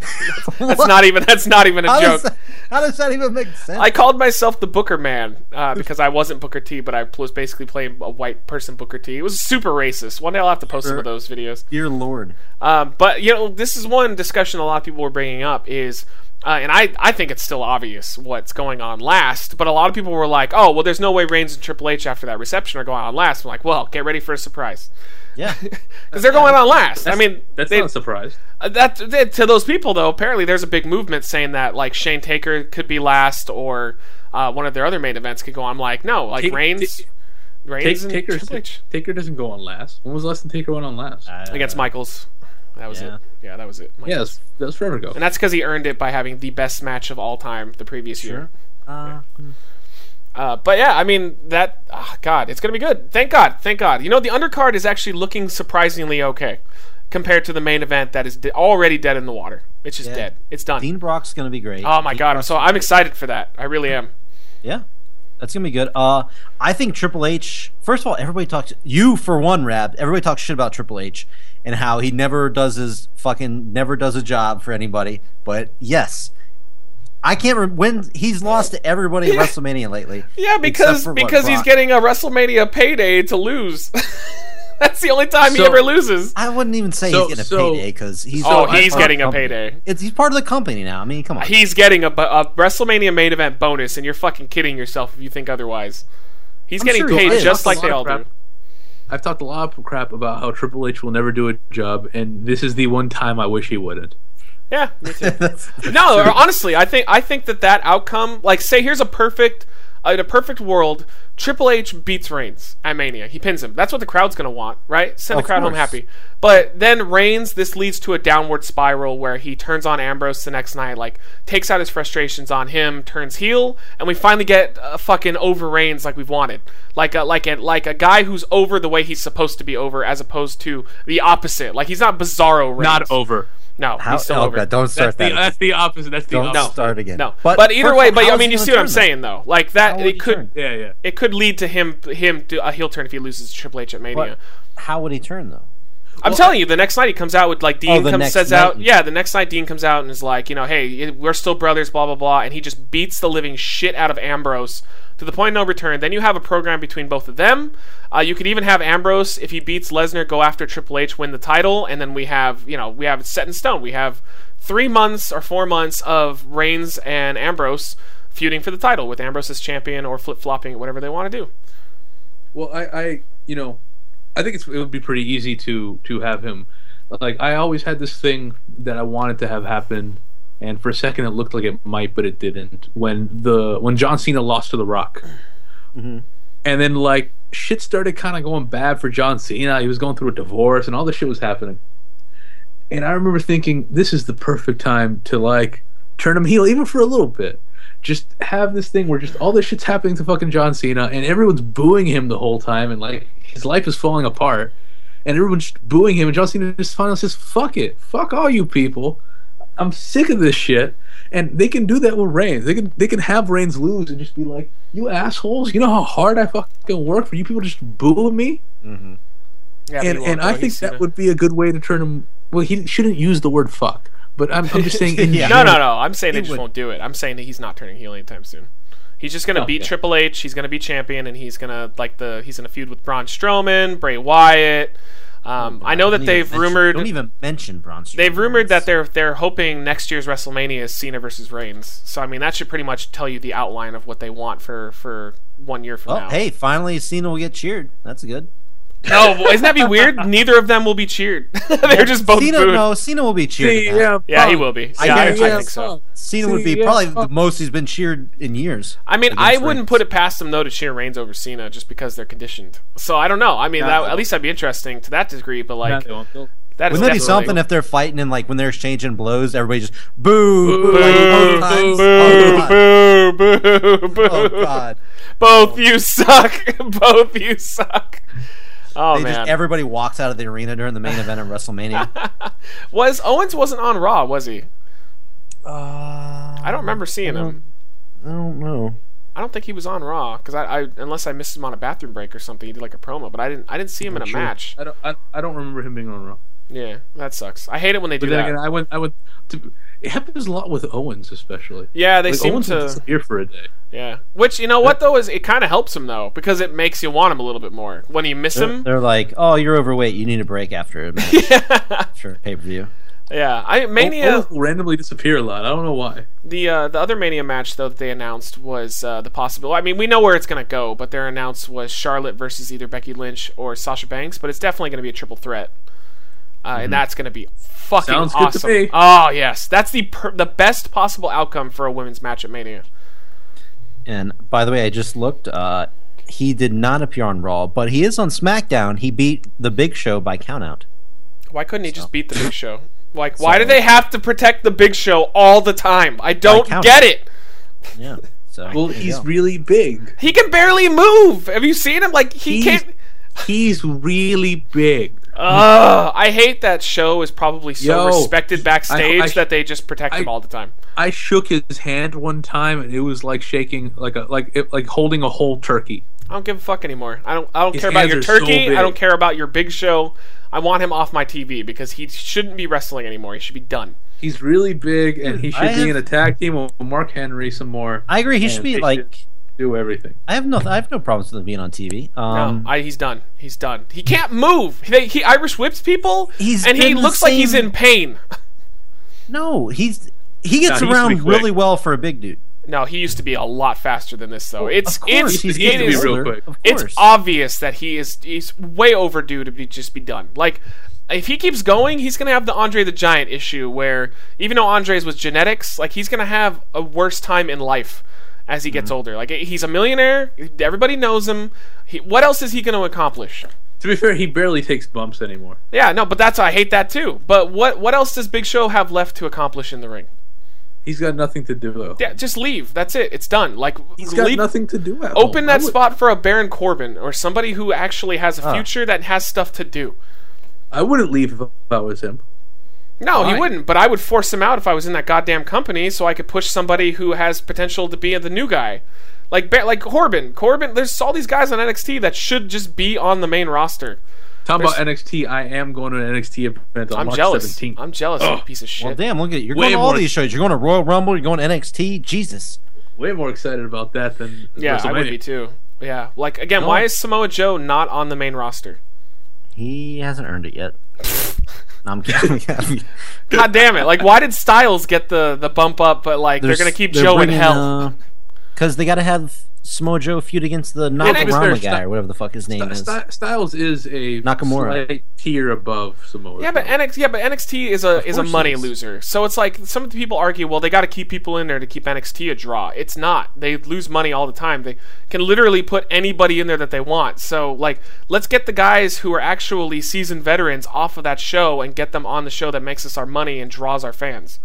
[SPEAKER 5] That's not even. That's not even a
[SPEAKER 4] how
[SPEAKER 5] joke.
[SPEAKER 4] does, that, how does that even make sense?
[SPEAKER 5] I called myself the Booker Man uh, because I wasn't Booker T, but I was basically playing a white person Booker T. It was super racist. One day I'll have to post some of those videos.
[SPEAKER 4] Dear Lord.
[SPEAKER 5] Um, but you know, this is one discussion a lot of people were bringing up is, uh, and I I think it's still obvious what's going on last. But a lot of people were like, oh well, there's no way Reigns and Triple H after that reception are going on last. I'm like, well, get ready for a surprise
[SPEAKER 4] Yeah.
[SPEAKER 5] because they're going on last. I mean,
[SPEAKER 2] That's
[SPEAKER 5] they-
[SPEAKER 2] not a surprise.
[SPEAKER 5] uh, that, that to those people though apparently there's a big movement saying that like Shane Taker could be last or uh, one of their other main events could go on like no like
[SPEAKER 2] Take-
[SPEAKER 5] Reigns
[SPEAKER 2] take-
[SPEAKER 5] Reigns
[SPEAKER 2] Take,
[SPEAKER 5] and
[SPEAKER 2] Taker,
[SPEAKER 5] Triple H
[SPEAKER 2] Taker doesn't go on last. When was the last time Taker went on last?
[SPEAKER 5] against Michaels that was
[SPEAKER 4] yeah.
[SPEAKER 5] it yeah that was it Michaels.
[SPEAKER 2] yeah, that's, that's forever ago.
[SPEAKER 5] and that's because he earned it by having the best match of all time the previous year
[SPEAKER 4] Uh,
[SPEAKER 5] uh, but yeah I mean that ah, God it's gonna be good thank God thank God you know the undercard is actually looking surprisingly okay compared to the main event that is de- already dead in the water it's just
[SPEAKER 4] Yeah.
[SPEAKER 5] dead it's done
[SPEAKER 4] Dean Brock's gonna be great.
[SPEAKER 5] oh my
[SPEAKER 4] Dean
[SPEAKER 5] God I'm
[SPEAKER 4] Brock's
[SPEAKER 5] so
[SPEAKER 4] gonna
[SPEAKER 5] I'm
[SPEAKER 4] be-
[SPEAKER 5] excited for that I really am.
[SPEAKER 4] Yeah. That's gonna be good. Uh, I think Triple H. First of all, everybody talks. You for one, Rab. Everybody talks shit about Triple H and how he never does his fucking never does a job for anybody. But yes, I can't. Rem- when he's lost to everybody at WrestleMania lately.
[SPEAKER 5] Yeah, because
[SPEAKER 4] except for what,
[SPEAKER 5] because he's
[SPEAKER 4] Brock.
[SPEAKER 5] getting a WrestleMania payday to lose. That's the only time he
[SPEAKER 2] So-
[SPEAKER 5] ever loses.
[SPEAKER 4] I wouldn't even say
[SPEAKER 2] So-
[SPEAKER 4] he's getting a
[SPEAKER 2] so-
[SPEAKER 4] payday because he's.
[SPEAKER 5] oh,
[SPEAKER 4] part
[SPEAKER 5] he's
[SPEAKER 4] of the
[SPEAKER 5] getting a
[SPEAKER 4] company.
[SPEAKER 5] payday.
[SPEAKER 4] It's he's part of the company now. I mean, come on.
[SPEAKER 5] He's getting a, bu- a WrestleMania main event bonus, and you're fucking kidding yourself if you think otherwise. He's
[SPEAKER 4] I'm
[SPEAKER 5] getting
[SPEAKER 4] sure he
[SPEAKER 5] paid
[SPEAKER 4] is.
[SPEAKER 5] just like
[SPEAKER 2] Lots of
[SPEAKER 5] they all do.
[SPEAKER 2] crap. I've talked a lot of crap about how Triple H will never do a job, and this is the one time I wish he wouldn't.
[SPEAKER 5] Yeah, me too.
[SPEAKER 4] That's-
[SPEAKER 5] no, honestly, I think I think that that outcome, like, say, here's a perfect, uh, in a perfect world, Triple H beats Reigns at Mania. He pins him. That's what the crowd's gonna want, right? Send the
[SPEAKER 4] Of
[SPEAKER 5] crowd home
[SPEAKER 4] course.
[SPEAKER 5] happy. But then Reigns, this leads to a downward spiral where he turns on Ambrose the next night, like takes out his frustrations on him, turns heel, and we finally get a fucking over Reigns like we've wanted, like a like a like a guy who's over the way he's supposed to be over, as opposed to the opposite. Like he's not Bizarro Reigns.
[SPEAKER 2] Not over.
[SPEAKER 5] No,
[SPEAKER 4] how,
[SPEAKER 5] he's still
[SPEAKER 4] oh,
[SPEAKER 5] over.
[SPEAKER 4] God, don't
[SPEAKER 2] That's
[SPEAKER 4] start
[SPEAKER 2] the,
[SPEAKER 4] that.
[SPEAKER 2] that's the opposite. That's the
[SPEAKER 4] don't
[SPEAKER 2] opposite.
[SPEAKER 4] start again.
[SPEAKER 5] No, but, either
[SPEAKER 4] first
[SPEAKER 5] way,
[SPEAKER 4] of all,
[SPEAKER 5] but
[SPEAKER 4] how
[SPEAKER 5] I
[SPEAKER 4] is
[SPEAKER 5] mean,
[SPEAKER 4] he
[SPEAKER 5] you
[SPEAKER 4] gonna
[SPEAKER 5] see what
[SPEAKER 4] turn
[SPEAKER 5] I'm
[SPEAKER 4] then?
[SPEAKER 5] saying though. Like
[SPEAKER 4] How
[SPEAKER 5] that,
[SPEAKER 4] would he
[SPEAKER 5] it could
[SPEAKER 4] turn?
[SPEAKER 2] Yeah, yeah.
[SPEAKER 5] it could lead to him him do a heel turn if he loses to Triple H at Mania.
[SPEAKER 4] But how would he turn though?
[SPEAKER 5] I'm telling you, the next night he comes out with like Dean
[SPEAKER 4] Oh, the
[SPEAKER 5] comes
[SPEAKER 4] next
[SPEAKER 5] says
[SPEAKER 4] night
[SPEAKER 5] out,
[SPEAKER 4] you-
[SPEAKER 5] yeah, the next night Dean comes out and is like, you know, hey, it- we're still brothers, blah blah blah, and he just beats the living shit out of Ambrose to the point of no return. Then you have a program between both of them. Uh, you could even have Ambrose if he beats Lesnar go after Triple H, win the title, and then we have you know we have it set in stone. We have three months or four months of Reigns and Ambrose feuding for the title with Ambrose as champion or flip flopping, whatever they want to do.
[SPEAKER 2] Well, I, I you know, I think it's, it would be pretty easy to to have him. Like I always had this thing that I wanted to have happen, and for a second it looked like it might, but it didn't. When the when John Cena lost to The Rock, and then like shit started kind of going bad for John Cena. He was going through a divorce, and all this shit was happening. And I remember thinking, this is the perfect time to like turn him heel, even for a little bit. Just have this thing where just all this shit's happening to fucking John Cena, and everyone's booing him the whole time, and like his life is falling apart, and everyone's booing him, and John Cena just finally says, "Fuck it, fuck all you people, I'm sick of this shit." And they can do that with Reigns. They can they can have Reigns lose and just be like, "You assholes, you know how hard I fucking work for you people just booing me."
[SPEAKER 5] Yeah,
[SPEAKER 2] and
[SPEAKER 5] but he
[SPEAKER 2] and
[SPEAKER 5] won't,
[SPEAKER 2] I
[SPEAKER 5] though.
[SPEAKER 2] think
[SPEAKER 5] He's
[SPEAKER 2] that
[SPEAKER 5] Cena.
[SPEAKER 2] would be a good way to turn him. Well, he shouldn't use the word fuck, but I'm, I'm just saying. In
[SPEAKER 4] Yeah.
[SPEAKER 5] No, no, no. I'm saying they
[SPEAKER 4] He
[SPEAKER 5] just
[SPEAKER 4] would-
[SPEAKER 5] won't do it. I'm saying that he's not turning heel anytime soon. He's just
[SPEAKER 4] Oh,
[SPEAKER 5] gonna
[SPEAKER 2] No,
[SPEAKER 5] beat
[SPEAKER 2] yeah.
[SPEAKER 5] Triple H. He's gonna be champion, and he's gonna like the he's gonna feud with Braun Strowman, Bray Wyatt. Um, I know
[SPEAKER 4] Oh, Don't
[SPEAKER 5] that
[SPEAKER 4] even
[SPEAKER 5] they've
[SPEAKER 4] mention-
[SPEAKER 5] rumored
[SPEAKER 4] Don't even mention Braun Strowman.
[SPEAKER 5] they've rumored that they're they're hoping next year's WrestleMania is Cena versus Reigns. So I mean that should pretty much tell you the outline of what they want for for one year from
[SPEAKER 4] Well,
[SPEAKER 5] now.
[SPEAKER 4] hey, finally Cena will get cheered. That's good.
[SPEAKER 5] No, well, isn't that be weird? Neither of them will be cheered. They're just both
[SPEAKER 4] Cena,
[SPEAKER 5] booed.
[SPEAKER 4] no, Cena will be cheered. at that.
[SPEAKER 2] CM
[SPEAKER 5] Yeah, he
[SPEAKER 2] Punk.
[SPEAKER 5] will be.
[SPEAKER 4] I
[SPEAKER 5] Yeah, I, I
[SPEAKER 4] guarantee
[SPEAKER 5] think so.
[SPEAKER 4] Cena would be
[SPEAKER 2] CM
[SPEAKER 4] probably the
[SPEAKER 2] Punk.
[SPEAKER 4] most he's been cheered in years.
[SPEAKER 5] I mean, I
[SPEAKER 4] Against
[SPEAKER 5] wouldn't
[SPEAKER 4] Reigns.
[SPEAKER 5] put it past them though to cheer Reigns over Cena just because they're conditioned. So I don't know. I mean, that, at least that'd be interesting to that degree. But
[SPEAKER 2] No,
[SPEAKER 5] like,
[SPEAKER 2] they won't. They'll-
[SPEAKER 5] that is
[SPEAKER 4] Wouldn't that be
[SPEAKER 5] definitely-
[SPEAKER 4] something if they're fighting and like when they're exchanging blows, everybody just boo, boo, like, both
[SPEAKER 5] Boo,
[SPEAKER 4] times?
[SPEAKER 5] boo,
[SPEAKER 4] oh,
[SPEAKER 5] boo, boo, boo,
[SPEAKER 4] God. Oh, God.
[SPEAKER 5] Both you suck. Both you suck. Oh
[SPEAKER 4] They
[SPEAKER 5] man.
[SPEAKER 4] just everybody walks out of the arena during the main event of WrestleMania.
[SPEAKER 5] Was Owens wasn't on Raw, was he?
[SPEAKER 4] Uh, I
[SPEAKER 5] I don't remember seeing him.
[SPEAKER 4] don't know.
[SPEAKER 5] I don't think he was on Raw because I, I unless I missed him on a bathroom break or something. He did like a promo, but I didn't I didn't see him in a match.
[SPEAKER 2] I don't. I, I don't remember him being on Raw.
[SPEAKER 5] Yeah, that sucks. I hate it when they do
[SPEAKER 2] But then
[SPEAKER 5] that.
[SPEAKER 2] again, I went. I went. To, it happens a lot with Owens, especially.
[SPEAKER 5] yeah, they
[SPEAKER 2] like,
[SPEAKER 5] seem
[SPEAKER 2] Owens
[SPEAKER 5] to.
[SPEAKER 2] will disappear for a day.
[SPEAKER 5] Yeah, which you know what though is it kind of helps him though because it makes you want him a little bit more when you miss
[SPEAKER 4] They're,
[SPEAKER 5] him.
[SPEAKER 4] they're like, oh, you're overweight. You need a break after a match, after pay per view.
[SPEAKER 5] yeah, I Mania.
[SPEAKER 2] Owens will randomly disappear a lot. I don't know why.
[SPEAKER 5] The uh, the other Mania match though that they announced was uh, the possible. I mean, we know where it's gonna go, but their announce was Charlotte versus either Becky Lynch or Sasha Banks, but it's definitely gonna be a triple threat, uh, and that's gonna be fucking
[SPEAKER 2] Mm-hmm. Sounds good to
[SPEAKER 5] awesome.
[SPEAKER 2] me.
[SPEAKER 5] Oh yes, that's the per- the best possible outcome for a women's match at Mania.
[SPEAKER 4] And by the way, I just looked. Uh, he did not appear on Raw, but he is on SmackDown. He beat The Big Show by countout.
[SPEAKER 5] Why couldn't he just beat the Big Show? Like, why do they have to protect the Big Show all the time? I don't
[SPEAKER 4] count.
[SPEAKER 5] get it.
[SPEAKER 4] Yeah. So
[SPEAKER 2] Well,
[SPEAKER 4] there you
[SPEAKER 2] he's
[SPEAKER 4] go.
[SPEAKER 2] really big.
[SPEAKER 5] He can barely move. Have you seen him? Like he
[SPEAKER 2] He's-
[SPEAKER 5] can't.
[SPEAKER 2] He's really big.
[SPEAKER 5] Ugh, I hate that show is probably
[SPEAKER 2] Yo,
[SPEAKER 5] so respected backstage
[SPEAKER 2] I- I-
[SPEAKER 5] that they just protect
[SPEAKER 2] I-
[SPEAKER 5] him all the time.
[SPEAKER 2] I shook his hand one time, and it was like shaking, like a like it, like holding a whole turkey.
[SPEAKER 5] I don't give a fuck anymore. I don't. I don't
[SPEAKER 2] His
[SPEAKER 5] care about
[SPEAKER 2] hands
[SPEAKER 5] your
[SPEAKER 2] are so
[SPEAKER 5] turkey. I don't
[SPEAKER 2] big.
[SPEAKER 5] care about your big show. I want him off my TV because he shouldn't be wrestling anymore. He should be done.
[SPEAKER 2] He's really big, and he should
[SPEAKER 4] I
[SPEAKER 2] be
[SPEAKER 4] have-
[SPEAKER 2] in a tag team with Mark Henry some more.
[SPEAKER 4] I agree. He should
[SPEAKER 2] Man,
[SPEAKER 4] be
[SPEAKER 2] they
[SPEAKER 4] like.
[SPEAKER 2] should do everything.
[SPEAKER 4] I have no. I have no problems with him being on TV. Um,
[SPEAKER 5] no, I, he's done. He's done. He can't move. He, he Irish whips people,
[SPEAKER 4] He's
[SPEAKER 5] and he
[SPEAKER 4] been the
[SPEAKER 5] looks like he's
[SPEAKER 4] same-
[SPEAKER 5] in pain.
[SPEAKER 4] no, he's he
[SPEAKER 2] No, he used
[SPEAKER 4] gets
[SPEAKER 2] to be
[SPEAKER 4] around
[SPEAKER 2] quick.
[SPEAKER 4] really well for a big dude.
[SPEAKER 5] No, he used to be a lot faster than this, though. It's
[SPEAKER 4] of course,
[SPEAKER 5] it's
[SPEAKER 4] he's
[SPEAKER 5] it
[SPEAKER 2] used to be
[SPEAKER 5] is-
[SPEAKER 2] real quick.
[SPEAKER 4] Of
[SPEAKER 5] it's
[SPEAKER 4] course.
[SPEAKER 5] obvious that he is he's way overdue to be just be done. Like if he keeps going, he's gonna have the Andre the Giant issue where even though Andre's was genetics, like he's gonna have a worse time in life as he gets
[SPEAKER 2] Mm-hmm.
[SPEAKER 5] older. Like he's a millionaire, everybody knows him. He, what else is he gonna accomplish?
[SPEAKER 2] To be fair, he barely takes bumps anymore.
[SPEAKER 5] Yeah, no, but that's I hate that too. But what what else does Big Show have left to accomplish in the ring?
[SPEAKER 2] He's got nothing to do. Though.
[SPEAKER 5] Yeah, just leave. That's it. It's done. Like
[SPEAKER 2] He's got
[SPEAKER 5] leave,
[SPEAKER 2] nothing to do. At
[SPEAKER 5] open
[SPEAKER 2] home.
[SPEAKER 5] that
[SPEAKER 2] I would- Ah.
[SPEAKER 5] spot for a Baron Corbin or somebody who actually has a future that has stuff to do.
[SPEAKER 2] I wouldn't leave if I was him.
[SPEAKER 5] No, he
[SPEAKER 2] Why?
[SPEAKER 5] wouldn't. But I would force him out if I was in that goddamn company, so I could push somebody who has potential to be the new guy, like Ba- like Corbin. Corbin, there's all these guys on NXT that should just be on the main roster.
[SPEAKER 2] Talk
[SPEAKER 5] There's-
[SPEAKER 2] about NXT. I am going to an NXT event on
[SPEAKER 5] I'm
[SPEAKER 2] March
[SPEAKER 5] jealous.
[SPEAKER 2] 17th.
[SPEAKER 5] I'm jealous. you piece of shit.
[SPEAKER 4] Well, damn! Look at you're
[SPEAKER 2] Way
[SPEAKER 4] going to all
[SPEAKER 2] more-
[SPEAKER 4] these shows. You're going to Royal Rumble. You're going to NXT. Jesus.
[SPEAKER 2] way more excited about that than
[SPEAKER 5] yeah, I would
[SPEAKER 2] WrestleMania.
[SPEAKER 5] be too. Yeah, like again, why is Samoa Joe not on the main roster?
[SPEAKER 4] He hasn't earned it yet. No, I'm kidding.
[SPEAKER 5] God damn it! Like, why did Styles get the the bump up? But like, they're, gonna keep Joe in hell.
[SPEAKER 4] uh, because they got to have Smojo feud against the
[SPEAKER 2] it's their
[SPEAKER 4] Nakamura guy
[SPEAKER 2] style.
[SPEAKER 4] or whatever the fuck his name is.
[SPEAKER 2] Sty- Styles is a
[SPEAKER 4] Nakamura.
[SPEAKER 2] slight tier above Samoa.
[SPEAKER 5] Yeah, but
[SPEAKER 2] Joe.
[SPEAKER 5] NXT, yeah, but NXT is a is a
[SPEAKER 2] course it
[SPEAKER 5] money
[SPEAKER 2] is.
[SPEAKER 5] loser. So it's like some of the people argue, well, they got to keep people in there to keep NXT a draw. It's not. They lose money all the time. They can literally put anybody in there that they want. So like, let's get the guys who are actually seasoned veterans off of that show and get them on the show that makes us our money and draws our fans.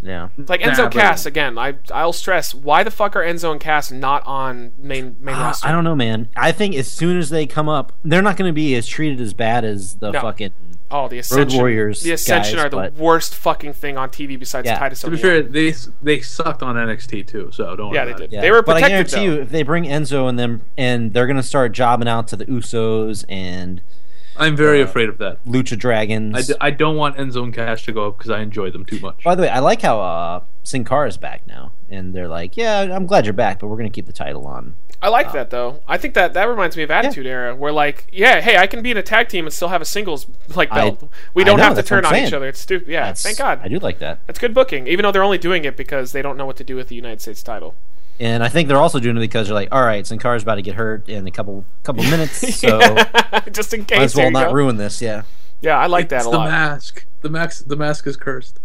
[SPEAKER 4] Yeah.
[SPEAKER 5] It's Like
[SPEAKER 2] Nah,
[SPEAKER 5] Enzo
[SPEAKER 2] but-
[SPEAKER 5] Cass again. I I'll stress why the fuck are Enzo and Cass not on main main
[SPEAKER 4] Uh,
[SPEAKER 5] roster?
[SPEAKER 4] I don't know, man. I think as soon as they come up, they're not going to be as treated as bad as the
[SPEAKER 5] No.
[SPEAKER 4] fucking.
[SPEAKER 5] oh, the Ascension.
[SPEAKER 4] Warriors
[SPEAKER 5] The Ascension
[SPEAKER 4] guys,
[SPEAKER 5] are the
[SPEAKER 4] but-
[SPEAKER 5] worst fucking thing on TV besides
[SPEAKER 4] Yeah.
[SPEAKER 5] Titus
[SPEAKER 2] to be
[SPEAKER 5] O'Neil.
[SPEAKER 2] fair, they they sucked on NXT too. So don't.
[SPEAKER 5] yeah,
[SPEAKER 2] worry
[SPEAKER 5] they
[SPEAKER 2] about
[SPEAKER 5] did.
[SPEAKER 2] it.
[SPEAKER 4] Yeah.
[SPEAKER 5] They were
[SPEAKER 4] but I
[SPEAKER 5] protected.
[SPEAKER 4] guarantee
[SPEAKER 5] though.
[SPEAKER 4] you, if they bring Enzo and them, and they're going to start jobbing out to the Usos and
[SPEAKER 2] I'm very afraid of that.
[SPEAKER 4] Lucha Dragons.
[SPEAKER 2] I, d- I don't want Enzo and Cash to go up because I enjoy them too much.
[SPEAKER 4] By the way, I like how uh, Sin Cara's back now, and they're like, "Yeah, I'm glad you're back, but we're gonna keep the title on."
[SPEAKER 5] I like that though. I think that that reminds me of Attitude Era, where like, yeah, hey, I can be in a tag team and still have a singles like
[SPEAKER 4] I-
[SPEAKER 5] belt. we
[SPEAKER 4] I
[SPEAKER 5] don't
[SPEAKER 4] know,
[SPEAKER 5] have to
[SPEAKER 4] that's what
[SPEAKER 5] turn
[SPEAKER 4] I'm
[SPEAKER 5] on each
[SPEAKER 4] saying.
[SPEAKER 5] other. It's stupid. Yeah,
[SPEAKER 4] That's-
[SPEAKER 5] Ah, thank God.
[SPEAKER 4] I do like that.
[SPEAKER 5] That's good booking, even though they're only doing it because they don't know what to do with the United States title.
[SPEAKER 4] And I think they're also doing it because they're like, all right, Sin Cara's about to get hurt in a couple couple minutes, so might
[SPEAKER 5] just in case.
[SPEAKER 4] as
[SPEAKER 5] there
[SPEAKER 4] well
[SPEAKER 5] you
[SPEAKER 4] not
[SPEAKER 5] go.
[SPEAKER 4] ruin this. Yeah,
[SPEAKER 5] yeah, I like
[SPEAKER 2] It's
[SPEAKER 5] that a
[SPEAKER 2] the
[SPEAKER 5] lot.
[SPEAKER 2] mask. The mask. The mask is cursed.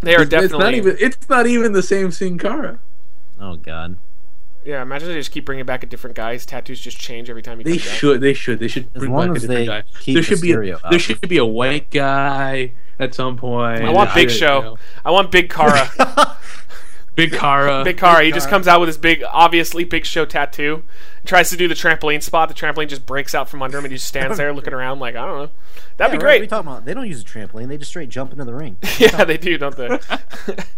[SPEAKER 5] They are
[SPEAKER 2] It's-
[SPEAKER 5] definitely.
[SPEAKER 2] It's not even. It's not even the same Sin Cara.
[SPEAKER 4] Oh God.
[SPEAKER 5] Yeah, imagine they just keep bringing back a different guy. His tattoos just change every time he
[SPEAKER 2] They
[SPEAKER 5] comes back.
[SPEAKER 2] should. They should. They should bring back
[SPEAKER 4] long
[SPEAKER 2] a
[SPEAKER 4] as
[SPEAKER 2] different
[SPEAKER 4] they
[SPEAKER 2] guy.
[SPEAKER 4] keep
[SPEAKER 2] There should be. A,
[SPEAKER 4] Mysterio
[SPEAKER 2] there
[SPEAKER 4] out.
[SPEAKER 2] should be a white guy at some point.
[SPEAKER 5] I want
[SPEAKER 2] There
[SPEAKER 5] Big
[SPEAKER 2] should,
[SPEAKER 5] Show.
[SPEAKER 2] you know.
[SPEAKER 5] I want Big Kara.
[SPEAKER 2] Big Cara.
[SPEAKER 5] big Kara. He just comes out with his big, obviously Big Show tattoo. And tries to do the trampoline spot. The trampoline just breaks out from under him, and he just stands there looking around like I don't know. That'd
[SPEAKER 4] Yeah,
[SPEAKER 5] be
[SPEAKER 4] right,
[SPEAKER 5] great.
[SPEAKER 4] What are you talking about? They don't use a trampoline; they just straight jump into the ring.
[SPEAKER 5] yeah, they do, don't they?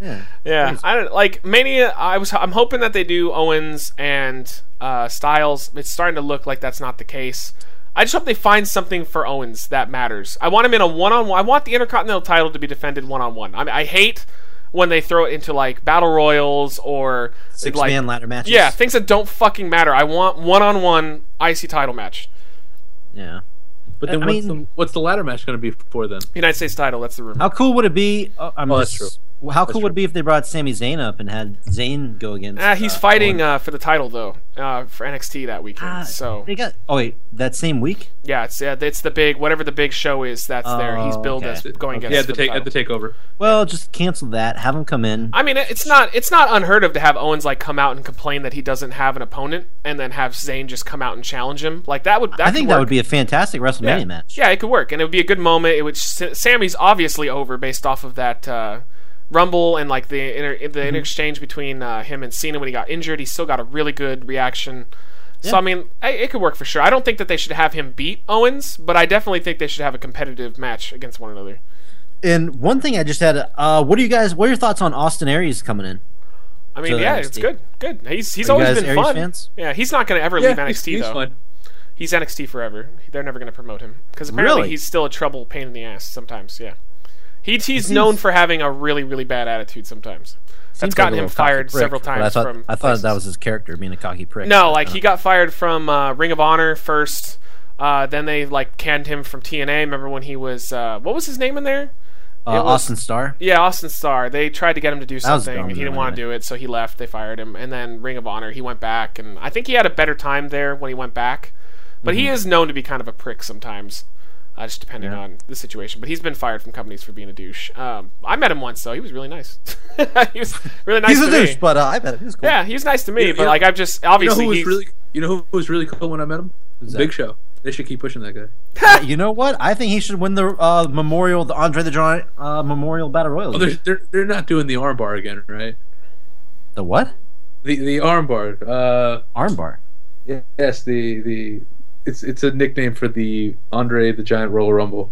[SPEAKER 4] Yeah.
[SPEAKER 5] yeah, I don't like Mania. I was I'm hoping that they do Owens and uh, Styles. It's starting to look like that's not the case. I just hope they find something for Owens that matters. I want him in a one on one. I want the Intercontinental title to be defended one on one. I mean, I hate when they throw it into like battle royals or
[SPEAKER 4] Six
[SPEAKER 5] like
[SPEAKER 4] man ladder matches.
[SPEAKER 5] yeah things that don't fucking matter. I want one on one IC title match.
[SPEAKER 4] Yeah.
[SPEAKER 2] But then
[SPEAKER 4] I
[SPEAKER 2] what's,
[SPEAKER 4] mean-
[SPEAKER 2] the, what's the ladder match going to be for then?
[SPEAKER 5] United States title. That's the rumor.
[SPEAKER 4] How cool would it be? Oh, I'm
[SPEAKER 2] Oh, that's
[SPEAKER 4] just, How cool
[SPEAKER 2] That's
[SPEAKER 4] would it be if they brought Sami Zayn up and had Zayn go against?
[SPEAKER 5] Ah, he's
[SPEAKER 4] uh,
[SPEAKER 5] fighting
[SPEAKER 4] Owens?
[SPEAKER 5] uh, for the title though uh, for NXT that weekend.
[SPEAKER 4] Ah,
[SPEAKER 5] so
[SPEAKER 4] they got. Oh wait, that same week.
[SPEAKER 5] Yeah, it's yeah, it's the big whatever the big show is that's there. He's
[SPEAKER 4] Oh,
[SPEAKER 5] billed
[SPEAKER 4] okay.
[SPEAKER 5] as going against.
[SPEAKER 2] Yeah, at the
[SPEAKER 5] the
[SPEAKER 2] take at
[SPEAKER 5] title.
[SPEAKER 2] the takeover.
[SPEAKER 4] Well, just cancel that. Have him come in.
[SPEAKER 5] I mean, it- it's not it's not unheard of to have Owens like come out and complain that he doesn't have an opponent, and then have Zayn just come out and challenge him. Like that would that
[SPEAKER 4] I
[SPEAKER 5] could
[SPEAKER 4] think
[SPEAKER 5] work.
[SPEAKER 4] that would be a fantastic WrestleMania
[SPEAKER 5] yeah.
[SPEAKER 4] match.
[SPEAKER 5] Yeah, it could work, and it would be a good moment. It would. S- Sammy's obviously over based off of that uh, Rumble and like the inter- the
[SPEAKER 4] Mm-hmm.
[SPEAKER 5] interchange between uh, him and Cena when he got injured. He still got a really good reaction. So
[SPEAKER 4] Yeah.
[SPEAKER 5] I mean, I, it could work for sure. I don't think that they should have him beat Owens, but I definitely think they should have a competitive match against one another.
[SPEAKER 4] And one thing I just had. Uh, what do you guys? What are your thoughts on Austin Aries coming in?
[SPEAKER 5] I mean,
[SPEAKER 4] to
[SPEAKER 5] yeah,
[SPEAKER 4] NXT.
[SPEAKER 5] it's good. Good. He's he's
[SPEAKER 4] Are you
[SPEAKER 5] always
[SPEAKER 4] guys
[SPEAKER 5] been
[SPEAKER 4] Aries
[SPEAKER 5] fun.
[SPEAKER 4] fans?
[SPEAKER 5] Yeah, he's not going to ever leave
[SPEAKER 2] Yeah,
[SPEAKER 5] NXT
[SPEAKER 2] he's
[SPEAKER 5] though.
[SPEAKER 2] fun.
[SPEAKER 5] He's NXT forever. They're never going to promote him because apparently
[SPEAKER 4] Really?
[SPEAKER 5] he's still a trouble pain in the ass sometimes. Yeah, he, he's known for having a really really bad attitude sometimes. That's
[SPEAKER 4] Seems
[SPEAKER 5] gotten
[SPEAKER 4] like a
[SPEAKER 5] him
[SPEAKER 4] little cocky
[SPEAKER 5] fired
[SPEAKER 4] prick,
[SPEAKER 5] several
[SPEAKER 4] but
[SPEAKER 5] times
[SPEAKER 4] I thought,
[SPEAKER 5] from.
[SPEAKER 4] I thought
[SPEAKER 5] places.
[SPEAKER 4] that was his character being a cocky prick.
[SPEAKER 5] No, like he got fired from uh, Ring of Honor first. Uh, then they like canned him from TNA. Remember when he was uh, what was his name in there?
[SPEAKER 4] uh,
[SPEAKER 5] it was-
[SPEAKER 4] Austin Starr.
[SPEAKER 5] Yeah, Austin Starr. They tried to get him to do
[SPEAKER 4] was
[SPEAKER 5] something,
[SPEAKER 4] dumb,
[SPEAKER 5] and he didn't
[SPEAKER 4] though,
[SPEAKER 5] want to
[SPEAKER 4] anyway.
[SPEAKER 5] do it, so he left. They fired him, and then Ring of Honor. He went back, and I think he had a better time there when he went back. But he is known to be kind of a prick sometimes, uh, just depending
[SPEAKER 4] Mm-hmm. Yeah.
[SPEAKER 5] on the situation. But he's been fired from companies for being a douche. Um, I met him once, though. He was really nice. he was really nice.
[SPEAKER 4] he's
[SPEAKER 5] to
[SPEAKER 4] a douche,
[SPEAKER 5] me.
[SPEAKER 4] but uh, I bet it was cool.
[SPEAKER 5] yeah, he was nice to me.
[SPEAKER 2] You-
[SPEAKER 5] but
[SPEAKER 2] you-
[SPEAKER 5] like, I've just
[SPEAKER 2] You know
[SPEAKER 5] obviously
[SPEAKER 2] who was
[SPEAKER 5] he's
[SPEAKER 2] really you know who was really cool when I met him?
[SPEAKER 4] that?
[SPEAKER 2] Big Show. They should keep pushing that guy.
[SPEAKER 4] You know what? I think he should win the uh, memorial, the Andre the Giant uh, Memorial Battle Royal.
[SPEAKER 2] Oh, they're, they're they're not doing the armbar again, right?
[SPEAKER 4] the what?
[SPEAKER 2] The the armbar. Uh,
[SPEAKER 4] Armbar.
[SPEAKER 2] yes, the the it's it's a nickname for the Andre the Giant Royal Rumble.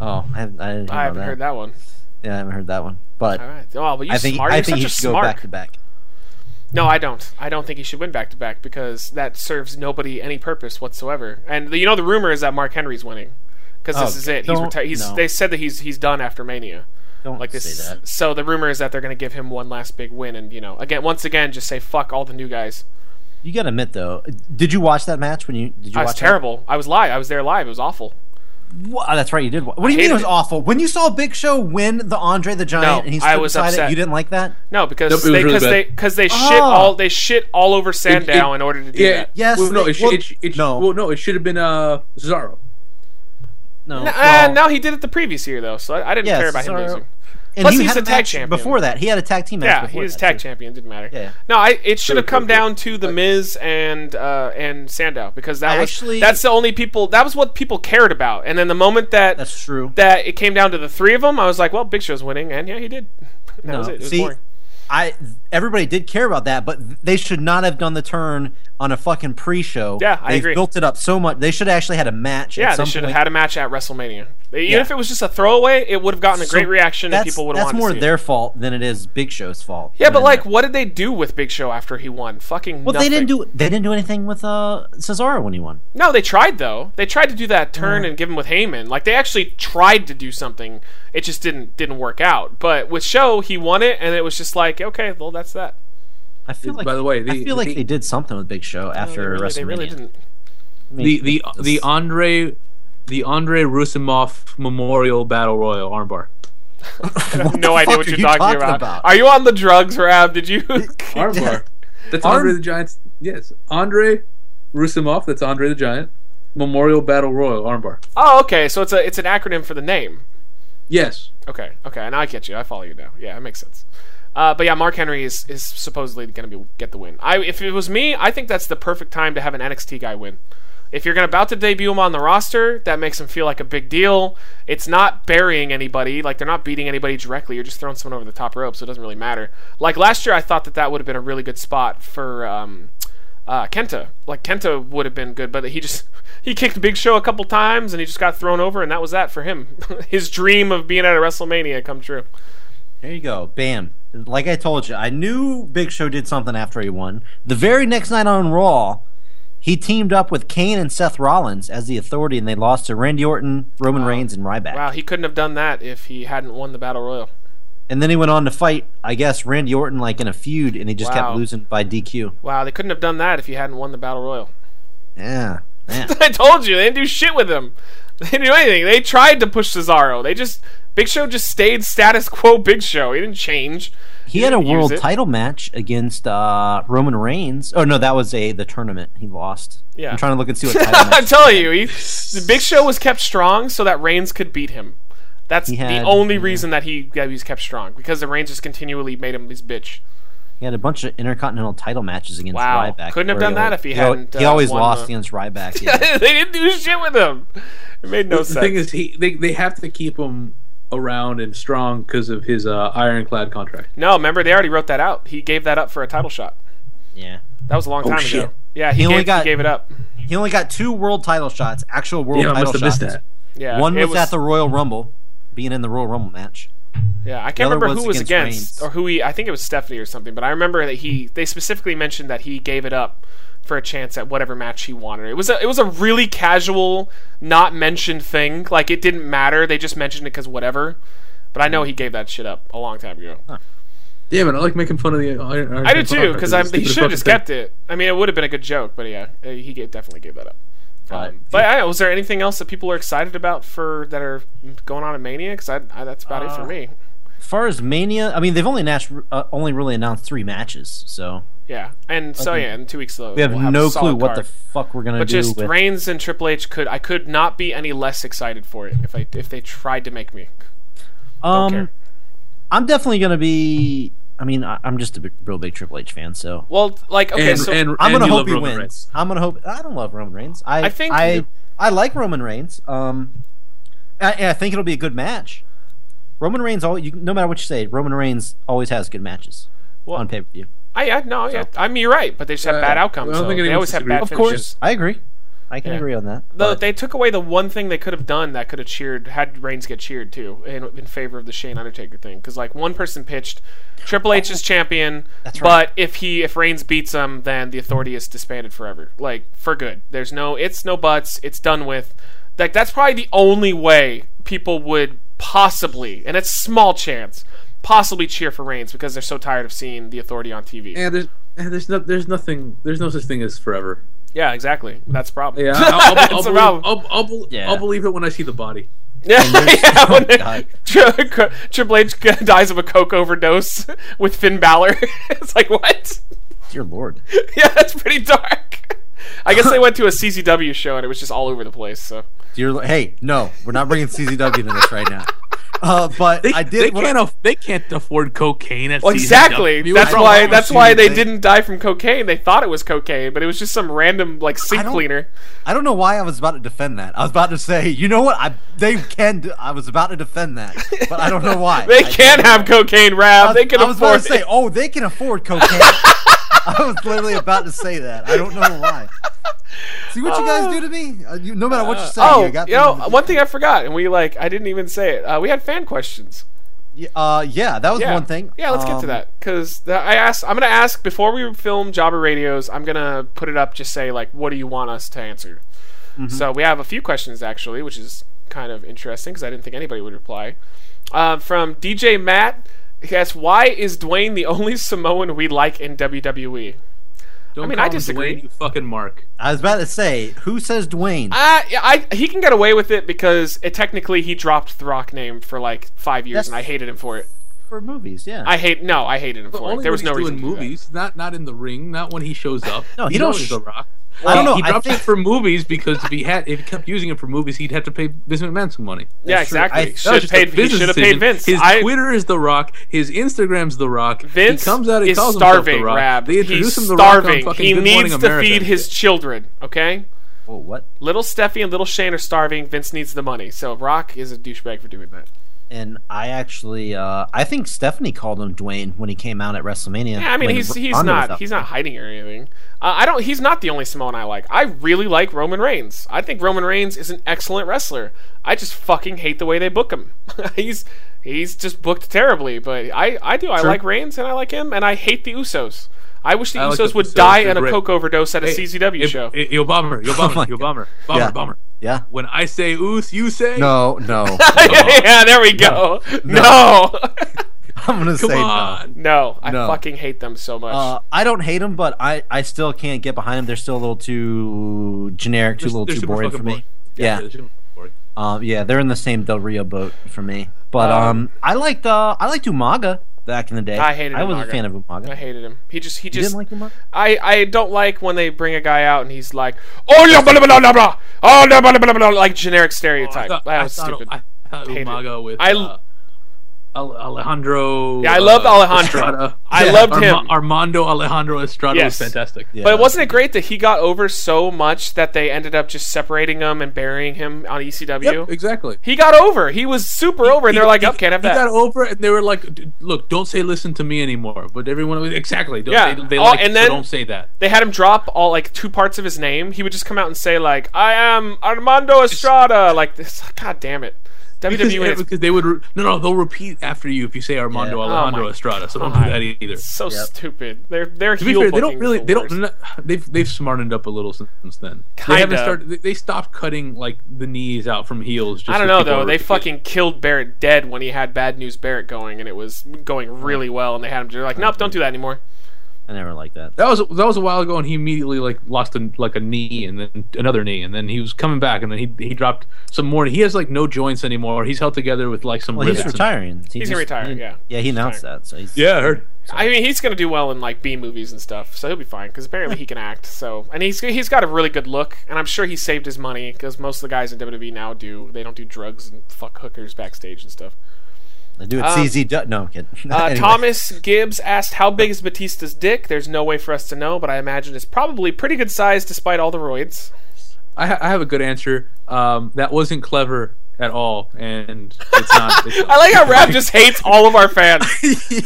[SPEAKER 4] Oh, I haven't, I didn't hear about
[SPEAKER 5] I haven't heard that one.
[SPEAKER 4] Yeah, I haven't heard that one. But
[SPEAKER 5] All right. Oh, but you
[SPEAKER 4] I think
[SPEAKER 5] smart.
[SPEAKER 4] I
[SPEAKER 5] You're
[SPEAKER 4] think he
[SPEAKER 5] such a
[SPEAKER 4] should
[SPEAKER 5] smart.
[SPEAKER 4] go back to back.
[SPEAKER 5] No, I don't. I don't think he should win back to back because that serves nobody any purpose whatsoever. And the, you know the rumor is that Mark Henry's winning because this
[SPEAKER 4] Oh,
[SPEAKER 5] is it. He's,
[SPEAKER 4] don't-
[SPEAKER 5] reti- he's
[SPEAKER 4] no.
[SPEAKER 5] they said that he's he's done after Mania.
[SPEAKER 4] Don't
[SPEAKER 5] Like this.
[SPEAKER 4] say that.
[SPEAKER 5] So the rumor is that they're going to give him one last big win and you know again once again just say fuck all the new guys.
[SPEAKER 4] You got to admit though. Did you watch that match when you did you
[SPEAKER 5] I
[SPEAKER 4] watch
[SPEAKER 5] was terrible. I was live. I was there live. It was awful.
[SPEAKER 4] That? Wha- oh, that's right, you did. wa- What do you mean
[SPEAKER 5] hated
[SPEAKER 4] it was
[SPEAKER 5] it.
[SPEAKER 4] awful? When you saw Big Show win the Andre the Giant and he stood
[SPEAKER 5] I was
[SPEAKER 4] beside
[SPEAKER 5] upset.
[SPEAKER 4] it, you didn't like that?
[SPEAKER 5] No, because
[SPEAKER 2] Nope, it was
[SPEAKER 5] they
[SPEAKER 2] really
[SPEAKER 5] because
[SPEAKER 2] bad.
[SPEAKER 5] they because they shit
[SPEAKER 4] Oh.
[SPEAKER 5] all they shit all over Sandow in order to do
[SPEAKER 2] Yeah.
[SPEAKER 5] that.
[SPEAKER 4] Yes,
[SPEAKER 2] Well, no,
[SPEAKER 4] they-
[SPEAKER 2] it, sh
[SPEAKER 4] well,
[SPEAKER 2] it, sh- it, sh-
[SPEAKER 4] no.
[SPEAKER 2] Well, no, it should have been uh Cesaro.
[SPEAKER 4] No.
[SPEAKER 5] N-
[SPEAKER 4] Oh, well-
[SPEAKER 5] uh, no, he did it the previous year though, so I, I didn't
[SPEAKER 4] Yes,
[SPEAKER 5] care about him
[SPEAKER 4] sorry.
[SPEAKER 5] losing.
[SPEAKER 4] And
[SPEAKER 5] Plus
[SPEAKER 4] he
[SPEAKER 5] he's
[SPEAKER 4] had
[SPEAKER 5] a tag
[SPEAKER 4] match
[SPEAKER 5] champion.
[SPEAKER 4] Before that, he had a tag team match.
[SPEAKER 5] Yeah, he
[SPEAKER 4] before
[SPEAKER 5] was
[SPEAKER 4] that,
[SPEAKER 5] tag
[SPEAKER 4] too.
[SPEAKER 5] champion. Didn't matter.
[SPEAKER 4] Yeah.
[SPEAKER 5] No, I, it should have
[SPEAKER 2] Really
[SPEAKER 5] come
[SPEAKER 2] appropriate.
[SPEAKER 5] down to the Miz and uh, and Sandow because that
[SPEAKER 4] I
[SPEAKER 5] was
[SPEAKER 4] actually-
[SPEAKER 5] that's the only people that was what people cared about. And then the moment that
[SPEAKER 4] That's true.
[SPEAKER 5] that it came down to the three of them, I was like, well, Big Show's winning, and yeah, he did. that
[SPEAKER 4] No,
[SPEAKER 5] was it. It was
[SPEAKER 4] see,
[SPEAKER 5] boring.
[SPEAKER 4] I everybody did care about that, but th- they should not have done the turn on a fucking pre-show.
[SPEAKER 5] Yeah, I
[SPEAKER 4] They've
[SPEAKER 5] agree.
[SPEAKER 4] built it up so much. They should have actually had a match.
[SPEAKER 5] Yeah,
[SPEAKER 4] at
[SPEAKER 5] they
[SPEAKER 4] some
[SPEAKER 5] should have
[SPEAKER 4] point.
[SPEAKER 5] had a match at WrestleMania. Even
[SPEAKER 4] Yeah.
[SPEAKER 5] if it was just a throwaway, it would have gotten a great
[SPEAKER 4] So
[SPEAKER 5] reaction, and
[SPEAKER 4] That's,
[SPEAKER 5] people would have
[SPEAKER 4] that's
[SPEAKER 5] wanted
[SPEAKER 4] more
[SPEAKER 5] to see it.
[SPEAKER 4] their fault than it is Big Show's fault.
[SPEAKER 5] Yeah, but
[SPEAKER 4] And-
[SPEAKER 5] like, what did they do with Big Show after he won? Fucking.
[SPEAKER 4] well,
[SPEAKER 5] nothing.
[SPEAKER 4] they didn't do they didn't do anything with uh, Cesaro when he won.
[SPEAKER 5] No, they tried though. They tried to do that turn and give him with Heyman. Like they actually tried to do something. It just didn't didn't work out. But with Show, he won it, and it was just like, okay, well, that's that.
[SPEAKER 4] I feel like
[SPEAKER 2] By the way, the-
[SPEAKER 4] I feel
[SPEAKER 2] the
[SPEAKER 4] like
[SPEAKER 2] thing-
[SPEAKER 4] they did something with Big Show after
[SPEAKER 5] they, really,
[SPEAKER 4] WrestleMania.
[SPEAKER 5] they really didn't.
[SPEAKER 4] I mean,
[SPEAKER 2] The the the Andre the Andre Rusimov Memorial Battle Royal armbar.
[SPEAKER 5] I have no
[SPEAKER 4] the
[SPEAKER 5] idea
[SPEAKER 4] fuck
[SPEAKER 5] what
[SPEAKER 4] are
[SPEAKER 5] you're
[SPEAKER 4] you
[SPEAKER 5] talking,
[SPEAKER 4] talking
[SPEAKER 5] about.
[SPEAKER 4] about?
[SPEAKER 5] Are you on the drugs, Rab? Did you?
[SPEAKER 2] Armbar. That's
[SPEAKER 4] Arm-
[SPEAKER 2] Andre the Giant's. Yes, Andre Rusimov. That's Andre the Giant. Memorial Battle Royal armbar.
[SPEAKER 5] Oh, okay. So it's a it's an acronym for the name.
[SPEAKER 2] Yes,
[SPEAKER 5] Okay, okay, and I get you. I follow you now. Yeah, that makes sense. Uh, but yeah, Mark Henry is, is supposedly going to be get the win. I if it was me, I think that's the perfect time to have an NXT guy win. If you're gonna about to debut him on the roster, that makes him feel like a big deal. It's not burying anybody, like they're not beating anybody directly. You're just throwing someone over the top rope, so it doesn't really matter. Like last year, I thought that that would have been a really good spot for um, uh, Kenta. Like Kenta would have been good, but he just he kicked Big Show a couple times and he just got thrown over, and that was that for him. His dream of being at a WrestleMania come true.
[SPEAKER 4] There you go. Bam. Like I told you, I knew Big Show did something after he won. The very next night on Raw, he teamed up with Kane and Seth Rollins as the authority, and they lost to Randy Orton, Roman Reigns, and Ryback.
[SPEAKER 5] Wow, he couldn't have done that if he hadn't won the Battle Royal.
[SPEAKER 4] And then he went on to fight, I guess, Randy Orton like in a feud, and he just
[SPEAKER 5] Wow.
[SPEAKER 4] kept losing by DQ.
[SPEAKER 5] Wow, they couldn't have done that if he hadn't won the Battle Royal.
[SPEAKER 4] Yeah. yeah.
[SPEAKER 5] I told you they didn't do shit with him. They didn't do anything. They tried to push Cesaro. They just Big Show just stayed status quo. Big Show. He didn't change.
[SPEAKER 4] he had a
[SPEAKER 5] didn't use
[SPEAKER 4] world
[SPEAKER 5] it.
[SPEAKER 4] title match against uh, Roman Reigns. Oh no, that was a the tournament he lost.
[SPEAKER 5] Yeah.
[SPEAKER 4] I'm trying to look and see what title
[SPEAKER 5] I'm
[SPEAKER 4] match.
[SPEAKER 5] telling you, he, the Big Show was kept strong so that Reigns could beat him. That's
[SPEAKER 4] He
[SPEAKER 5] the
[SPEAKER 4] had-
[SPEAKER 5] only
[SPEAKER 4] yeah.
[SPEAKER 5] reason that he that he was kept strong because the Reigns just continually made him this bitch.
[SPEAKER 4] He had a bunch of intercontinental title matches against
[SPEAKER 5] Wow.
[SPEAKER 4] Ryback.
[SPEAKER 5] Couldn't have
[SPEAKER 4] where
[SPEAKER 5] done
[SPEAKER 4] he
[SPEAKER 5] that
[SPEAKER 4] al-
[SPEAKER 5] if he
[SPEAKER 4] al-
[SPEAKER 5] hadn't,
[SPEAKER 4] He
[SPEAKER 5] uh,
[SPEAKER 4] always
[SPEAKER 5] won
[SPEAKER 4] lost
[SPEAKER 5] the-
[SPEAKER 4] against Ryback.
[SPEAKER 5] they
[SPEAKER 4] Yeah.
[SPEAKER 5] didn't do shit with him. It made no
[SPEAKER 2] the
[SPEAKER 5] sense.
[SPEAKER 2] thing is, he they, they have to keep him around and strong because of his uh, ironclad contract.
[SPEAKER 5] no, remember they already wrote that out. He gave that up for a title shot.
[SPEAKER 4] yeah.
[SPEAKER 5] That was a long
[SPEAKER 2] Oh,
[SPEAKER 5] time
[SPEAKER 2] shit.
[SPEAKER 5] ago. Yeah, he,
[SPEAKER 4] He only
[SPEAKER 5] gave, he
[SPEAKER 4] got-
[SPEAKER 5] gave it up.
[SPEAKER 4] He only got two world title shots, actual world
[SPEAKER 2] Yeah, I
[SPEAKER 4] title
[SPEAKER 2] must have
[SPEAKER 4] shots.
[SPEAKER 2] missed that.
[SPEAKER 5] Yeah,
[SPEAKER 4] One
[SPEAKER 5] it
[SPEAKER 4] was, at the Royal Rumble, being in the Royal Rumble match.
[SPEAKER 5] Yeah, I can't
[SPEAKER 4] other
[SPEAKER 5] remember
[SPEAKER 4] was
[SPEAKER 5] who was
[SPEAKER 4] against
[SPEAKER 5] against
[SPEAKER 4] Reigns.
[SPEAKER 5] or who he. I think it was Stephanie or something. But I remember that he. They specifically mentioned that he gave it up for a chance at whatever match he wanted. It was a. It was a really casual, not mentioned thing. Like it didn't matter. They just mentioned it because whatever. But I know he gave that shit up a long time ago.
[SPEAKER 2] Damn it! I like making fun of the. uh, Iron,
[SPEAKER 5] I do too, because I'm he should have just kept it. I mean, it would have been a good joke, but yeah, uh, he gave, definitely gave that up.
[SPEAKER 4] Right.
[SPEAKER 5] Um, but I, was there anything else that people are excited about for that are going on in Mania? Because I, I, that's about it for me.
[SPEAKER 4] As far as Mania, I mean, they've only nas- uh, only really announced three matches, so
[SPEAKER 5] Yeah, and so yeah, in two weeks though,
[SPEAKER 4] we have
[SPEAKER 5] we'll a
[SPEAKER 4] no
[SPEAKER 5] solid
[SPEAKER 4] clue what the
[SPEAKER 5] card.
[SPEAKER 4] fuck we're gonna
[SPEAKER 5] but
[SPEAKER 4] do.
[SPEAKER 5] just
[SPEAKER 4] with-
[SPEAKER 5] Reigns and Triple H could I could not be any less excited for it if I if they tried to make me. Don't
[SPEAKER 4] um,
[SPEAKER 5] care.
[SPEAKER 4] I'm definitely gonna be. I mean, I, I'm just a big, real big Triple H fan, so
[SPEAKER 5] Well, like okay,
[SPEAKER 2] And,
[SPEAKER 5] so
[SPEAKER 2] and, and
[SPEAKER 4] I'm gonna
[SPEAKER 2] you
[SPEAKER 4] hope
[SPEAKER 2] love
[SPEAKER 4] he
[SPEAKER 2] Roman
[SPEAKER 4] wins.
[SPEAKER 2] Reigns.
[SPEAKER 4] I'm gonna hope. I don't love Roman Reigns. I,
[SPEAKER 5] I think
[SPEAKER 4] I
[SPEAKER 5] you-
[SPEAKER 4] I like Roman Reigns. Um, I, I think it'll be a good match. Roman Reigns, always, you, no matter what you say, Roman Reigns always has good matches
[SPEAKER 5] Well,
[SPEAKER 4] on pay per view.
[SPEAKER 5] I, I no, yeah, I mean you're right, but they just have
[SPEAKER 2] Uh,
[SPEAKER 5] bad outcomes.
[SPEAKER 2] I don't
[SPEAKER 5] so
[SPEAKER 2] think
[SPEAKER 5] they
[SPEAKER 2] anyone
[SPEAKER 5] always have bad
[SPEAKER 2] disagrees.
[SPEAKER 5] finishes.
[SPEAKER 2] Of course.
[SPEAKER 4] I agree. I can
[SPEAKER 5] Yeah.
[SPEAKER 4] agree on that.
[SPEAKER 5] Though
[SPEAKER 4] but-
[SPEAKER 5] they took away the one thing they could have done that could have cheered had Reigns get cheered too in, in favor of the Shane Undertaker thing because like one person pitched Triple H is champion,
[SPEAKER 4] That's right.
[SPEAKER 5] but if he if Reigns beats him, then the Authority is disbanded forever, like for good. There's no it's no buts, it's done with. Like that's probably the only way people would possibly, and it's small chance, possibly cheer for Reigns because they're so tired of seeing the Authority on TV.
[SPEAKER 2] And there's and there's no there's nothing there's no such thing as forever.
[SPEAKER 5] yeah, exactly. That's the problem.
[SPEAKER 2] Yeah, I'll, I'll,
[SPEAKER 5] That's
[SPEAKER 2] I'll,
[SPEAKER 5] the
[SPEAKER 2] believe,
[SPEAKER 5] problem.
[SPEAKER 2] I'll, I'll, bel-
[SPEAKER 4] Yeah.
[SPEAKER 2] I'll believe it when I see the body.
[SPEAKER 5] Yeah, yeah when they-
[SPEAKER 4] God.
[SPEAKER 5] Tri- Co- Triple H g- dies of a coke overdose with Finn Balor. it's like what?
[SPEAKER 4] dear lord.
[SPEAKER 5] yeah, that's pretty dark. I guess they went to a CCW show and it was just all over the place. So
[SPEAKER 4] Dear, lo- hey, no, we're not bringing CZW to this right now. Uh, but
[SPEAKER 2] They,
[SPEAKER 4] I did.
[SPEAKER 2] they
[SPEAKER 4] what-
[SPEAKER 2] can't aff- they can't afford cocaine at
[SPEAKER 5] well,
[SPEAKER 2] CZW.
[SPEAKER 5] exactly. That's
[SPEAKER 2] Bro,
[SPEAKER 5] why.
[SPEAKER 2] I've
[SPEAKER 5] That's
[SPEAKER 2] seen
[SPEAKER 5] why
[SPEAKER 2] it.
[SPEAKER 5] they
[SPEAKER 4] thing.
[SPEAKER 5] didn't die from cocaine. They thought it was cocaine, but it was just some random like
[SPEAKER 4] I
[SPEAKER 5] sink
[SPEAKER 4] don't-
[SPEAKER 5] cleaner.
[SPEAKER 4] I don't know why I was about to defend that. I was about to say, you know what? I they can. Do, I was about to defend that, but I don't know why.
[SPEAKER 5] They
[SPEAKER 4] I-
[SPEAKER 5] can have cocaine, Rab.
[SPEAKER 4] I was,
[SPEAKER 5] they can
[SPEAKER 4] I was
[SPEAKER 5] afford
[SPEAKER 4] about to say,
[SPEAKER 5] it.
[SPEAKER 4] oh, they can afford cocaine. I was literally about to say that. I don't know why. See what you guys do to me? Uh, you, no matter what you say,
[SPEAKER 5] Oh,
[SPEAKER 4] you got
[SPEAKER 5] you know, one thing I forgot, and we like I didn't even say it. Uh, we had fan questions.
[SPEAKER 4] Yeah, Uh, yeah, that was
[SPEAKER 5] yeah.
[SPEAKER 4] one thing.
[SPEAKER 5] Yeah, let's get to
[SPEAKER 4] Um,
[SPEAKER 5] that because I asked. I'm gonna ask before we film Jobber Radios. I'm gonna put it up. Just say like, what do you want us to answer?
[SPEAKER 4] Mm-hmm.
[SPEAKER 5] So we have a few questions actually, which is kind of interesting because I didn't think anybody would reply. Uh, from DJ Matt, he asks, "Why is Dwayne the only Samoan we like in E? WWE?"
[SPEAKER 2] Don't
[SPEAKER 5] I mean,
[SPEAKER 2] call
[SPEAKER 5] I
[SPEAKER 2] him
[SPEAKER 5] disagree.
[SPEAKER 2] Dwayne, you fucking Mark.
[SPEAKER 4] I was about to say, who says Dwayne?
[SPEAKER 5] Uh, yeah, I he can get away with it because it, technically he dropped the Rock name for like five years,
[SPEAKER 4] That's
[SPEAKER 5] and I hated him for it.
[SPEAKER 4] for movies. Yeah.
[SPEAKER 5] I hate no, I hated him
[SPEAKER 2] But
[SPEAKER 5] for it.
[SPEAKER 2] only
[SPEAKER 5] There was
[SPEAKER 2] when
[SPEAKER 5] no
[SPEAKER 2] he's
[SPEAKER 5] reason.
[SPEAKER 2] doing
[SPEAKER 5] to do that.
[SPEAKER 2] movies, not not in the ring, not when he shows up.
[SPEAKER 4] No, he
[SPEAKER 2] He's
[SPEAKER 4] don't
[SPEAKER 2] always
[SPEAKER 4] sh-
[SPEAKER 2] The Rock.
[SPEAKER 4] I don't know,
[SPEAKER 2] He
[SPEAKER 4] I
[SPEAKER 2] dropped
[SPEAKER 4] think-
[SPEAKER 2] it for movies because if he had, if he kept using it for movies, he'd have to pay Vince McMahon some money.
[SPEAKER 5] Yeah,
[SPEAKER 4] That's true. I-
[SPEAKER 5] exactly.
[SPEAKER 4] that
[SPEAKER 2] That was
[SPEAKER 5] Should
[SPEAKER 2] just a
[SPEAKER 5] paid. He
[SPEAKER 2] business
[SPEAKER 5] should have paid
[SPEAKER 2] decision.
[SPEAKER 5] Vince.
[SPEAKER 2] His
[SPEAKER 5] I,
[SPEAKER 2] Twitter is The Rock. His Instagram's The Rock.
[SPEAKER 5] Vince
[SPEAKER 2] he comes out. He
[SPEAKER 5] is
[SPEAKER 2] calls
[SPEAKER 5] starving.
[SPEAKER 2] himself The Rock.
[SPEAKER 5] Rab.
[SPEAKER 2] They introduce
[SPEAKER 5] He's
[SPEAKER 2] him The Rock on
[SPEAKER 5] starving.
[SPEAKER 2] fucking
[SPEAKER 5] he
[SPEAKER 2] Good
[SPEAKER 5] needs
[SPEAKER 2] Morning
[SPEAKER 5] to
[SPEAKER 2] America.
[SPEAKER 5] feed his children. Okay.
[SPEAKER 4] Whoa, what?
[SPEAKER 5] Little Steffi and little Shane are starving. Vince needs the money. So Rock is a douchebag for doing that.
[SPEAKER 4] And I actually, uh, I think Stephanie called him Dwayne when he came out at WrestleMania.
[SPEAKER 5] Yeah, I mean
[SPEAKER 4] when
[SPEAKER 5] he's he's
[SPEAKER 4] Ronda was
[SPEAKER 5] not
[SPEAKER 4] out
[SPEAKER 5] he's
[SPEAKER 4] there.
[SPEAKER 5] not hiding or anything. Uh, I don't. He's not the only Samoan I like. I really like Roman Reigns. I think Roman Reigns is an excellent wrestler. I just fucking hate the way they book him. he's he's just booked terribly. But I I do. I
[SPEAKER 2] Sure.
[SPEAKER 5] like Reigns and I like him and I hate the Usos. I wish the
[SPEAKER 2] I like
[SPEAKER 5] Usos
[SPEAKER 2] the
[SPEAKER 5] would
[SPEAKER 2] Usos.
[SPEAKER 5] die
[SPEAKER 2] They're
[SPEAKER 5] in a
[SPEAKER 2] great.
[SPEAKER 5] coke overdose at a
[SPEAKER 2] Hey,
[SPEAKER 5] CZW
[SPEAKER 2] Hey,
[SPEAKER 5] show.
[SPEAKER 2] hey, Yo, bomber. Yo,
[SPEAKER 4] Oh my
[SPEAKER 2] bomber. Yo,
[SPEAKER 4] God.
[SPEAKER 2] bomber. Bomber.
[SPEAKER 4] Yeah.
[SPEAKER 2] Bomber.
[SPEAKER 4] Yeah.
[SPEAKER 2] When I say ooth, you say
[SPEAKER 4] No, no.
[SPEAKER 5] yeah, there we go. No, no,
[SPEAKER 4] I'm gonna
[SPEAKER 2] Come
[SPEAKER 4] say uh, no.
[SPEAKER 2] on.
[SPEAKER 5] I
[SPEAKER 4] No.
[SPEAKER 5] fucking hate them so much.
[SPEAKER 4] Uh, I don't hate them, but I, I still can't get behind them. They're still a little too generic, too
[SPEAKER 2] They're-
[SPEAKER 4] little
[SPEAKER 2] they're
[SPEAKER 4] too
[SPEAKER 2] super
[SPEAKER 4] boring
[SPEAKER 2] fucking
[SPEAKER 4] for me.
[SPEAKER 2] boring.
[SPEAKER 4] Yeah,
[SPEAKER 2] they're super boring.
[SPEAKER 4] um, yeah, they're in the same Del Rio boat for me. But um, I liked uh, I liked Umaga back in the day.
[SPEAKER 5] I hated
[SPEAKER 4] I was
[SPEAKER 5] Umaga.
[SPEAKER 4] a fan of Umaga.
[SPEAKER 5] I hated him. He just he
[SPEAKER 4] you
[SPEAKER 5] just
[SPEAKER 4] didn't like Umaga?
[SPEAKER 5] I, I don't like when they bring a guy out and he's like, oh, yeah, blah, blah, blah, blah, blah, oh, blah, blah, blah, blah, blah, like generic
[SPEAKER 2] Oh, I
[SPEAKER 5] stereotype.
[SPEAKER 2] thought-
[SPEAKER 5] that
[SPEAKER 2] I
[SPEAKER 5] was
[SPEAKER 2] thought-
[SPEAKER 5] stupid.
[SPEAKER 2] I thought
[SPEAKER 5] Hated.
[SPEAKER 2] Umaga with
[SPEAKER 5] I-
[SPEAKER 2] uh, Al- Alejandro.
[SPEAKER 5] Yeah, I loved
[SPEAKER 2] uh,
[SPEAKER 5] Alejandro.
[SPEAKER 2] Estrada.
[SPEAKER 5] I loved
[SPEAKER 2] Arma-
[SPEAKER 5] him.
[SPEAKER 2] Armando Alejandro Estrada
[SPEAKER 5] Yes.
[SPEAKER 2] was fantastic.
[SPEAKER 4] Yeah.
[SPEAKER 5] but wasn't it great that he got over so much that they ended up just separating him and burying him on ECW?
[SPEAKER 2] Yep, exactly.
[SPEAKER 5] He got over. He was super over, and
[SPEAKER 2] He
[SPEAKER 5] they're
[SPEAKER 2] got-
[SPEAKER 5] like,
[SPEAKER 2] he-
[SPEAKER 5] "Yep, can't have
[SPEAKER 2] he
[SPEAKER 5] that."
[SPEAKER 2] got over, it, and they were like, "D- "Look, don't say listen to me anymore." But everyone, was, exactly. Don't,
[SPEAKER 5] Yeah.
[SPEAKER 2] They, they
[SPEAKER 5] Oh,
[SPEAKER 2] like
[SPEAKER 5] and
[SPEAKER 2] it, so
[SPEAKER 5] then-
[SPEAKER 2] don't say that.
[SPEAKER 5] they had him drop all like two parts of his name. He would just come out and say like, "I am Armando Estrada." Like this. God damn it.
[SPEAKER 2] Because,
[SPEAKER 5] WWE is
[SPEAKER 2] because they would re- no no they'll repeat after you if you say Armando
[SPEAKER 4] Yeah.
[SPEAKER 5] Oh
[SPEAKER 2] Alejandro
[SPEAKER 5] my
[SPEAKER 2] Estrada so don't
[SPEAKER 5] God.
[SPEAKER 2] do that either.
[SPEAKER 5] so
[SPEAKER 4] Yep.
[SPEAKER 5] stupid. They're they're
[SPEAKER 2] To be
[SPEAKER 5] heel
[SPEAKER 2] fair, they don't
[SPEAKER 5] booking
[SPEAKER 2] really
[SPEAKER 5] is the
[SPEAKER 2] they don't
[SPEAKER 5] worst.
[SPEAKER 2] n- they've they've smartened up a little since, since then. They
[SPEAKER 5] Kinda.
[SPEAKER 2] haven't started. They, they stopped cutting like the knees out from heels. Just
[SPEAKER 5] I don't
[SPEAKER 2] so
[SPEAKER 5] know
[SPEAKER 2] people
[SPEAKER 5] though.
[SPEAKER 2] are
[SPEAKER 5] They
[SPEAKER 2] repeating.
[SPEAKER 5] fucking killed Barrett dead when he had Bad News Barrett going, and it was going really well. And they had him. They're like, nope, don't do that anymore.
[SPEAKER 4] I never liked that.
[SPEAKER 2] That was that was a while ago, and he immediately like lost a, like a knee and then another knee, and then he was coming back, and then he he dropped some more. He has like no joints anymore. He's held together with like some.
[SPEAKER 4] Well,
[SPEAKER 2] rivets
[SPEAKER 4] he's
[SPEAKER 2] and-
[SPEAKER 4] retiring. He
[SPEAKER 5] He's
[SPEAKER 4] just-
[SPEAKER 5] gonna retire,
[SPEAKER 4] he-
[SPEAKER 5] yeah.
[SPEAKER 4] yeah, he announced
[SPEAKER 5] Retiring.
[SPEAKER 4] that. So he's
[SPEAKER 2] Yeah, I heard.
[SPEAKER 5] I mean, he's gonna do well in like B movies and stuff, so he'll be fine because apparently he can act. So, and he's he's got a really good look, and I'm sure he saved his money because most of the guys in WWE now do. They don't do drugs and fuck hookers backstage and stuff.
[SPEAKER 4] I do it.
[SPEAKER 5] Um,
[SPEAKER 4] CZ. Du- no, I'm kidding.
[SPEAKER 5] Uh,
[SPEAKER 4] Anyway.
[SPEAKER 5] Thomas Gibbs asked, "How big is Batista's dick?" There's no way for us to know, but I imagine it's probably pretty good size despite all the roids.
[SPEAKER 2] I, ha- I have a good answer. Um, that wasn't clever at all, and it's not. It's
[SPEAKER 5] I like how Rap just hates all of our fans.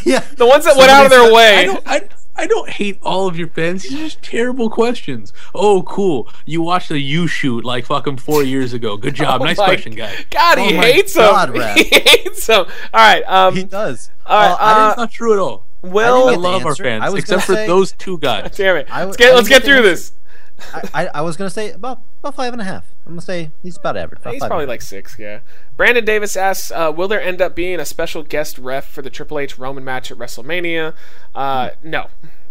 [SPEAKER 4] yeah.
[SPEAKER 5] The ones that went out of their way.
[SPEAKER 2] I don't. I, I don't hate all of your fans. These are just terrible questions. Oh, cool. You watched a U shoot like fucking four years ago. Good job. nice
[SPEAKER 5] Like,
[SPEAKER 2] question, guy.
[SPEAKER 5] God, he
[SPEAKER 4] Oh my
[SPEAKER 5] hates
[SPEAKER 4] God,
[SPEAKER 5] him.
[SPEAKER 4] Rap.
[SPEAKER 5] He hates him. All right.
[SPEAKER 4] He
[SPEAKER 5] Um,
[SPEAKER 4] does.
[SPEAKER 5] all right,
[SPEAKER 4] Uh, I
[SPEAKER 5] uh,
[SPEAKER 2] That's not true at all.
[SPEAKER 5] Will,
[SPEAKER 4] I
[SPEAKER 2] I
[SPEAKER 4] get the
[SPEAKER 2] love our
[SPEAKER 4] answer.
[SPEAKER 2] fans,
[SPEAKER 4] I was
[SPEAKER 2] except for
[SPEAKER 4] gonna say-
[SPEAKER 2] those two guys.
[SPEAKER 5] damn it.
[SPEAKER 4] I w-
[SPEAKER 5] let's
[SPEAKER 4] I
[SPEAKER 5] get
[SPEAKER 4] would
[SPEAKER 5] let's
[SPEAKER 4] get
[SPEAKER 5] get
[SPEAKER 4] the
[SPEAKER 5] through
[SPEAKER 4] answer.
[SPEAKER 5] this.
[SPEAKER 4] I, I, I was gonna say about about five and a half. I'm gonna say he's about average. about
[SPEAKER 5] He's
[SPEAKER 4] five
[SPEAKER 5] probably
[SPEAKER 4] and a half.
[SPEAKER 5] like six. Yeah. Brandon Davis asks, uh, "Will there end up being a special guest ref for the Triple H Roman match at WrestleMania?" Uh, no,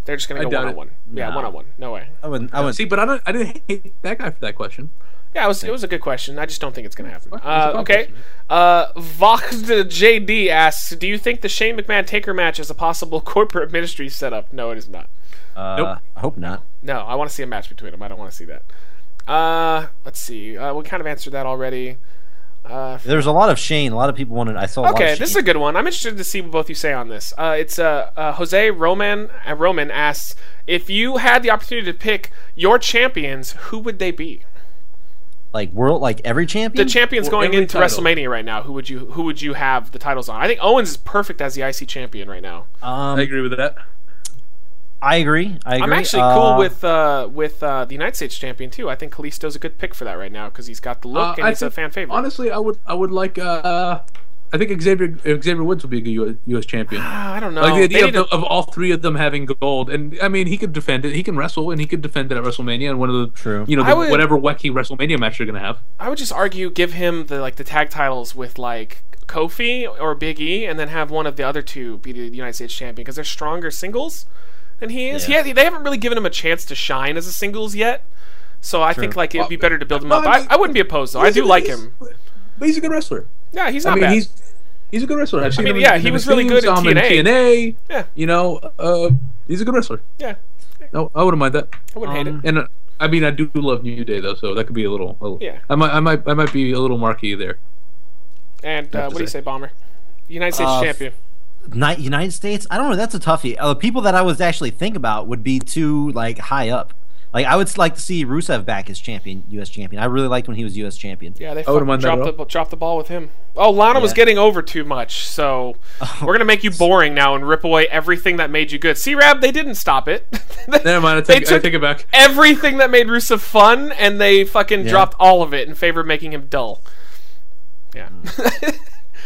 [SPEAKER 5] they're just gonna
[SPEAKER 2] I
[SPEAKER 5] go
[SPEAKER 2] doubt
[SPEAKER 5] one on
[SPEAKER 2] it.
[SPEAKER 5] one. Yeah,
[SPEAKER 4] No.
[SPEAKER 5] one on one. No way.
[SPEAKER 4] I wouldn't. I wouldn't.
[SPEAKER 2] See, but I don't. I didn't hate that guy for that question.
[SPEAKER 5] Yeah, it was, it was a good question. I just don't think it's going to happen.
[SPEAKER 2] It's a
[SPEAKER 5] Uh,
[SPEAKER 2] fun
[SPEAKER 5] okay.
[SPEAKER 2] question.
[SPEAKER 5] Uh, Vox JD asks Do you think the Shane McMahon Taker match is a possible corporate ministry setup? No, it is not.
[SPEAKER 4] Uh,
[SPEAKER 2] Nope.
[SPEAKER 4] I hope not.
[SPEAKER 5] No, I want to see a match between them. I don't want to see that. Uh, let's see. Uh, we kind of answered that already. Uh,
[SPEAKER 4] There's a lot of Shane. A lot of people wanted. I saw. A lot of
[SPEAKER 5] okay,
[SPEAKER 4] Shane.
[SPEAKER 5] this is a good one. I'm interested to see what both you say on this. Uh, it's uh, uh, Jose Roman uh, Roman asks If you had the opportunity to pick your champions, who would they be?
[SPEAKER 4] like world, like every champion.
[SPEAKER 5] the champions
[SPEAKER 2] Or
[SPEAKER 5] going
[SPEAKER 2] every
[SPEAKER 5] into
[SPEAKER 2] title.
[SPEAKER 5] WrestleMania right now, who would you who would you have the titles on? I think Owens is perfect as the IC champion right now.
[SPEAKER 4] um,
[SPEAKER 2] I agree with that.
[SPEAKER 4] I agree. I agree.
[SPEAKER 5] I'm actually
[SPEAKER 4] Uh,
[SPEAKER 5] cool with uh, with uh, the United States champion too. I think Kalisto's a good pick for that right now because he's got the look
[SPEAKER 2] Uh,
[SPEAKER 5] and
[SPEAKER 2] I
[SPEAKER 5] he's a
[SPEAKER 2] think-
[SPEAKER 5] fan favorite.
[SPEAKER 2] Honestly, I would. I would like. Uh, I think Xavier Xavier Woods would be a good U- U.S. champion.
[SPEAKER 5] Ah, I don't know.
[SPEAKER 2] Like the
[SPEAKER 5] They
[SPEAKER 2] idea of,
[SPEAKER 5] need to-
[SPEAKER 2] the, of all three of them having gold, and I mean, he could defend it. He can wrestle, and he could defend it at WrestleMania, and one of the
[SPEAKER 4] True.
[SPEAKER 2] you know,
[SPEAKER 5] I
[SPEAKER 2] the,
[SPEAKER 5] would-
[SPEAKER 2] whatever wacky WrestleMania match you're gonna have.
[SPEAKER 5] I would just argue give him the like the tag titles with like Kofi or Big E, and then have one of the other two be the United States champion because they're stronger singles than he is.
[SPEAKER 4] Yeah.
[SPEAKER 5] He, they haven't really given him a chance to shine as a singles yet. So I think like it'd be better to build him
[SPEAKER 2] Well,
[SPEAKER 5] up.
[SPEAKER 2] I
[SPEAKER 5] I,
[SPEAKER 2] mean,
[SPEAKER 5] I wouldn't be opposed though. I
[SPEAKER 2] He's
[SPEAKER 5] do
[SPEAKER 2] a-
[SPEAKER 5] like
[SPEAKER 2] he's-
[SPEAKER 5] him.
[SPEAKER 2] But he's a good wrestler.
[SPEAKER 5] Yeah, he's not
[SPEAKER 2] I mean,
[SPEAKER 5] bad.
[SPEAKER 2] he's He's a good wrestler. I've seen
[SPEAKER 5] mean,
[SPEAKER 2] him. in-
[SPEAKER 5] yeah, he
[SPEAKER 2] in
[SPEAKER 5] was
[SPEAKER 2] the
[SPEAKER 5] really
[SPEAKER 2] scene,
[SPEAKER 5] good
[SPEAKER 2] saw
[SPEAKER 5] in
[SPEAKER 2] him
[SPEAKER 5] TNA.
[SPEAKER 2] TNA.
[SPEAKER 5] Yeah.
[SPEAKER 2] You know, uh, he's a good wrestler.
[SPEAKER 5] Yeah,
[SPEAKER 2] No, I wouldn't mind that.
[SPEAKER 5] I wouldn't hate it.
[SPEAKER 2] And uh, I mean, I do love New Day though, so that could be a little. A little
[SPEAKER 5] Yeah.
[SPEAKER 2] I might, I might, I might be a little marky there.
[SPEAKER 5] And uh,
[SPEAKER 2] have
[SPEAKER 5] what
[SPEAKER 2] to
[SPEAKER 5] do you
[SPEAKER 2] say.
[SPEAKER 5] say, Bomber? United States
[SPEAKER 4] Uh,
[SPEAKER 5] champion.
[SPEAKER 4] Ni- United States? I don't know. That's a toughie. Uh, the people that I was actually think about would be too like high up. Like I would s- like to see Rusev back as champion, U.S. champion. I really liked when he was U.S. champion.
[SPEAKER 5] Yeah, they
[SPEAKER 2] wouldn't
[SPEAKER 5] fucking
[SPEAKER 2] mind that at
[SPEAKER 5] dropped the,
[SPEAKER 2] all.
[SPEAKER 5] b- dropped the ball with him. Oh, Lana was
[SPEAKER 4] Yeah.
[SPEAKER 5] getting over too much, so
[SPEAKER 2] Oh.
[SPEAKER 5] we're gonna make you boring now and rip away everything that made you good. See, Rab, they didn't stop it.
[SPEAKER 2] Never mind. I
[SPEAKER 5] They
[SPEAKER 2] take, I
[SPEAKER 5] took-
[SPEAKER 2] take it back.
[SPEAKER 5] everything that made Rusev fun, and they fucking dropped all of it in favor of making him dull. Yeah,
[SPEAKER 2] Mm.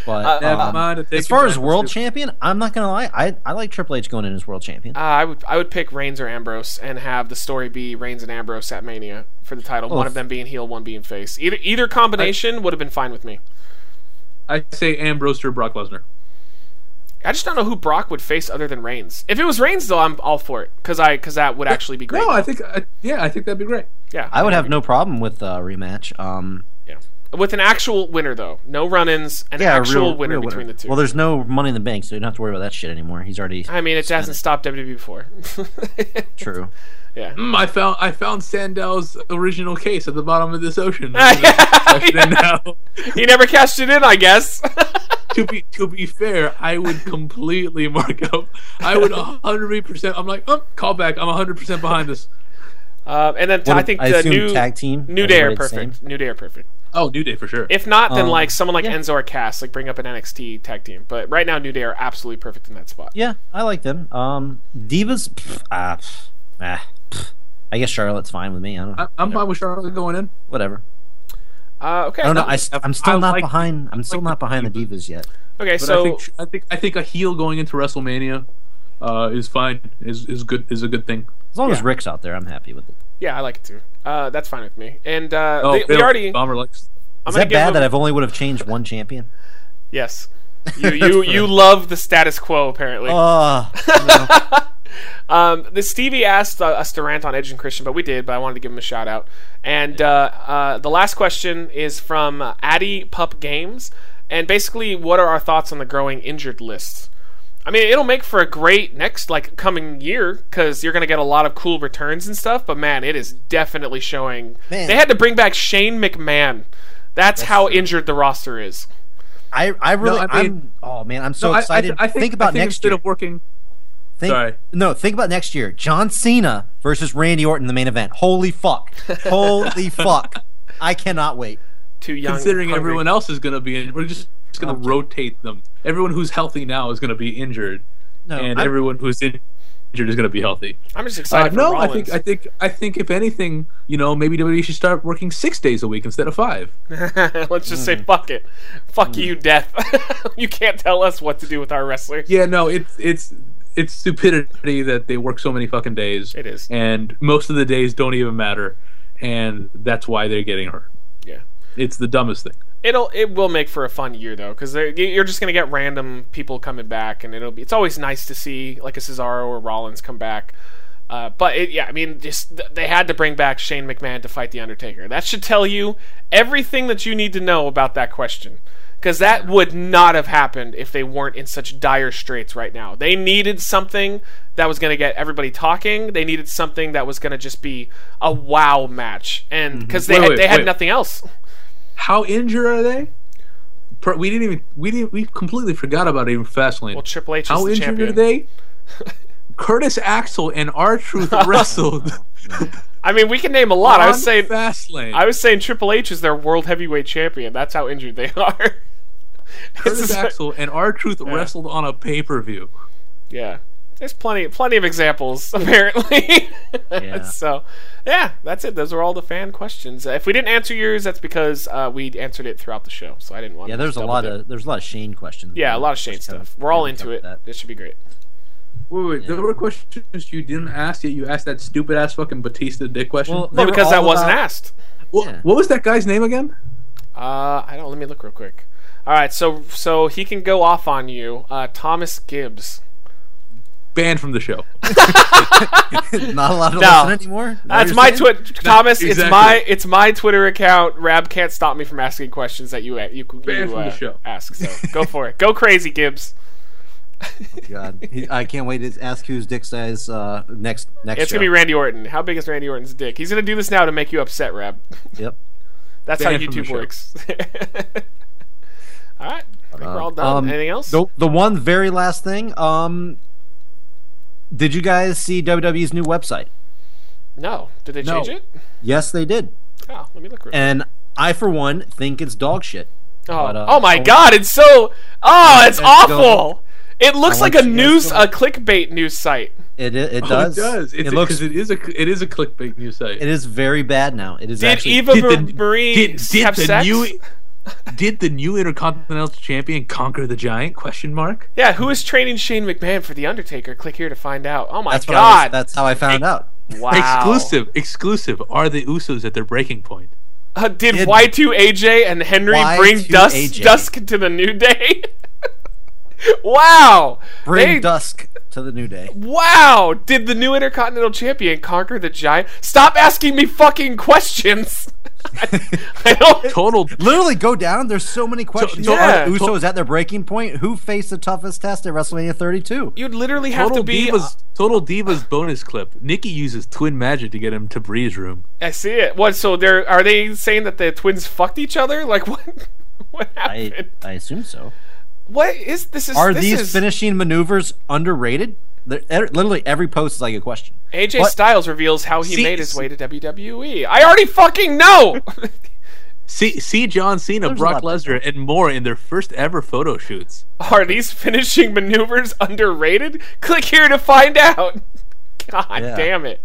[SPEAKER 4] But
[SPEAKER 5] Uh,
[SPEAKER 2] Never
[SPEAKER 4] um,
[SPEAKER 2] mind, I take
[SPEAKER 4] as
[SPEAKER 2] it
[SPEAKER 4] far
[SPEAKER 2] back.
[SPEAKER 4] as world champion, I'm not gonna lie. I I like Triple H going in as world champion.
[SPEAKER 5] uh, I would I would pick Reigns or Ambrose and have the story be Reigns and Ambrose at Mania for the title. One
[SPEAKER 4] Oh,
[SPEAKER 5] of
[SPEAKER 4] f-
[SPEAKER 5] them being heel, one being face. Either either combination would have been fine with me.
[SPEAKER 2] I say Ambrose or Brock Lesnar.
[SPEAKER 5] I just don't know who Brock would face other than Reigns. If it was Reigns, though, I'm all for it because I because that would actually be great.
[SPEAKER 2] No, I think, I, yeah, I think that'd be great.
[SPEAKER 5] yeah,
[SPEAKER 4] I would have no problem with uh, rematch. Um,
[SPEAKER 5] yeah. with an actual winner though, no run-ins, an
[SPEAKER 4] yeah, a
[SPEAKER 5] actual
[SPEAKER 4] real,
[SPEAKER 5] winner
[SPEAKER 4] real
[SPEAKER 5] between the two. Uh,
[SPEAKER 4] Well, there's no money in the bank, so you don't have to worry about that shit anymore. He's already
[SPEAKER 5] I mean, it hasn't stopped WWE before.
[SPEAKER 4] true.
[SPEAKER 5] yeah.
[SPEAKER 2] Mm, I found, I found Sandel's original case at the bottom of this ocean. And now,
[SPEAKER 5] he never cashed it in, I guess.
[SPEAKER 2] to be to be fair, I would completely mark up. I would 100. percent I'm like, oh, call back. I'm 100 percent behind this.
[SPEAKER 5] um, and then t-
[SPEAKER 4] What
[SPEAKER 5] I
[SPEAKER 4] if-
[SPEAKER 5] think
[SPEAKER 4] I
[SPEAKER 5] the
[SPEAKER 4] assume
[SPEAKER 5] new
[SPEAKER 4] tag team,
[SPEAKER 5] New Day are
[SPEAKER 4] everybody's
[SPEAKER 5] perfect. New Day are perfect.
[SPEAKER 2] Oh, New Day for sure.
[SPEAKER 5] If not, then
[SPEAKER 4] Um,
[SPEAKER 5] like someone like
[SPEAKER 4] yeah.
[SPEAKER 5] Enzo or Cass, like bring up an NXT tag team. But right now, New Day are absolutely perfect in that spot.
[SPEAKER 4] Yeah, I like them. Um, Divas, pff, ah, pff, ah, pff. I guess Charlotte's fine with me. I don't know.
[SPEAKER 2] I, I'm fine with Charlotte going in.
[SPEAKER 4] Whatever.
[SPEAKER 5] Uh, okay.
[SPEAKER 4] I don't know. I, am still
[SPEAKER 2] I
[SPEAKER 4] not
[SPEAKER 2] like-
[SPEAKER 4] behind. I'm still
[SPEAKER 2] like
[SPEAKER 4] not
[SPEAKER 2] the
[SPEAKER 4] behind the divas yet.
[SPEAKER 5] okay,
[SPEAKER 2] But
[SPEAKER 5] so
[SPEAKER 2] I think I think I think a heel going into WrestleMania uh, is fine. Is is good is a good thing.
[SPEAKER 4] As long as
[SPEAKER 5] Yeah.
[SPEAKER 4] Rick's out there, I'm happy with it.
[SPEAKER 5] yeah, I like it too. Uh, that's fine with me. And uh,
[SPEAKER 2] Oh,
[SPEAKER 5] they- we
[SPEAKER 2] Bill
[SPEAKER 5] already.
[SPEAKER 2] Bomber likes.
[SPEAKER 5] I'm
[SPEAKER 4] Is
[SPEAKER 5] gonna
[SPEAKER 4] that
[SPEAKER 5] give
[SPEAKER 4] bad
[SPEAKER 5] them-
[SPEAKER 4] that I've only would have changed one champion?
[SPEAKER 5] Yes. You you you love the status quo apparently.
[SPEAKER 4] Oh,
[SPEAKER 5] Um, the Stevie asked uh, us to rant on Edge and Christian, but we did. But I wanted to give him a shout out. And uh, uh, the last question is from uh, Addy Pup Games, and basically, what are our thoughts on the growing injured list? I mean, it'll make for a great next like coming year because you're gonna get a lot of cool returns and stuff. But man, it is definitely showing.
[SPEAKER 4] Man.
[SPEAKER 5] They had to bring back Shane McMahon. That's, how injured the roster is.
[SPEAKER 4] I, I really,
[SPEAKER 2] I mean-
[SPEAKER 4] I am oh man, I'm so
[SPEAKER 2] I- I-
[SPEAKER 4] excited.
[SPEAKER 2] I, think,
[SPEAKER 4] about
[SPEAKER 2] I think
[SPEAKER 4] next
[SPEAKER 2] instead
[SPEAKER 4] year.
[SPEAKER 2] of working.
[SPEAKER 4] Think-
[SPEAKER 2] Sorry.
[SPEAKER 4] No, think about next year. John Cena versus Randy Orton in the main event. Holy fuck! Holy fuck! I cannot wait.
[SPEAKER 5] Too young,
[SPEAKER 2] considering
[SPEAKER 5] hungry.
[SPEAKER 2] everyone else is going to be in, we're just, just going to rotate them. Everyone who's healthy now is going to be injured,
[SPEAKER 4] No,
[SPEAKER 2] and
[SPEAKER 4] I'm-
[SPEAKER 2] everyone who's in- injured is going to be healthy.
[SPEAKER 5] I'm just
[SPEAKER 2] Uh,
[SPEAKER 5] excited. for
[SPEAKER 2] no, I
[SPEAKER 5] Rollins.
[SPEAKER 2] think I think I think if anything, you know, maybe WWE should start working six days a week instead of five.
[SPEAKER 5] Let's just say fuck it. Fuck you, death. you can't tell us what to do with our wrestlers.
[SPEAKER 2] Yeah, no, it's it's it's stupidity that they work so many fucking days.
[SPEAKER 5] It is.
[SPEAKER 2] and most of the days don't even matter, and that's why they're getting hurt.
[SPEAKER 5] Yeah.
[SPEAKER 2] It's the dumbest thing.
[SPEAKER 5] It'll it will make for a fun year though, because you're just gonna get random people coming back, and it'll be it's always nice to see like a Cesaro or Rollins come back. Uh, but it, yeah, I mean, just th- they had to bring back Shane McMahon to fight the Undertaker. That should tell you everything that you need to know about that question, because that would not have happened if they weren't in such dire straits right now. They needed something that was going to get everybody talking. They needed something that was going to just be a wow match, and because they
[SPEAKER 2] Mm-hmm. Wait,
[SPEAKER 5] had,
[SPEAKER 2] wait,
[SPEAKER 5] they had
[SPEAKER 2] wait.
[SPEAKER 5] nothing else.
[SPEAKER 2] How injured are they? Per- We didn't even we didn't we completely forgot about even Fastlane.
[SPEAKER 5] Well, Triple H is
[SPEAKER 2] How
[SPEAKER 5] the
[SPEAKER 2] injured
[SPEAKER 5] champion.
[SPEAKER 2] are they? Curtis Axel and R Truth wrestled
[SPEAKER 5] I mean, we can name a lot. I
[SPEAKER 2] on
[SPEAKER 5] was saying,
[SPEAKER 2] Fastlane.
[SPEAKER 5] I was saying Triple H is their world heavyweight champion. That's how injured they are. This
[SPEAKER 2] Curtis
[SPEAKER 5] is-
[SPEAKER 2] Axel and R Truth wrestled on a pay per view.
[SPEAKER 5] yeah, there's plenty, plenty of examples apparently.
[SPEAKER 4] Yeah.
[SPEAKER 5] so, yeah, that's it. Those are all the fan questions. Uh, If we didn't answer yours, that's because uh, we answered it throughout the show. So I didn't want.
[SPEAKER 4] Yeah,
[SPEAKER 5] to
[SPEAKER 4] there's a
[SPEAKER 5] double
[SPEAKER 4] lot
[SPEAKER 5] dip.
[SPEAKER 4] of there's a lot of Shane questions.
[SPEAKER 5] Yeah, a lot of Shane
[SPEAKER 4] Just kind
[SPEAKER 5] stuff.
[SPEAKER 4] of-
[SPEAKER 5] We're all
[SPEAKER 4] kind of
[SPEAKER 5] into
[SPEAKER 4] covered
[SPEAKER 5] it.
[SPEAKER 4] that.
[SPEAKER 5] This should be great.
[SPEAKER 2] Wait, wait, there were questions you didn't ask yet. You asked that stupid ass fucking Batista dick question.
[SPEAKER 4] Well,
[SPEAKER 5] Well,
[SPEAKER 4] They were
[SPEAKER 5] because that
[SPEAKER 4] all
[SPEAKER 5] wasn't
[SPEAKER 4] about-
[SPEAKER 5] asked.
[SPEAKER 2] Wha-
[SPEAKER 4] yeah.
[SPEAKER 2] What was that guy's name again?
[SPEAKER 5] Uh, I don't. Let me look real quick. All right, so so he can go off on you, uh, Thomas Gibbs.
[SPEAKER 2] banned from the show.
[SPEAKER 4] Not allowed to
[SPEAKER 5] No.
[SPEAKER 4] listen anymore. Is that
[SPEAKER 5] That's
[SPEAKER 4] what
[SPEAKER 5] my
[SPEAKER 4] you're saying?
[SPEAKER 5] twit, Thomas. It's
[SPEAKER 2] exactly.
[SPEAKER 5] my it's my Twitter account. Rab can't stop me from asking questions that you you, you,
[SPEAKER 2] Banned from
[SPEAKER 5] uh,
[SPEAKER 2] the show.
[SPEAKER 5] ask. So go for it. Go crazy, Gibbs.
[SPEAKER 4] God, He- I can't wait to ask whose dick size uh, next next.
[SPEAKER 5] It's
[SPEAKER 4] show.
[SPEAKER 5] gonna be Randy Orton. How big is Randy Orton's dick? He's gonna do this now to make you upset, Rab.
[SPEAKER 4] Yep.
[SPEAKER 5] That's
[SPEAKER 2] Banned
[SPEAKER 5] how
[SPEAKER 2] from the
[SPEAKER 5] YouTube
[SPEAKER 2] show.
[SPEAKER 5] works. all right, I think we're all done.
[SPEAKER 4] Um,
[SPEAKER 5] Anything else?
[SPEAKER 4] The, the one very last thing. Um, did you guys see WWE's new website?
[SPEAKER 5] No. Did they
[SPEAKER 2] No.
[SPEAKER 5] change it?
[SPEAKER 4] Yes, they did.
[SPEAKER 5] Oh, let me look. Real
[SPEAKER 4] And I, for one, think it's dog shit.
[SPEAKER 5] Oh,
[SPEAKER 4] But, uh,
[SPEAKER 5] oh my
[SPEAKER 4] I-
[SPEAKER 5] god, it's so oh, it's
[SPEAKER 4] I don't-
[SPEAKER 5] awful. It looks
[SPEAKER 4] I
[SPEAKER 5] like
[SPEAKER 4] want
[SPEAKER 5] a
[SPEAKER 4] you guys
[SPEAKER 5] news
[SPEAKER 4] to-
[SPEAKER 5] a clickbait news site.
[SPEAKER 4] It it, it
[SPEAKER 2] Oh,
[SPEAKER 4] does.
[SPEAKER 2] it does. It's
[SPEAKER 4] it looks.
[SPEAKER 2] it is a it is a clickbait news site.
[SPEAKER 4] It is very bad now. It is
[SPEAKER 5] Did
[SPEAKER 4] actually.
[SPEAKER 5] Eva
[SPEAKER 2] did the-
[SPEAKER 5] Mar- Marie
[SPEAKER 2] did, did
[SPEAKER 5] have
[SPEAKER 2] the
[SPEAKER 5] sex?
[SPEAKER 2] new did the new intercontinental champion conquer the giant question mark
[SPEAKER 5] yeah, who is training Shane McMahon for The Undertaker? Click here to find out. Oh my
[SPEAKER 4] that's what I was,
[SPEAKER 5] god.
[SPEAKER 4] That's how I found out.
[SPEAKER 5] wow.
[SPEAKER 2] exclusive exclusive are the usos at their breaking point
[SPEAKER 5] Uh, did
[SPEAKER 4] Did-
[SPEAKER 5] Y2AJ and Henry bring dusk,
[SPEAKER 4] Y2AJ.
[SPEAKER 5] dusk to the new day? wow.
[SPEAKER 4] Bring
[SPEAKER 5] They-
[SPEAKER 4] dusk to the new day.
[SPEAKER 5] Wow! Did the new Intercontinental Champion conquer the giant? Stop asking me fucking questions. I, I don't.
[SPEAKER 2] total
[SPEAKER 4] Literally, go down. There's so many questions.
[SPEAKER 5] to-
[SPEAKER 4] Are the
[SPEAKER 5] yeah.
[SPEAKER 4] Usos at their breaking point. Who faced the toughest test at WrestleMania 32?
[SPEAKER 5] You'd literally have
[SPEAKER 2] total
[SPEAKER 5] to be. uh,
[SPEAKER 2] divas total divas bonus clip nikki uses twin magic to get him to bree's room
[SPEAKER 5] I see it. What? So they're are they saying that the twins fucked each other? Like what? What
[SPEAKER 4] I
[SPEAKER 5] happened?
[SPEAKER 4] I assume so.
[SPEAKER 5] what is this? Is
[SPEAKER 4] Are
[SPEAKER 5] this
[SPEAKER 4] these
[SPEAKER 5] is,
[SPEAKER 4] finishing maneuvers underrated? They're- er- Literally every post is like a question.
[SPEAKER 5] AJ
[SPEAKER 4] what-
[SPEAKER 5] Styles reveals how he
[SPEAKER 2] See-
[SPEAKER 5] made his way to WWE. I already fucking know.
[SPEAKER 2] see see john cena
[SPEAKER 4] There's a
[SPEAKER 2] brock
[SPEAKER 4] lot
[SPEAKER 2] lesnar and more in their first ever photo shoots
[SPEAKER 5] are these finishing maneuvers underrated? Click here to find out. God
[SPEAKER 4] Yeah.
[SPEAKER 5] damn it.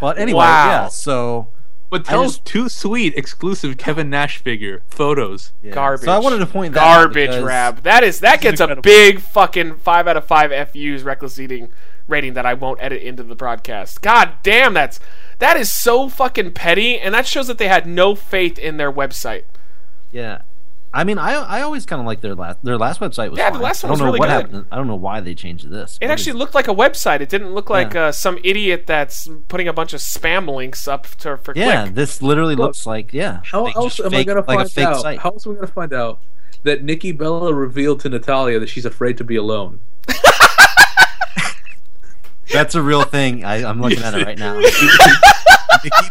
[SPEAKER 4] But anyway,
[SPEAKER 5] Wow.
[SPEAKER 4] yeah. So
[SPEAKER 2] but tells
[SPEAKER 4] just-
[SPEAKER 2] too sweet exclusive kevin nash figure photos
[SPEAKER 4] yeah.
[SPEAKER 5] Garbage.
[SPEAKER 4] So I wanted to point that out
[SPEAKER 5] garbage
[SPEAKER 4] because-
[SPEAKER 5] rab. That is that gets a
[SPEAKER 2] incredible.
[SPEAKER 5] big fucking five out of five FU's reckless eating rating that I won't edit into the broadcast. God damn, that's that is so fucking petty, and that shows that they had no faith in their website.
[SPEAKER 4] Yeah. I mean, I I always kind of like their last their last website was
[SPEAKER 5] Yeah, the
[SPEAKER 4] fine.
[SPEAKER 5] last
[SPEAKER 4] I
[SPEAKER 5] one
[SPEAKER 4] don't
[SPEAKER 5] was
[SPEAKER 4] know
[SPEAKER 5] really
[SPEAKER 4] what
[SPEAKER 5] good.
[SPEAKER 4] happened. I don't know why they changed this.
[SPEAKER 5] It
[SPEAKER 4] What
[SPEAKER 5] actually
[SPEAKER 4] is-
[SPEAKER 5] looked like a website. It didn't look like
[SPEAKER 4] Yeah.
[SPEAKER 5] uh, some idiot that's putting a bunch of spam links up to, for
[SPEAKER 4] yeah,
[SPEAKER 5] click.
[SPEAKER 4] this literally looks like yeah.
[SPEAKER 2] How
[SPEAKER 4] like
[SPEAKER 2] else
[SPEAKER 4] just
[SPEAKER 2] am
[SPEAKER 4] fake-
[SPEAKER 2] I gonna
[SPEAKER 4] like
[SPEAKER 2] find
[SPEAKER 4] a fake
[SPEAKER 2] out?
[SPEAKER 4] site?
[SPEAKER 2] How else am I gonna find out that Nikki Bella revealed to Natalia that she's afraid to be alone?
[SPEAKER 4] That's a real thing. I, I'm looking at it right now. Nikki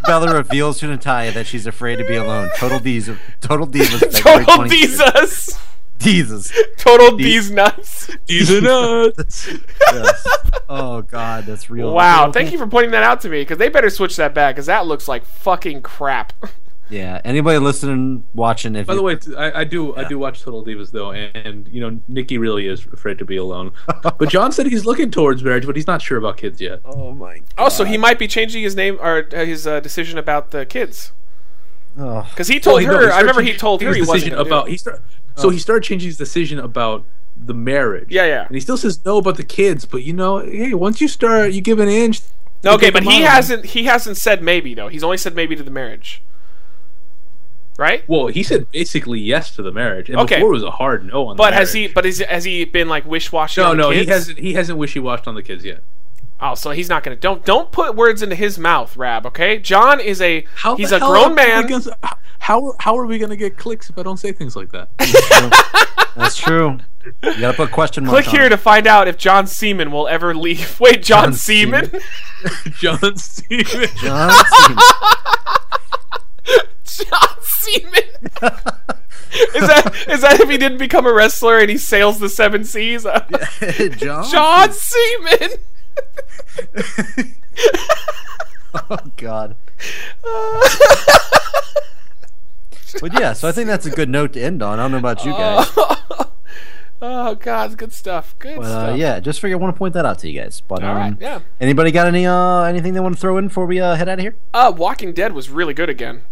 [SPEAKER 4] Bella reveals to Natalia that she's afraid to be alone. Total D's, total D's,
[SPEAKER 5] Total these us.
[SPEAKER 4] D's.
[SPEAKER 5] Total these nuts.
[SPEAKER 2] These are nuts.
[SPEAKER 4] Yes. Oh God, that's real.
[SPEAKER 5] Wow, thank you for pointing that out to me because they better switch that back because that looks like fucking crap.
[SPEAKER 4] Yeah. Anybody listening, watching, if
[SPEAKER 2] By the
[SPEAKER 4] you-
[SPEAKER 2] way, t- I, I do I do watch Total Divas though, and, and, you know Nikki really is afraid to be alone. But John said he's looking towards marriage, but he's not sure about kids yet.
[SPEAKER 4] oh my.
[SPEAKER 5] Also, he might be changing his name or uh, his uh, decision about the kids
[SPEAKER 4] Oh,
[SPEAKER 5] because he
[SPEAKER 2] Well,
[SPEAKER 5] told
[SPEAKER 2] he- no,
[SPEAKER 5] her.
[SPEAKER 2] he
[SPEAKER 5] I remember
[SPEAKER 2] started
[SPEAKER 5] he told her
[SPEAKER 2] changing
[SPEAKER 5] he
[SPEAKER 2] his
[SPEAKER 5] wasn't
[SPEAKER 2] decision
[SPEAKER 5] gonna do
[SPEAKER 2] about
[SPEAKER 5] it.
[SPEAKER 2] he start, so he started changing his decision about the marriage.
[SPEAKER 5] Yeah, yeah.
[SPEAKER 2] Oh. And he still says no about the kids, but you know, hey, once you start, you give an inch.
[SPEAKER 5] No,
[SPEAKER 2] you
[SPEAKER 5] okay,
[SPEAKER 2] give
[SPEAKER 5] but
[SPEAKER 2] a
[SPEAKER 5] he
[SPEAKER 2] mile.
[SPEAKER 5] hasn't. He hasn't said maybe though. He's only said maybe to the marriage. Right.
[SPEAKER 2] Well, he said basically yes to the marriage, and
[SPEAKER 5] Okay.
[SPEAKER 2] before it was a hard no on. the
[SPEAKER 5] But has
[SPEAKER 2] marriage.
[SPEAKER 5] he? But is, has he been like wish washy?
[SPEAKER 2] No, no, he hasn't. He hasn't wishy washed on the kids yet.
[SPEAKER 5] Oh, so he's not gonna. Don't don't put words into his mouth, Rab. Okay. John is a.
[SPEAKER 2] How
[SPEAKER 5] he's
[SPEAKER 2] the
[SPEAKER 5] a
[SPEAKER 2] hell
[SPEAKER 5] grown
[SPEAKER 2] are
[SPEAKER 5] man.
[SPEAKER 2] we gonna- how how are we gonna get clicks if I don't say things like that?
[SPEAKER 4] that's true. You gotta put question marks.
[SPEAKER 5] Click here to find out if John Seaman will ever leave. Wait, John,
[SPEAKER 4] John
[SPEAKER 5] Seaman?
[SPEAKER 4] Seaman.
[SPEAKER 2] John Steven.
[SPEAKER 5] John Seaman. is that is that if he didn't become a wrestler and he sails the seven seas?
[SPEAKER 4] John. John.
[SPEAKER 5] John Seaman.
[SPEAKER 4] Oh God. But yeah, so I think that's a good note to end on. I don't know about you guys.
[SPEAKER 5] Oh God, good stuff. Good
[SPEAKER 4] But,
[SPEAKER 5] stuff.
[SPEAKER 4] uh, yeah, just figure I want to point that out to you guys. But
[SPEAKER 5] All
[SPEAKER 4] um,
[SPEAKER 5] right, yeah.
[SPEAKER 4] anybody got any uh, anything they want to throw in before we uh, head out of here?
[SPEAKER 5] Uh, Walking Dead was really good again.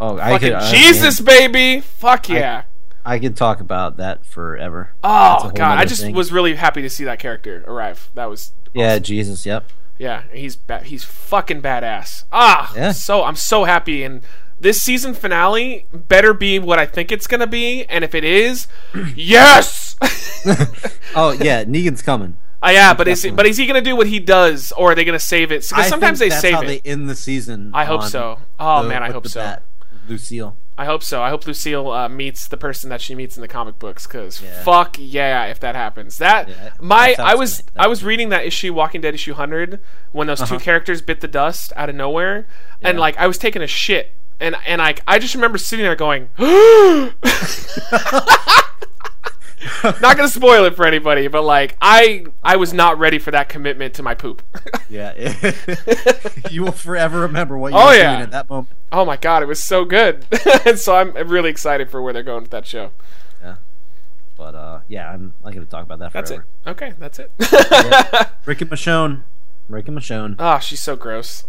[SPEAKER 4] Oh, I
[SPEAKER 5] Fucking
[SPEAKER 4] could,
[SPEAKER 2] Uh,
[SPEAKER 4] I-
[SPEAKER 5] Jesus, baby. Fuck yeah.
[SPEAKER 4] I, could talk about that forever. a
[SPEAKER 5] oh
[SPEAKER 4] whole
[SPEAKER 5] God, I
[SPEAKER 4] nother
[SPEAKER 5] just
[SPEAKER 4] thing.
[SPEAKER 5] was really happy to see that character arrive. That was
[SPEAKER 4] Yeah, Jesus. Yep.
[SPEAKER 5] Yeah, he's ba- he's fucking badass. Ah,
[SPEAKER 4] Yeah.
[SPEAKER 5] so I'm so happy and this season finale better be what I think it's going to be and if it is, yes.
[SPEAKER 4] Oh yeah, Negan's coming.
[SPEAKER 5] Uh, yeah, but is, but is he going to do what he does, or are they going to save it? Because
[SPEAKER 4] I
[SPEAKER 5] sometimes
[SPEAKER 4] think
[SPEAKER 5] they
[SPEAKER 4] that's
[SPEAKER 5] save
[SPEAKER 4] how
[SPEAKER 5] it.
[SPEAKER 4] they end the season.
[SPEAKER 5] I hope
[SPEAKER 4] on
[SPEAKER 5] so. Oh,
[SPEAKER 4] the-
[SPEAKER 5] man, I
[SPEAKER 4] with
[SPEAKER 5] hope
[SPEAKER 4] the
[SPEAKER 5] so.
[SPEAKER 4] bat, Lucille.
[SPEAKER 5] I hope so. I hope Lucille uh, meets the person that she meets in the comic books. Cause
[SPEAKER 4] Yeah.
[SPEAKER 5] fuck yeah, if that happens, that
[SPEAKER 4] Yeah,
[SPEAKER 5] my
[SPEAKER 4] that sounds
[SPEAKER 5] I was
[SPEAKER 4] good. Uh-huh.
[SPEAKER 5] I was reading that issue, Walking Dead issue hundred, when those two characters bit the dust out of nowhere, and like I was taking a shit, and and I I just remember sitting there going, not gonna spoil it for anybody, but like I I was not ready for that commitment to my poop.
[SPEAKER 4] Yeah, you will forever remember what you
[SPEAKER 5] Oh,
[SPEAKER 4] were
[SPEAKER 5] yeah.
[SPEAKER 4] doing at that moment.
[SPEAKER 5] oh my god, it was so good, and so I'm really excited for where they're going with that show.
[SPEAKER 4] But uh, yeah, I'm not going to talk about that
[SPEAKER 5] That's
[SPEAKER 4] forever.
[SPEAKER 5] it. Okay, that's it.
[SPEAKER 4] Rick and Michonne. Rick and Michonne.
[SPEAKER 5] Ah, she's so gross.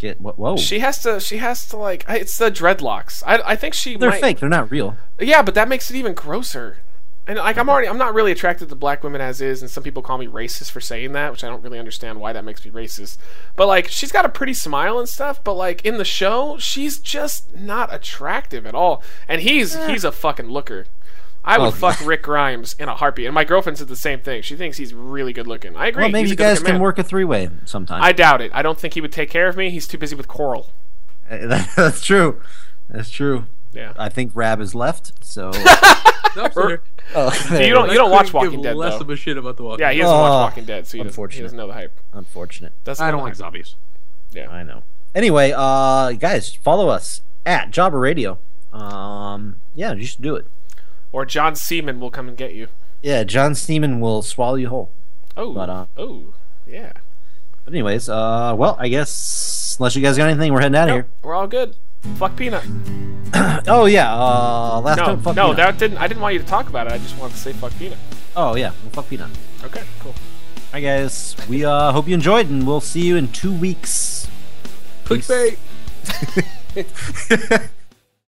[SPEAKER 4] Get wha- whoa.
[SPEAKER 5] She has to. She has to like. I- It's the dreadlocks. I, I think she.
[SPEAKER 4] They're
[SPEAKER 5] might,
[SPEAKER 4] fake. They're not real.
[SPEAKER 5] Yeah, but that makes it even grosser. And like I'm already, I'm not really attracted to black women as is, and some people call me racist for saying that, which I don't really understand why that makes me racist. But like, she's got a pretty smile and stuff, but like in the show, she's just not attractive at all. And he's
[SPEAKER 4] Eh.
[SPEAKER 5] he's a fucking looker. I would
[SPEAKER 4] Well-
[SPEAKER 5] fuck Rick Grimes in a heartbeat, and my girlfriend said the same thing. She thinks he's really good looking. I agree.
[SPEAKER 4] Well, maybe
[SPEAKER 5] he's a
[SPEAKER 4] you guys
[SPEAKER 5] good-looking
[SPEAKER 4] can
[SPEAKER 5] man.
[SPEAKER 4] work a three-way sometime.
[SPEAKER 5] I doubt it. I don't think he would take care of me. He's too busy with Coral.
[SPEAKER 4] That's true. That's true.
[SPEAKER 5] Yeah.
[SPEAKER 4] I think Rab is left. So uh,
[SPEAKER 2] No, sir.
[SPEAKER 4] oh,
[SPEAKER 5] you don't
[SPEAKER 2] I
[SPEAKER 5] you don't watch
[SPEAKER 2] couldn't
[SPEAKER 5] Walking
[SPEAKER 2] give
[SPEAKER 5] Dead
[SPEAKER 2] Less
[SPEAKER 5] though.
[SPEAKER 2] of a shit about the Walking
[SPEAKER 5] yeah, he
[SPEAKER 2] Dead.
[SPEAKER 5] doesn't
[SPEAKER 4] Oh,
[SPEAKER 5] watch Walking Dead, so he doesn't, he
[SPEAKER 4] unfortunate.
[SPEAKER 5] doesn't know the hype.
[SPEAKER 4] unfortunate.
[SPEAKER 5] Doesn't
[SPEAKER 2] I
[SPEAKER 5] know
[SPEAKER 2] don't
[SPEAKER 5] the
[SPEAKER 2] like
[SPEAKER 5] hype.
[SPEAKER 2] zombies.
[SPEAKER 5] Yeah.
[SPEAKER 4] I know. Anyway, uh, guys, follow us at Jobber Radio. Um, yeah, you should do it.
[SPEAKER 5] Or John Seaman will come and get you.
[SPEAKER 4] Yeah, John Steeman will swallow you whole.
[SPEAKER 5] Oh.
[SPEAKER 4] But, uh,
[SPEAKER 5] oh. Yeah.
[SPEAKER 4] But anyways, uh, well, I guess unless you guys got anything, we're heading out of
[SPEAKER 5] Nope, we're all good. Fuck Peanut.
[SPEAKER 4] here. Oh yeah, uh, last
[SPEAKER 5] No,
[SPEAKER 4] time.
[SPEAKER 5] no,
[SPEAKER 4] Fuck Peanut.
[SPEAKER 5] that didn't. I didn't want you to talk about it. I just wanted to say fuck Peanut.
[SPEAKER 4] Oh yeah, well, fuck Peanut.
[SPEAKER 5] Okay, cool.
[SPEAKER 4] All right, guys, we uh, hope you enjoyed, and we'll see you in two weeks.
[SPEAKER 2] Clickbait.
[SPEAKER 4] Peace.